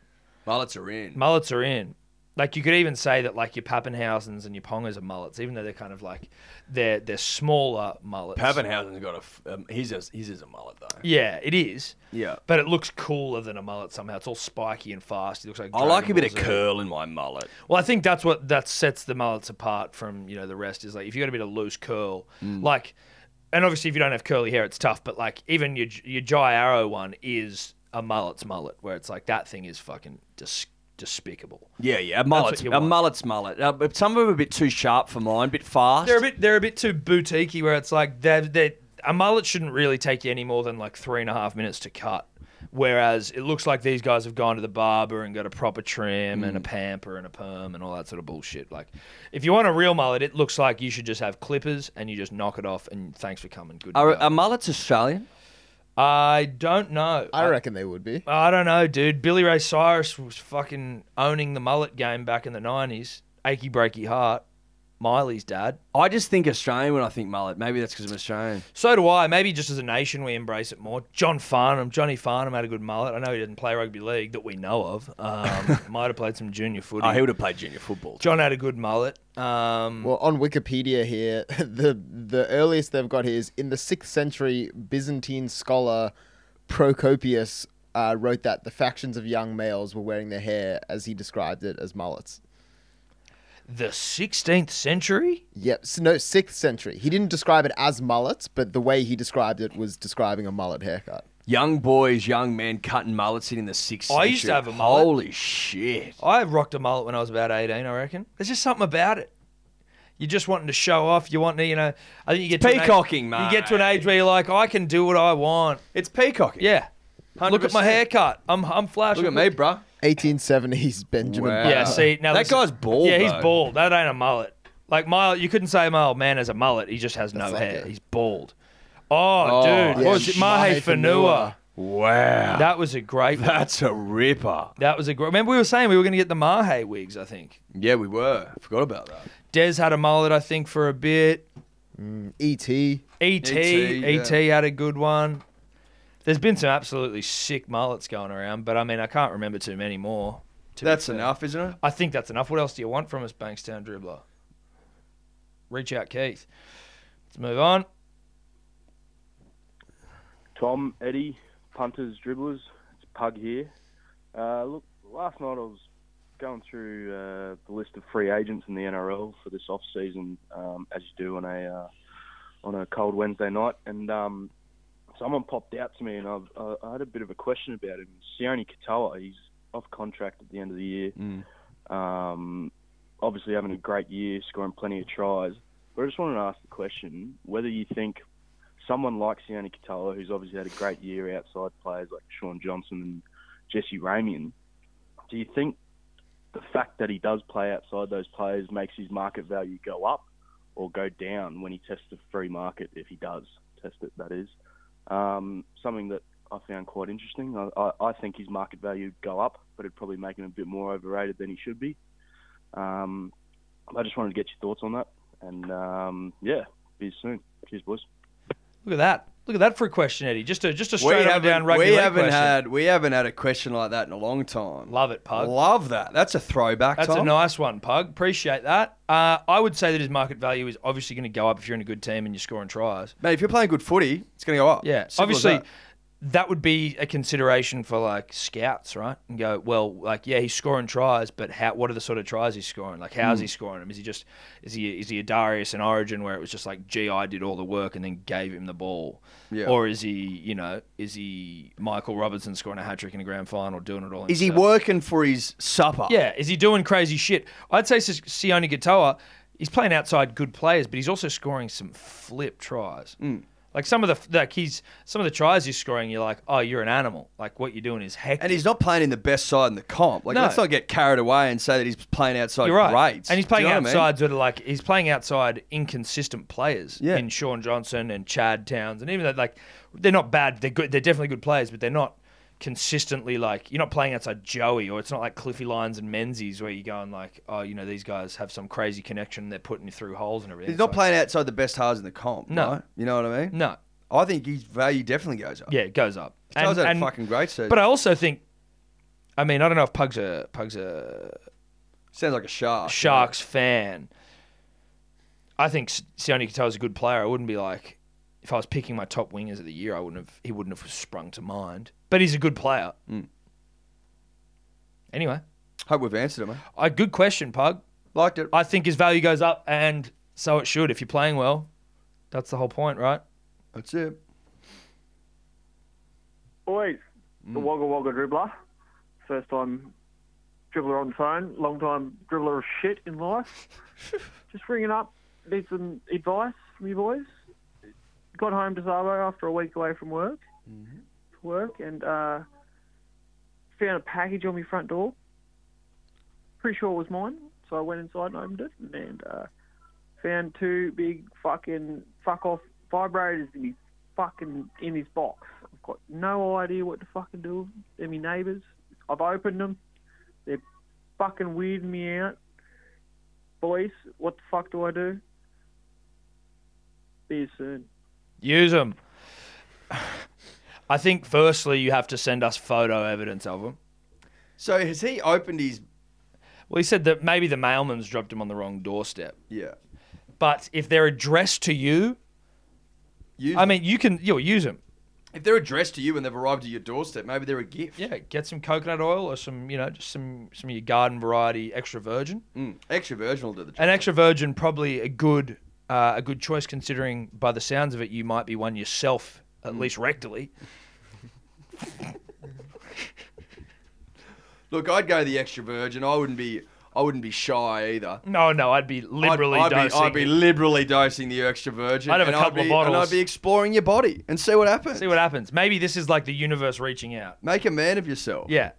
C: Mullets are in.
B: mullets are in. Like you could even say that like your Pappenhausens and your Pongers are mullets, even though they're kind of like they're they're smaller mullets.
C: Pappenhausen's got a. f- Um, his, is, his is a mullet, though.
B: Yeah, it is.
C: Yeah.
B: But it looks cooler than a mullet somehow. It's all spiky and fast. It looks like
C: I like a
B: Dragon
C: bit of
B: Ball Z.
C: curl in my mullet.
B: Well, I think that's what that sets the mullets apart from you know the rest is like if you got a bit of loose curl,
C: Mm.
B: like, and obviously if you don't have curly hair, it's tough. But like even your your Jai Arrow one is a mullet's mullet, where it's like that thing is fucking dis- despicable.
C: Yeah, yeah. A mullet's,
B: you
C: a
B: want.
C: mullet's mullet. Uh, but some of them are a bit too sharp for mine, a bit fast.
B: They're a bit they're a bit too boutiquey where it's like they're, they're, a mullet shouldn't really take you any more than like three and a half minutes to cut. Whereas it looks like these guys have gone to the barber and got a proper trim
C: Mm.
B: and a pamper and a perm and all that sort of bullshit. Like, if you want a real mullet, it looks like you should just have clippers and you just knock it off and thanks for coming. Good. to
C: Are,
B: go.
C: are mullets Australian?
B: I don't know.
D: I reckon they would be.
B: I don't know, dude. Billy Ray Cyrus was fucking owning the mullet game back in the nineties. Achy breaky heart. Miley's dad.
C: I just think Australian when I think mullet. Maybe that's because I'm Australian.
B: So do I. Maybe just as a nation, we embrace it more. John Farnham, Johnny Farnham had a good mullet. I know he didn't play rugby league that we know of.
C: [laughs]
B: Um, might have played some junior footy.
C: Oh, he would have played junior football.
B: John had a good mullet. Um,
D: Well, on Wikipedia here, [laughs] the the earliest they've got here is in the sixth century, Byzantine scholar Procopius uh, wrote that the factions of young males were wearing their hair, as he described it, as mullets.
B: the 16th century?
D: Yep, s no, sixth century. He didn't describe it as mullets, but the way he described it was describing a mullet haircut.
C: Young boys, young men cutting mullets in the sixth
B: I used to
C: century.
B: have a mullet.
C: Holy shit.
B: I rocked a mullet when I was about 18, I reckon. There's just something about it. You're just wanting to show off. You want to, you know, I think you get to an age-
C: Peacocking,
B: You get to an age where you're like, I can do what I want.
C: It's peacocking.
B: Yeah. Look at my
C: 100%.
B: haircut. I'm, I'm flashing.
C: Look at me, bruh.
D: 1870s Benjamin.
C: Wow.
D: Button.
B: Yeah, see now
C: That
B: listen-
C: guy's bald,
B: Yeah, he's
C: though.
B: bald. That ain't a mullet. Like my, you couldn't say my old man has a mullet. He just has no
D: like
B: hair.
D: a-
B: He's bald. Oh,
C: Oh,
B: dude,
D: yeah,
B: what was it?
D: Mahe
B: Mahe Fanua.
D: Fanua.
C: Wow.
B: That was a great. one.
C: That's a ripper.
B: That was a great. Remember we were saying we were going to get the Mahe wigs. I think
C: Yeah, we were. Forgot about that.
B: Dez had a mullet. I think for a bit. E
D: E.T.
B: Et
C: ET, E yeah.
B: Et had a good one. There's been some absolutely sick mullets going around, but I mean I can't remember too many more. to be
C: That's
B: fair.
C: enough, isn't it?
B: I think that's enough. What else do you want from us, Bankstown dribbler? Reach out, Keith. Let's move on.
G: Tom, Eddie, punters, dribblers. It's Pug here. Uh, look, last night I was going through uh, the list of free agents in the NRL for this off season, um, as you do on a uh, on a cold Wednesday night, and um, someone popped out to me, and I've, I I had a bit of a question about him. Sione Katoa, he's off contract at the end of the year. Um, obviously having a great year, scoring plenty of tries. But I just wanted to ask the question whether you think someone like Sione Katoa, who's obviously had a great year outside players like Sean Johnson and Jesse Ramian, do you think the fact that he does play outside those players makes his market value go up or go down when he tests the free market, if he does test it, that is. Um, something that I found quite interesting. I, I, I think his market value would go up, but it'd probably make him a bit more overrated than he should be. Um, I just wanted to get your thoughts on that. And um, yeah, be soon. Cheers, boys.
B: Look at that. Look at that for a question, Eddie. Just a just a
C: We
B: straight up and
C: haven't,
B: down rugby
C: we
B: league
C: haven't
B: question.
C: had we haven't had a question like that in a long time.
B: Love it, Pug.
C: Love that. That's a throwback.
B: That's a
C: Tom.
B: nice one, Pug. Appreciate that. Uh, I would say that his market value is obviously going to go up if you're in a good team and you're scoring tries.
C: Mate, if you're playing good footy, it's going to go up. Simple
B: Yeah,
C: as
B: obviously,
C: that.
B: that. would be a consideration for like scouts, right? And go, well, like yeah, he's scoring tries, but how? What are the sort of tries he's scoring? Like, how's
C: Hmm.
B: he scoring them? Is he just is he is he a Darius in Origin where it was just like GI did all the work and then gave him the ball,
C: Yeah.
B: or is he you know is he Michael Robertson scoring a hat trick in a grand final, doing it all?
C: Is he
B: himself?
C: working for his supper?
B: Yeah, is he doing crazy shit? I'd say Sis- Sione Gatoa, he's playing outside good players, but he's also scoring some flip tries. Like some of the like he's some of the tries he's scoring, you're like, oh, you're an animal. Like what you're doing is hectic.
C: And he's not playing in the best side in the comp. Like,
B: No.
C: let's not get carried away and say that he's playing outside
B: you're right.
C: greats.
B: And he's
C: Do you
B: playing
C: know what I mean?
B: outside that are like he's playing outside inconsistent players
C: Yeah.
B: in Sean Johnson and Chad Towns, and even though like they're not bad, they're good, they're definitely good players, but they're not consistently like you're not playing outside Joey or it's not like Cliffy Lyons and Menzies where you're going like oh you know these guys have some crazy connection they're putting you through holes and everything.
C: He's not
B: It's like,
C: playing outside the best halves in the comp.
B: No.
C: right? You know what I mean?
B: No,
C: I think his value definitely goes up.
B: yeah, it goes up.
C: Gatoa's had a fucking great season.
B: But I also think, I mean, I don't know if Pug's a Pug's a
C: Sounds like a shark.
B: Sharks fan, I think S- Sione Katoa is a good player. I wouldn't be like, if I was picking my top wingers of the year, I wouldn't have. He wouldn't have sprung to mind. But he's a good player. Anyway,
C: Hmm. Hope we've answered him. eh?
B: a good question, Pug.
C: Liked it.
B: I think his value goes up, and so it should if you're playing well. That's the whole point, right?
C: That's it.
H: Boys, the Wagga Wagga dribbler. First time dribbler on phone, long time dribbler of shit in life. Just ringing up, need some advice from you boys. Got home to Sabo after a week away from work,
C: Mm-hmm.
H: work, and uh, found a package on my front door. Pretty sure it was mine, so I went inside and opened it, and uh, found two big fucking fuck off vibrators in his fucking in his box. I've got no idea what to fucking do. with them. They're my neighbours. I've opened them. They're fucking weirding me out. Police, what the fuck do I do? Be here soon.
B: Use them. [sighs] I think firstly you have to send us photo evidence of them.
C: So has he opened his?
B: Well, he said that maybe the mailman's dropped him on the wrong doorstep.
C: Yeah.
B: but if they're addressed to you,
C: Use
B: I
C: them.
B: mean, you can you'll use them.
C: if they're addressed to you and they've arrived at your doorstep, maybe they're a gift.
B: Yeah, get some coconut oil or some you know just some some of your garden variety extra virgin.
C: Mm. Extra virgin will do the job.
B: An extra virgin probably a good uh, a good choice considering by the sounds of it you might be one yourself at
C: Hmm.
B: least rectally.
C: Look, I'd go the extra virgin. I wouldn't be. I wouldn't be shy either.
B: No, no, I'd be liberally
C: I'd, I'd
B: dosing.
C: Be, I'd be liberally dosing the extra virgin.
B: I'd have a
C: and I'd
B: couple of
C: be, And
B: bottles.
C: I'd be exploring your body and see what happens.
B: See what happens. Maybe this is like the universe reaching out.
C: Make a man of yourself.
B: Yeah,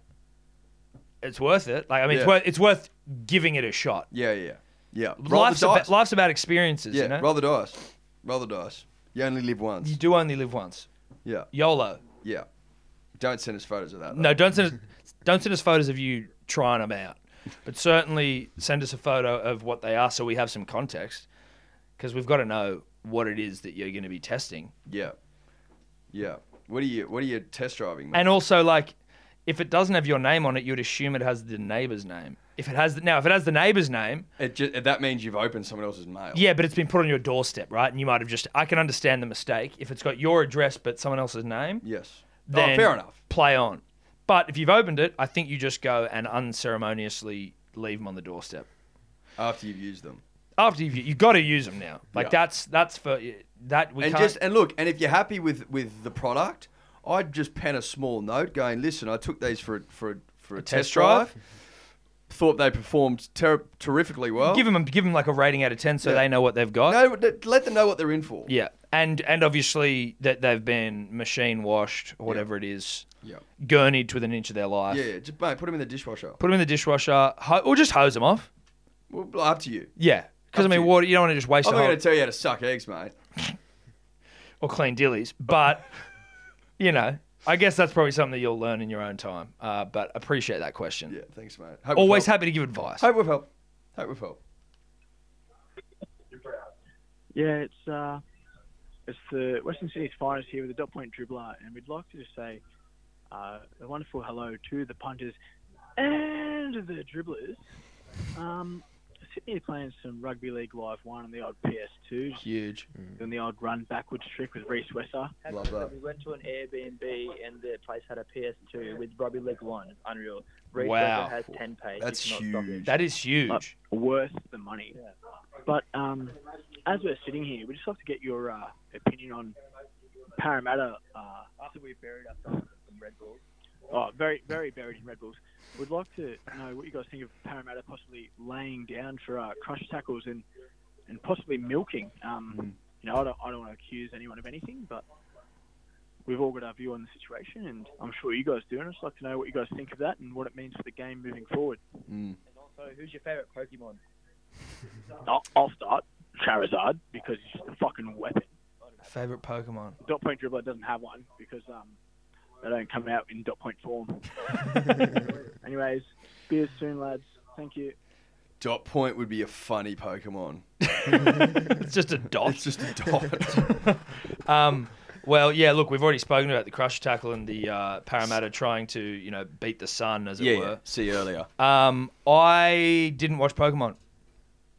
B: it's worth it. Like I mean, it's
C: Yeah.
B: worth it's worth giving it a shot.
C: Yeah, yeah, yeah. Roll
B: Life's,
C: the
B: about,
C: dice.
B: life's about experiences.
C: yeah,
B: you know,
C: roll the dice. Roll the dice. You only live once.
B: you do only live once.
C: Yeah,
B: YOLO.
C: yeah. Don't send us photos of that. though.
B: No, don't send us,
C: [laughs]
B: don't send us photos of you trying them out, but certainly send us a photo of what they are so we have some context, because we've got to know what it is that you're going to be testing,
C: Yeah, yeah. What are you? What are you test driving? Mate?
B: and also like, if it doesn't have your name on it, you'd assume it has the neighbour's name. If it has the, now, if it has the neighbour's name,
C: It just, that means you've opened someone else's mail.
B: yeah, but it's been put on your doorstep, right? And you might have just I can understand the mistake if it's got your address but someone else's name.
C: Yes.
B: then
C: oh, fair enough.
B: play on. But if you've opened it, I think you just go and unceremoniously leave them on the doorstep.
C: After you've used them.
B: after you've you got to use them now. Like
C: Yeah.
B: that's that's for that we
C: and
B: can't.
C: just and look, and if you're happy with with the product, I'd just pen a small note going, "Listen, I took these for a, for a, for a, test,
B: test
C: drive. Thought they performed ter- terrifically well.
B: give them give them like a rating out of ten so
C: Yeah.
B: they know what they've got.
C: no, th- let them know what they're in for.
B: Yeah. and and obviously that they've been machine washed or whatever it is,
C: Yep.
B: gurneyed within an inch of their life.
C: Yeah, yeah, just mate, put them in the dishwasher.
B: Put them in the dishwasher, ho- or just hose them off.
C: Well, up to you.
B: Yeah, because I
C: Up to
B: mean,
C: you.
B: water you don't want to just waste
C: I'm
B: the
C: not
B: whole,
C: going to tell you how to suck eggs, mate.
B: or clean dillies, but [laughs] you know, I guess that's probably something that you'll learn in your own time. Uh, but appreciate that question.
C: Yeah, thanks, mate. Hope
B: Always
C: we've helped.
B: happy to give advice.
C: Hope we've helped. Hope we've helped.
I: Yeah, it's uh, it's the Western City's finest here with a dot point dribbler, and we'd like to just say uh, a wonderful hello to the punters and the dribblers. Um, sitting here playing some rugby league live one and the odd PS2, just
C: Huge.
B: Mm.
I: doing the odd run backwards trick with Reese Wesser.
C: Love that.
J: We went to an Airbnb and the place had a PS2 with Robbie League One. It's unreal. Reece
B: Wow.
J: Walker has 10 pages.
C: That's huge.
B: That is huge.
I: worth the money. But um, as we're sitting here, we just have to get your uh, opinion on Parramatta. Uh,
J: After we buried ourselves in Red Bull.
I: oh, very, very buried in Red Bulls. We'd like to know what you guys think of Parramatta possibly laying down for uh, crush tackles and and possibly milking. Um, You know, I don't, I don't want to accuse anyone of anything, but we've all got our view on the situation, and I'm sure you guys do. And I'd just like to know what you guys think of that and what it means for the game moving forward.
J: And also, who's your favourite Pokemon?
C: [laughs]
I: I'll, I'll start Charizard because he's just a fucking weapon.
B: Favorite Pokemon.
I: dot point dribbler doesn't have one because um, they don't come out in dot point form. Anyways, beers soon, lads. Thank you.
C: Dot point would be a funny
B: [laughs]
C: Pokemon.
B: It's just a dot.
C: It's just a dot.
B: [laughs] Um, well, yeah. Look, we've already spoken about the crush tackle and the uh, Parramatta trying to, you know, beat the sun, as it
C: yeah, yeah.
B: were.
C: See you earlier.
B: Um, I didn't watch Pokemon.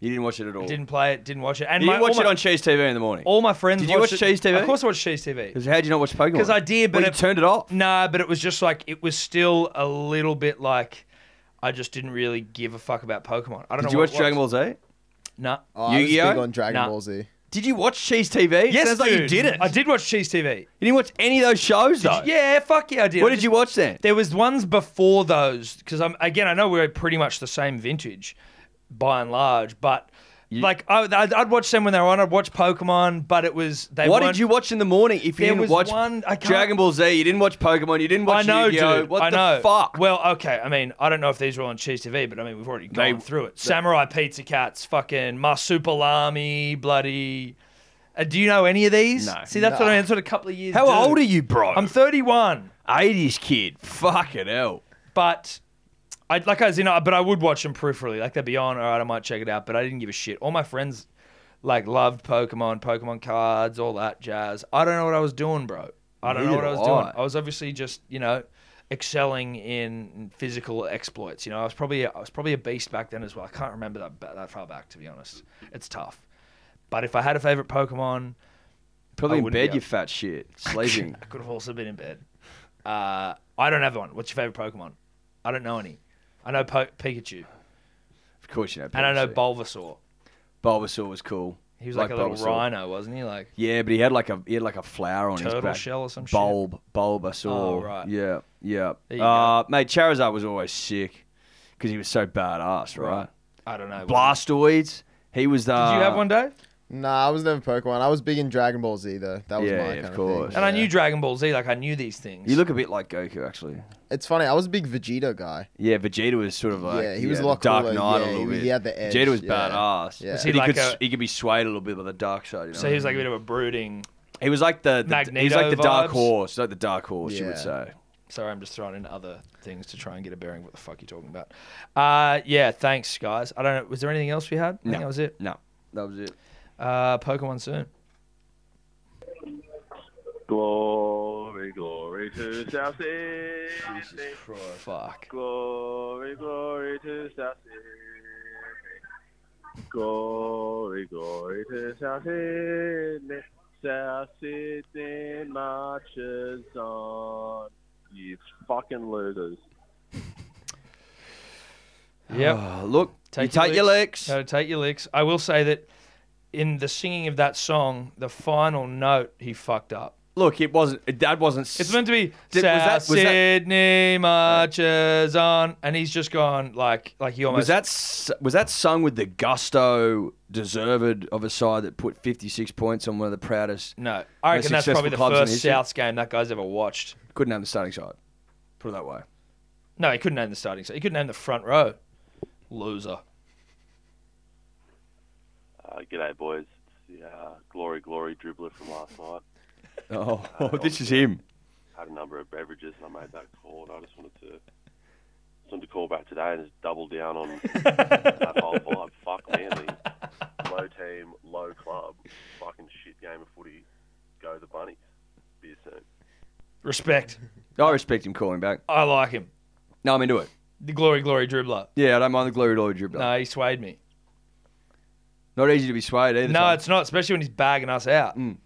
C: You didn't watch it at all.
B: Didn't play it. Didn't watch it. And
C: Did you
B: my,
C: watch
B: all
C: it
B: my,
C: on Cheese TV in the morning?
B: all my friends.
C: Did you
B: watched
C: watch
B: it.
C: Cheese TV?
B: Of course, I watched Cheese TV.
C: Because how did you not watch Pokemon?
B: Because I did, but
C: Well, you
B: it-
C: turned it off.
B: Nah, but it was just like it was still a little bit like I just didn't really give a fuck about Pokemon. I don't know.
C: Did you
B: what
C: watch
B: it
C: Dragon
B: was.
C: Ball Z?
B: Nah.
D: Oh, I was big
C: Yu-Gi-Oh?
D: on Dragon
B: Nah.
D: Ball Z.
C: Did you watch Cheese TV?
B: Yes,
C: Sounds like you
B: dude.
C: did it.
B: I did watch Cheese TV.
C: You didn't watch any of those shows though.
B: Yeah, fuck yeah, I did.
C: What
B: I
C: did you watch then?
B: There was ones before those because I'm again. I know we're pretty much the same vintage, by and large. But like I, I'd, I'd watch them when they were on. I'd watch Pokemon, but it was they.
C: What
B: weren't-
C: did you watch in the morning if you
B: There
C: didn't
B: was
C: watch
B: one- I can't-
C: Dragon Ball Z? You didn't watch Pokemon. You didn't
B: I
C: watch
B: know,
C: Yu-Gi-Oh.
B: dude.
C: What
B: I
C: the
B: know.
C: fuck?
B: Well, okay. I mean, I don't know if these were on Cheese TV, but I mean, we've already gone through it. Samurai Pizza Cats, fucking Marsupilami, bloody. Uh, do you know any of these?
C: No.
B: See, that's what I mean. That's what a couple of years.
C: how
B: do.
C: old are you, bro?
B: I'm 31.
C: 80s kid. Fucking hell.
B: but I like as you know, but I would watch them peripherally. Like they'd be on, all right, I might check it out, but I didn't give a shit. All my friends like loved Pokemon, Pokemon cards, all that jazz. I don't know what I was doing, bro. I don't know
C: Neither
B: what I was
C: do
B: doing.
C: I.
B: I was obviously just you know excelling in physical exploits. You know, I was probably I was probably a beast back then as well. I can't remember that ba- that far back to be honest. It's tough. But if I had a favorite Pokemon,
C: Probably
B: I
C: in
B: wouldn't
C: bed,
B: be
C: you
B: up.
C: fat
B: [laughs]
C: shit. Sleeping.
B: I could have also been in bed. Uh, I don't have one. What's your favorite Pokemon? I don't know any. I know po- Pikachu.
C: of course you know.
B: And I know
C: Pepsi.
B: Bulbasaur.
C: Bulbasaur was cool.
B: He was like,
C: Like
B: a little
C: Bulbasaur.
B: rhino, wasn't he? Like
C: Yeah, but he had like a he had like a flower on
B: Turtle
C: his back.
B: shell or some shit.
C: bulb, Bulbasaur.
B: Oh, right.
C: Yeah, yeah.
B: There you
C: uh, mate, Charizard was always sick because he was so badass, right?
B: Right. I don't know.
C: Blastoids. He was uh, the.
B: Did you have one, Dave?
D: Nah, I was never Pokemon. I was big in Dragon Ball Z though. That was
C: Yeah,
D: my
C: yeah,
D: kind
C: of
D: of
C: course.
D: thing.
B: And I
D: Yeah.
B: knew Dragon Ball Z. Like I knew these things.
C: You look a bit like Goku, actually.
D: It's funny. I was a big Vegeta guy.
C: Yeah, Vegeta was sort of like
D: Yeah, he was a
C: the
D: lot
C: Dark
D: cooler.
C: Knight
D: Yeah,
C: a little
D: he-
C: bit.
D: he had the edge,
C: Vegeta was
D: yeah.
C: badass.
D: Yeah. Was
B: he
C: But he,
B: like
C: could,
B: a-
C: s- he could be swayed a little bit by the dark side. You know?
B: so he was like a bit of a brooding.
C: he was like the, the he was like the
B: Magneto
C: dark
B: vibes.
C: horse, like the dark horse, you would
D: Yeah.
C: say.
B: Sorry, I'm just throwing in other things to try and get a bearing. of What the fuck you talking about? Uh, yeah. Thanks, guys. I don't know. Was there anything else we had? I think that was it.
C: No, that was it.
B: Uh, Pokemon soon.
G: Glory, glory to South Sydney.
B: Fuck.
G: Glory, glory to South Sydney. Glory, glory to South Sydney. South Sydney marches on. You fucking losers.
B: Yep.
C: Uh, look,
B: Take
C: you
B: your
C: take your
B: licks.
C: licks.
B: Gotta take your licks. I will say that in the singing of that song, the final note he fucked up.
C: Look, it wasn't. it- That wasn't.
B: It's meant to be
C: Did- was
B: South
C: that- was that-
B: Sydney marches on, and he's just gone like like he almost
C: Was that s- was that sung with the gusto deserved of a side that put 56 points on one of the proudest?
B: no. I reckon
C: most
B: that's probably
C: successful
B: the
C: clubs in
B: first
C: history?
B: Souths game that guy's ever watched.
C: Couldn't name the starting
B: [laughs]
C: side. Put it that way.
B: No, he couldn't name the starting. side. He couldn't name the front row. Loser.
K: Uh, g'day, boys. It's the uh, glory, glory dribbler from last night.
C: Oh, [laughs]
K: Uh,
C: this is him.
K: Had a number of beverages and I made that call, and I just wanted to just wanted to call back today and just double down on that whole vibe. Fuck Manly, low team, low club, fucking shit game of footy. Go the bunnies. Be soon.
B: Respect.
C: I respect him calling back.
B: I like him.
C: No, I'm into it.
B: The glory, glory dribbler.
C: Yeah, I don't mind the glory glory dribbler.
B: No, he swayed me.
C: Not easy to be swayed either.
B: No,
C: Tom.
B: it's not, especially when he's bagging us out.
C: Mm.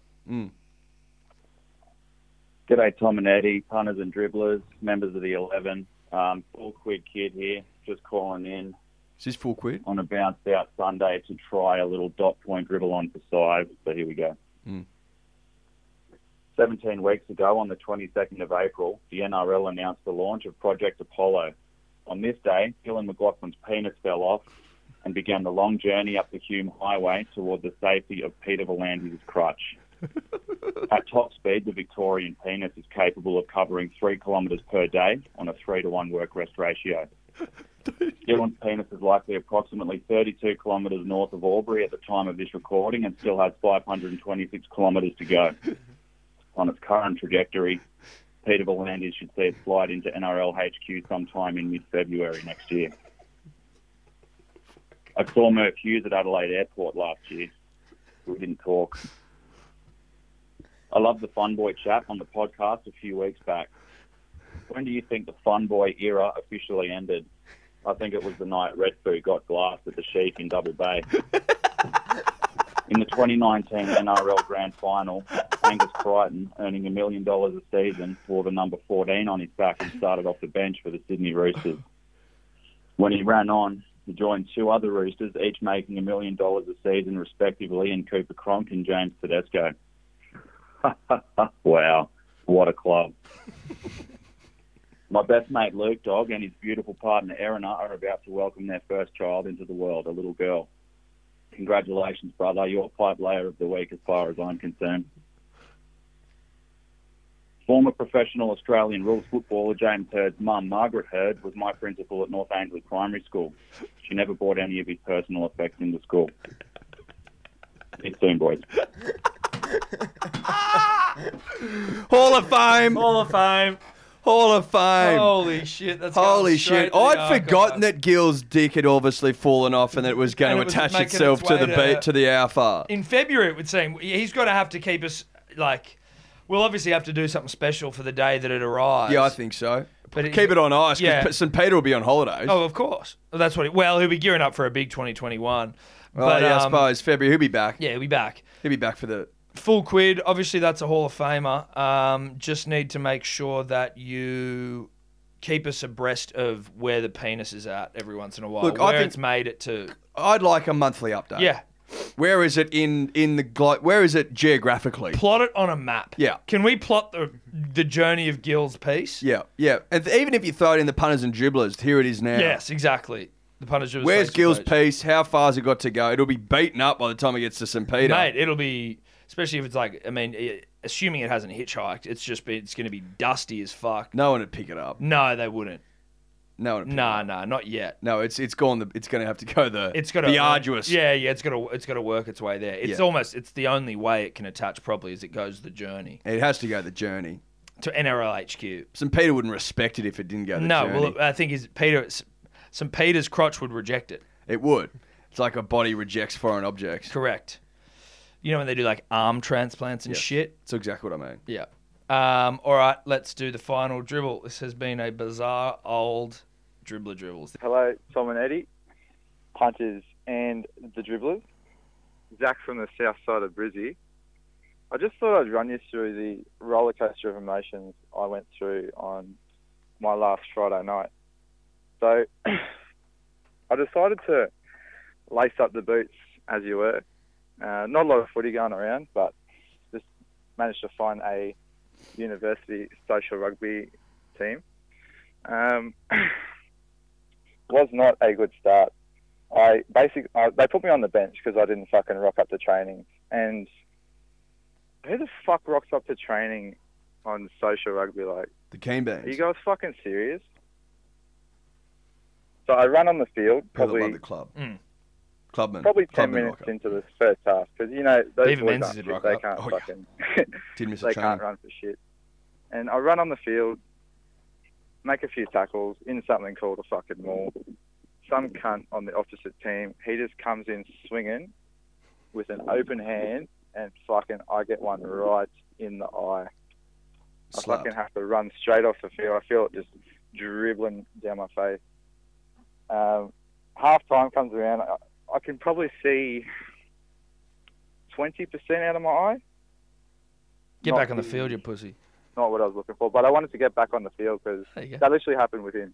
L: G'day, Tom and Eddie, punters and dribblers, members of the 11. Um, full quid kid here, just calling in
C: Is this full quid?
L: on a bounce out Sunday to try a little dot point dribble on for Sive. So here we go.
C: Hmm.
L: 17 weeks ago, on the 22nd of April, the NRL announced the launch of Project Apollo. On this day, Dylan McLaughlin's penis fell off and began the long journey up the Hume Highway toward the safety of Peter Volandi's crutch. At top speed, the Victorian penis is capable of covering three kilometres per day on a three to one work rest ratio. Dylan's penis is likely approximately 32 kilometres north of Albury at the time of this recording and still has 526 kilometres to go. On its current trajectory, Peter Volandis should see it slide into NRL HQ sometime in mid February next year. I saw Murph Hughes at Adelaide Airport last year. We didn't talk. I love the Fun Boy chat on the podcast a few weeks back. When do you think the Fun Boy era officially ended? I think it was the night Redfoo got glassed at the Sheik in Double Bay. in the 2019 NRL Grand Final, Angus Crichton, earning a million dollars a season, wore the number 14 on his back and started off the bench for the Sydney Roosters. When he ran on, he joined two other Roosters, each making a million dollars a season respectively, in Cooper Cronk and James Tedesco. [laughs] wow, what a club. My best mate Luke Dog and his beautiful partner Erin are about to welcome their first child into the world, a little girl. Congratulations, brother. You're pipe layer of the week as far as I'm concerned. Former professional Australian rules footballer James Hurd's mum, Margaret Hurd, was my principal at North Angley Primary School. She never brought any of his personal effects into school. See you soon, boys.
C: Hall of Fame.
B: Hall of Fame.
C: Hall of Fame.
B: Holy shit. That's going
C: Holy
B: straight
C: shit! Oh,
B: to
C: I'd
B: the archive.
C: forgotten that Gill's dick had obviously fallen off, and that it was going
B: And
C: to
B: it was
C: attach
B: making its
C: itself to
B: way
C: the
B: to-
C: beat to the alpha.
B: in February it would seem he's going to have to keep us like we'll obviously have to do something special for the day that it arrives.
C: Yeah, I think so.
B: But it-
C: Keep it on ice
B: yeah.
C: because St. Peter will be on holidays.
B: Oh, of course. Well, That's what. It, well, he'll be gearing up for a big 2021.
C: Well,
B: but
C: yeah, I
B: um,
C: suppose February he'll be back.
B: yeah, he'll be back.
C: He'll be back for the
B: Full quid. Obviously, that's a Hall of Famer. Um, just need to make sure that you keep us abreast of where the penis is at every once in a while.
C: Look, I
B: where
C: think-
B: it's made it to.
C: I'd like a monthly update.
B: Yeah.
C: Where is it in in the glo- where is it geographically?
B: Plot it on a map.
C: Yeah.
B: Can we plot the the journey of Gill's piece?
C: Yeah, yeah. And th- even if you throw it in the punters and dribblers, here it is now.
B: Yes, exactly. The punisher. was
C: Where's
B: Facebook
C: Gill's
B: page.
C: piece? How far's it got to go? It'll be beaten up by the time it gets to St. Peter.
B: Mate, it'll be especially if it's like I mean, i- assuming it hasn't hitchhiked, it's just been, it's going to be dusty as fuck.
C: No one would pick it up.
B: No, they wouldn't.
C: No one. Would pick it up.
B: Nah, nah, not yet.
C: No, it's it's gone. The, it's going to have to go the.
B: It's got to
C: be arduous.
B: Yeah, yeah, it's got to it's got to work its way there. It's
C: Yeah.
B: almost it's the only way it can attach properly is it goes the journey
C: It has to go the journey.
B: to NRL HQ.
C: St. Peter wouldn't respect it if it didn't go the
B: no,
C: journey.
B: well, uh, I think is Peter St. Peter's crotch would reject it.
C: it would. It's like a body rejects foreign objects.
B: Correct. You know when they do like arm transplants and
C: Yes.
B: shit.
C: That's exactly what I mean.
B: Yeah. Um, all right, let's do the final dribble. This has been a bizarre old dribbler dribbles.
L: Hello, Tom and Eddie, punters and the dribblers. Zach from the south side of Brizzy. I just thought I'd run you through the roller coaster of emotions I went through on my last Friday night. So [clears throat] I decided to lace up the boots as you were. Uh, not a lot of footy going around, but just managed to find a
M: university social rugby team. Um, was not a good start. I basically I, they put me on the bench because I didn't fucking rock up to training. And who the fuck rocks up to training on social rugby? Like
C: The cane
M: are
C: bands.
M: you guys fucking serious? So I run on the field
C: People that love
M: probably
C: the club.
B: Mm.
C: Clubman.
M: probably ten
C: Clubman
M: minutes
C: rocker.
M: into the first half because you know those
C: Even
M: boys
C: Menzies
M: aren't
C: did
M: shit,
C: rock
M: they
C: up.
M: can't
C: Oh, yeah.
M: fucking [laughs]
C: Did miss a
M: they
C: training.
M: can't run for shit. And I run on the field, make a few tackles in something called a fucking maul. Some cunt on the opposite team, he just comes in swinging with an open hand, and fucking I get one right in the eye. I
C: Slapped.
M: fucking have to run straight off the field. I feel it just dribbling down my face. Um, half time comes around. I, I can probably see 20% out of my eye.
B: Get
M: Not
B: back on the field, you pussy.
M: Not what I was looking for, but I wanted to get back on the field because
B: There you go.
M: that literally happened within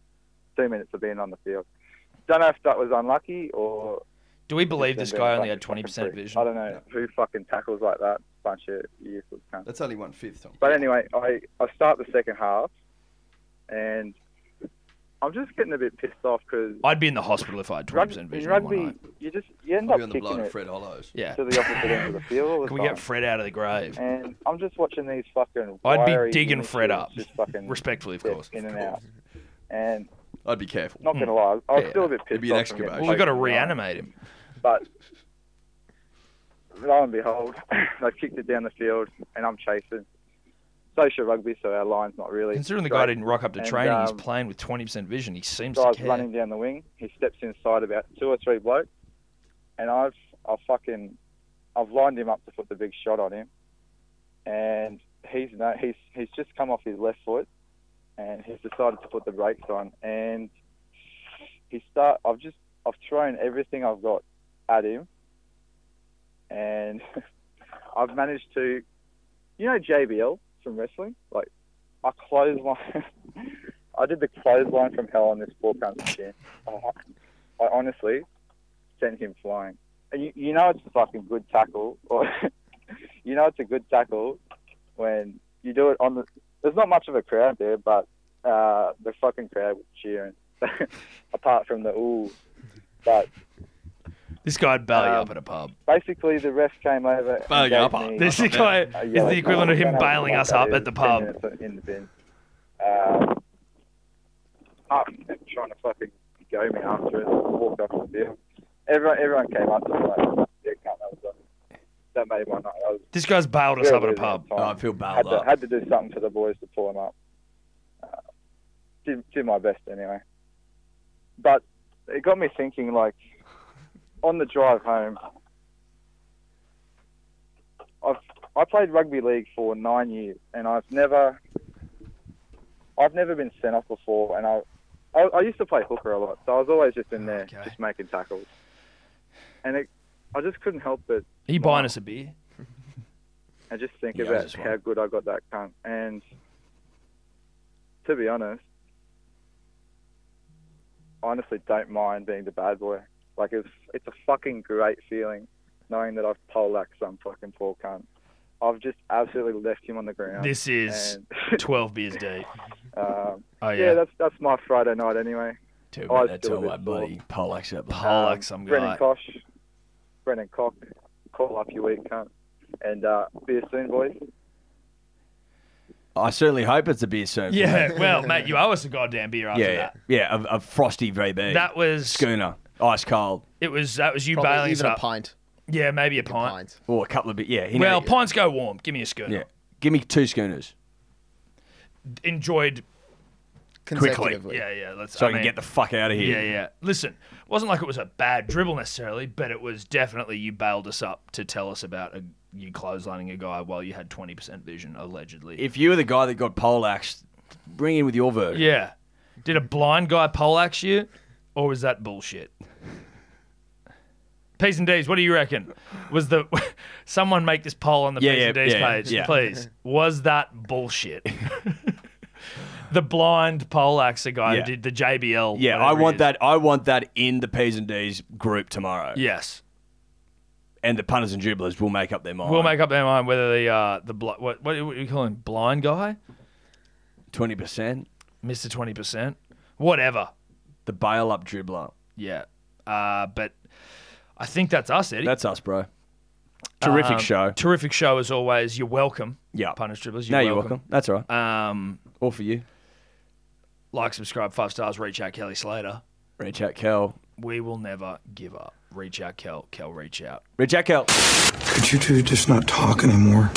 M: two minutes of being on the field. Don't know if that was unlucky or.
B: Do we believe
M: just
B: this
M: them
B: guy
M: being
B: only had
M: fucking
B: 20%
M: prick.
B: vision?
M: I don't know who fucking tackles like that. Bunch of useless cunts.
C: That's only one fifth. Tom.
M: But anyway, I, I start the second half, and I'm just getting a bit pissed off because
B: I'd be in the hospital if I had 20%
M: rugby,
B: vision.
M: in
B: on one
M: rugby
B: eye.
M: you just you end
C: I'll
M: up
C: be on the
M: kicking
C: blow
M: it
C: of Fred Hollows.
B: Yeah.
M: to the opposite end of the field all the
B: Can we
M: time.
B: get Fred out of the grave?
M: and I'm just watching these fucking.
B: I'd be
M: wiry
B: digging Fred
M: midfielders
B: up.
M: Just fucking
B: Respectfully, of
M: step
B: course.
M: In and out, and
C: I'd be careful.
M: not gonna lie, I was
B: Yeah.
M: still a bit pissed
C: It'd be an
M: off. from getting
C: excavation.
B: Well, we've got to
M: poked in the eye.
B: reanimate him.
M: But lo and behold, [laughs] they kicked it down the field, and I'm chasing. Social rugby, so our line's not really.
B: Considering the guy
M: great.
B: didn't rock up to
M: And,
B: training, he's
M: um,
B: playing with 20% vision. He seems to
M: guy's
B: care.
M: running down the wing. He steps inside about two or three blokes, and I've I fucking I've lined him up to put the big shot on him, and he's no he's he's just come off his left foot, and he's decided to put the brakes on, and he start I've just I've thrown everything I've got at him, and [laughs] I've managed to, you know JBL from wrestling, like I closed my. [laughs] I did the clothesline from hell on this poor cunt's chin. I, I honestly sent him flying. And you, you know it's a fucking good tackle, or [laughs] you know it's a good tackle when you do it on the. There's not much of a crowd there, but uh, the fucking crowd was cheering. [laughs] Apart from the ooh, but
B: This guy'd belly
M: Um,
B: up at a pub.
M: basically the ref came over. and
C: Belly
M: gave
C: up.
M: me-
B: This guy
M: uh,
B: is
M: yeah,
B: the
M: like,
B: equivalent of
M: I "Oh,
B: him
M: don't know
B: bailing
M: what
B: us
M: that
B: up
M: is,
B: at the
M: 10
B: pub.
M: minutes In the bin. Uh, after trying to fucking go me after it, I walked off the field. Everyone, everyone came up to me like, yeah, can't, that, was awesome." that made my night. I was
B: This guy's bailed us
M: really
B: up at a
M: losing
B: pub.
M: my
C: Oh,
M: time.
C: I feel
M: had,
C: bailed
M: to,
C: up.
M: had to do something for the boys to pull him up. Uh, did, did my best anyway. But it got me thinking, like, on the drive home, I've I played rugby league for nine years, and I've never, I've never been sent off before. And I, I, I used to play hooker a lot, so I was always just in there,
B: Okay.
M: just making tackles. And it, I just couldn't help but
B: Are you buying us a beer?
M: and just think
B: Yeah, I
M: about
B: just want-
M: how good I got that cunt. And to be honest, I honestly don't mind being the bad boy. Like it's it's a fucking great feeling knowing that I've poleaxed some fucking poor cunt. I've just absolutely left him on the ground.
B: This is [laughs]
M: and, [laughs]
B: 12 beers deep.
M: um,
B: Oh,
M: yeah.
B: yeah.
M: that's that's my Friday night anyway.
E: Too
M: I
E: bad that's
M: still
E: all
M: a
E: my
M: bit
E: bloody Pollack's up.
B: Pollack
M: Um,
B: some
M: Brennan
B: guy.
M: Kosh, Brennan Cock, call up your week cunt, and uh, be you soon, boys.
E: I certainly hope it's a beer soon. for me.
B: Yeah, [laughs] well,
E: [laughs]
B: mate, you owe us a goddamn beer after
E: yeah, yeah,
B: that.
E: yeah. A, a frosty VB.
B: That was
E: schooner, ice cold,
B: it. Was that was you
D: Probably
B: bailing us
D: even a
B: up?
D: pint.
B: Yeah, maybe a
D: A
B: pint.
D: pint.
C: Oh,
E: or a couple of bit. Yeah, you know,
B: Well, pints go warm. Give me a skirt.
E: yeah. Give me two schooners
B: Enjoyed.
D: Consecutively.
B: Yeah, yeah. Let's.
E: so I,
B: I
E: can
B: mean,
E: get the fuck out of here.
B: Yeah, yeah. Listen, it wasn't like it was a bad dribble necessarily, but it was definitely you bailed us up to tell us about a, you clotheslining a guy while you had 20% vision, allegedly.
E: If you were the guy that got poleaxed, bring in with your version.
B: yeah. Did a blind guy poleaxe you, or was that bullshit? P's and D's, what do you reckon? Was the [laughs] someone make this poll on the
E: Yeah,
B: P's
E: yeah,
B: and D's
E: yeah,
B: page,
E: yeah.
B: please? Was that
E: [laughs]
B: bullshit? the blind poleaxe a guy
E: Yeah.
B: who did the JBL.
E: Yeah,
B: whatever
E: I
B: it
E: want
B: is.
E: that. I want that in the P's and D's group tomorrow.
B: Yes.
C: and the punters and dribblers will make up their mind.
B: We'll make up their mind whether the uh, the bl- what what do you call him blind guy,
C: twenty percent,
B: Mister Twenty percent, whatever.
C: The bail up dribbler.
B: Yeah, uh, but I think that's us, Eddie.
C: That's us, bro. Terrific
B: Um,
C: show.
B: Terrific show as always. You're welcome.
C: Yeah.
B: punters dribblers.
C: no,
B: You're
C: you're welcome. That's all right.
B: Um,
C: all for you.
B: Like, subscribe, five stars. Reach out, Kelly Slater.
C: Reach out, Kel.
B: We will never give up. Reach out, Kel. Kel, reach out.
C: Reach out, Kel.
N: Could you two just not talk anymore?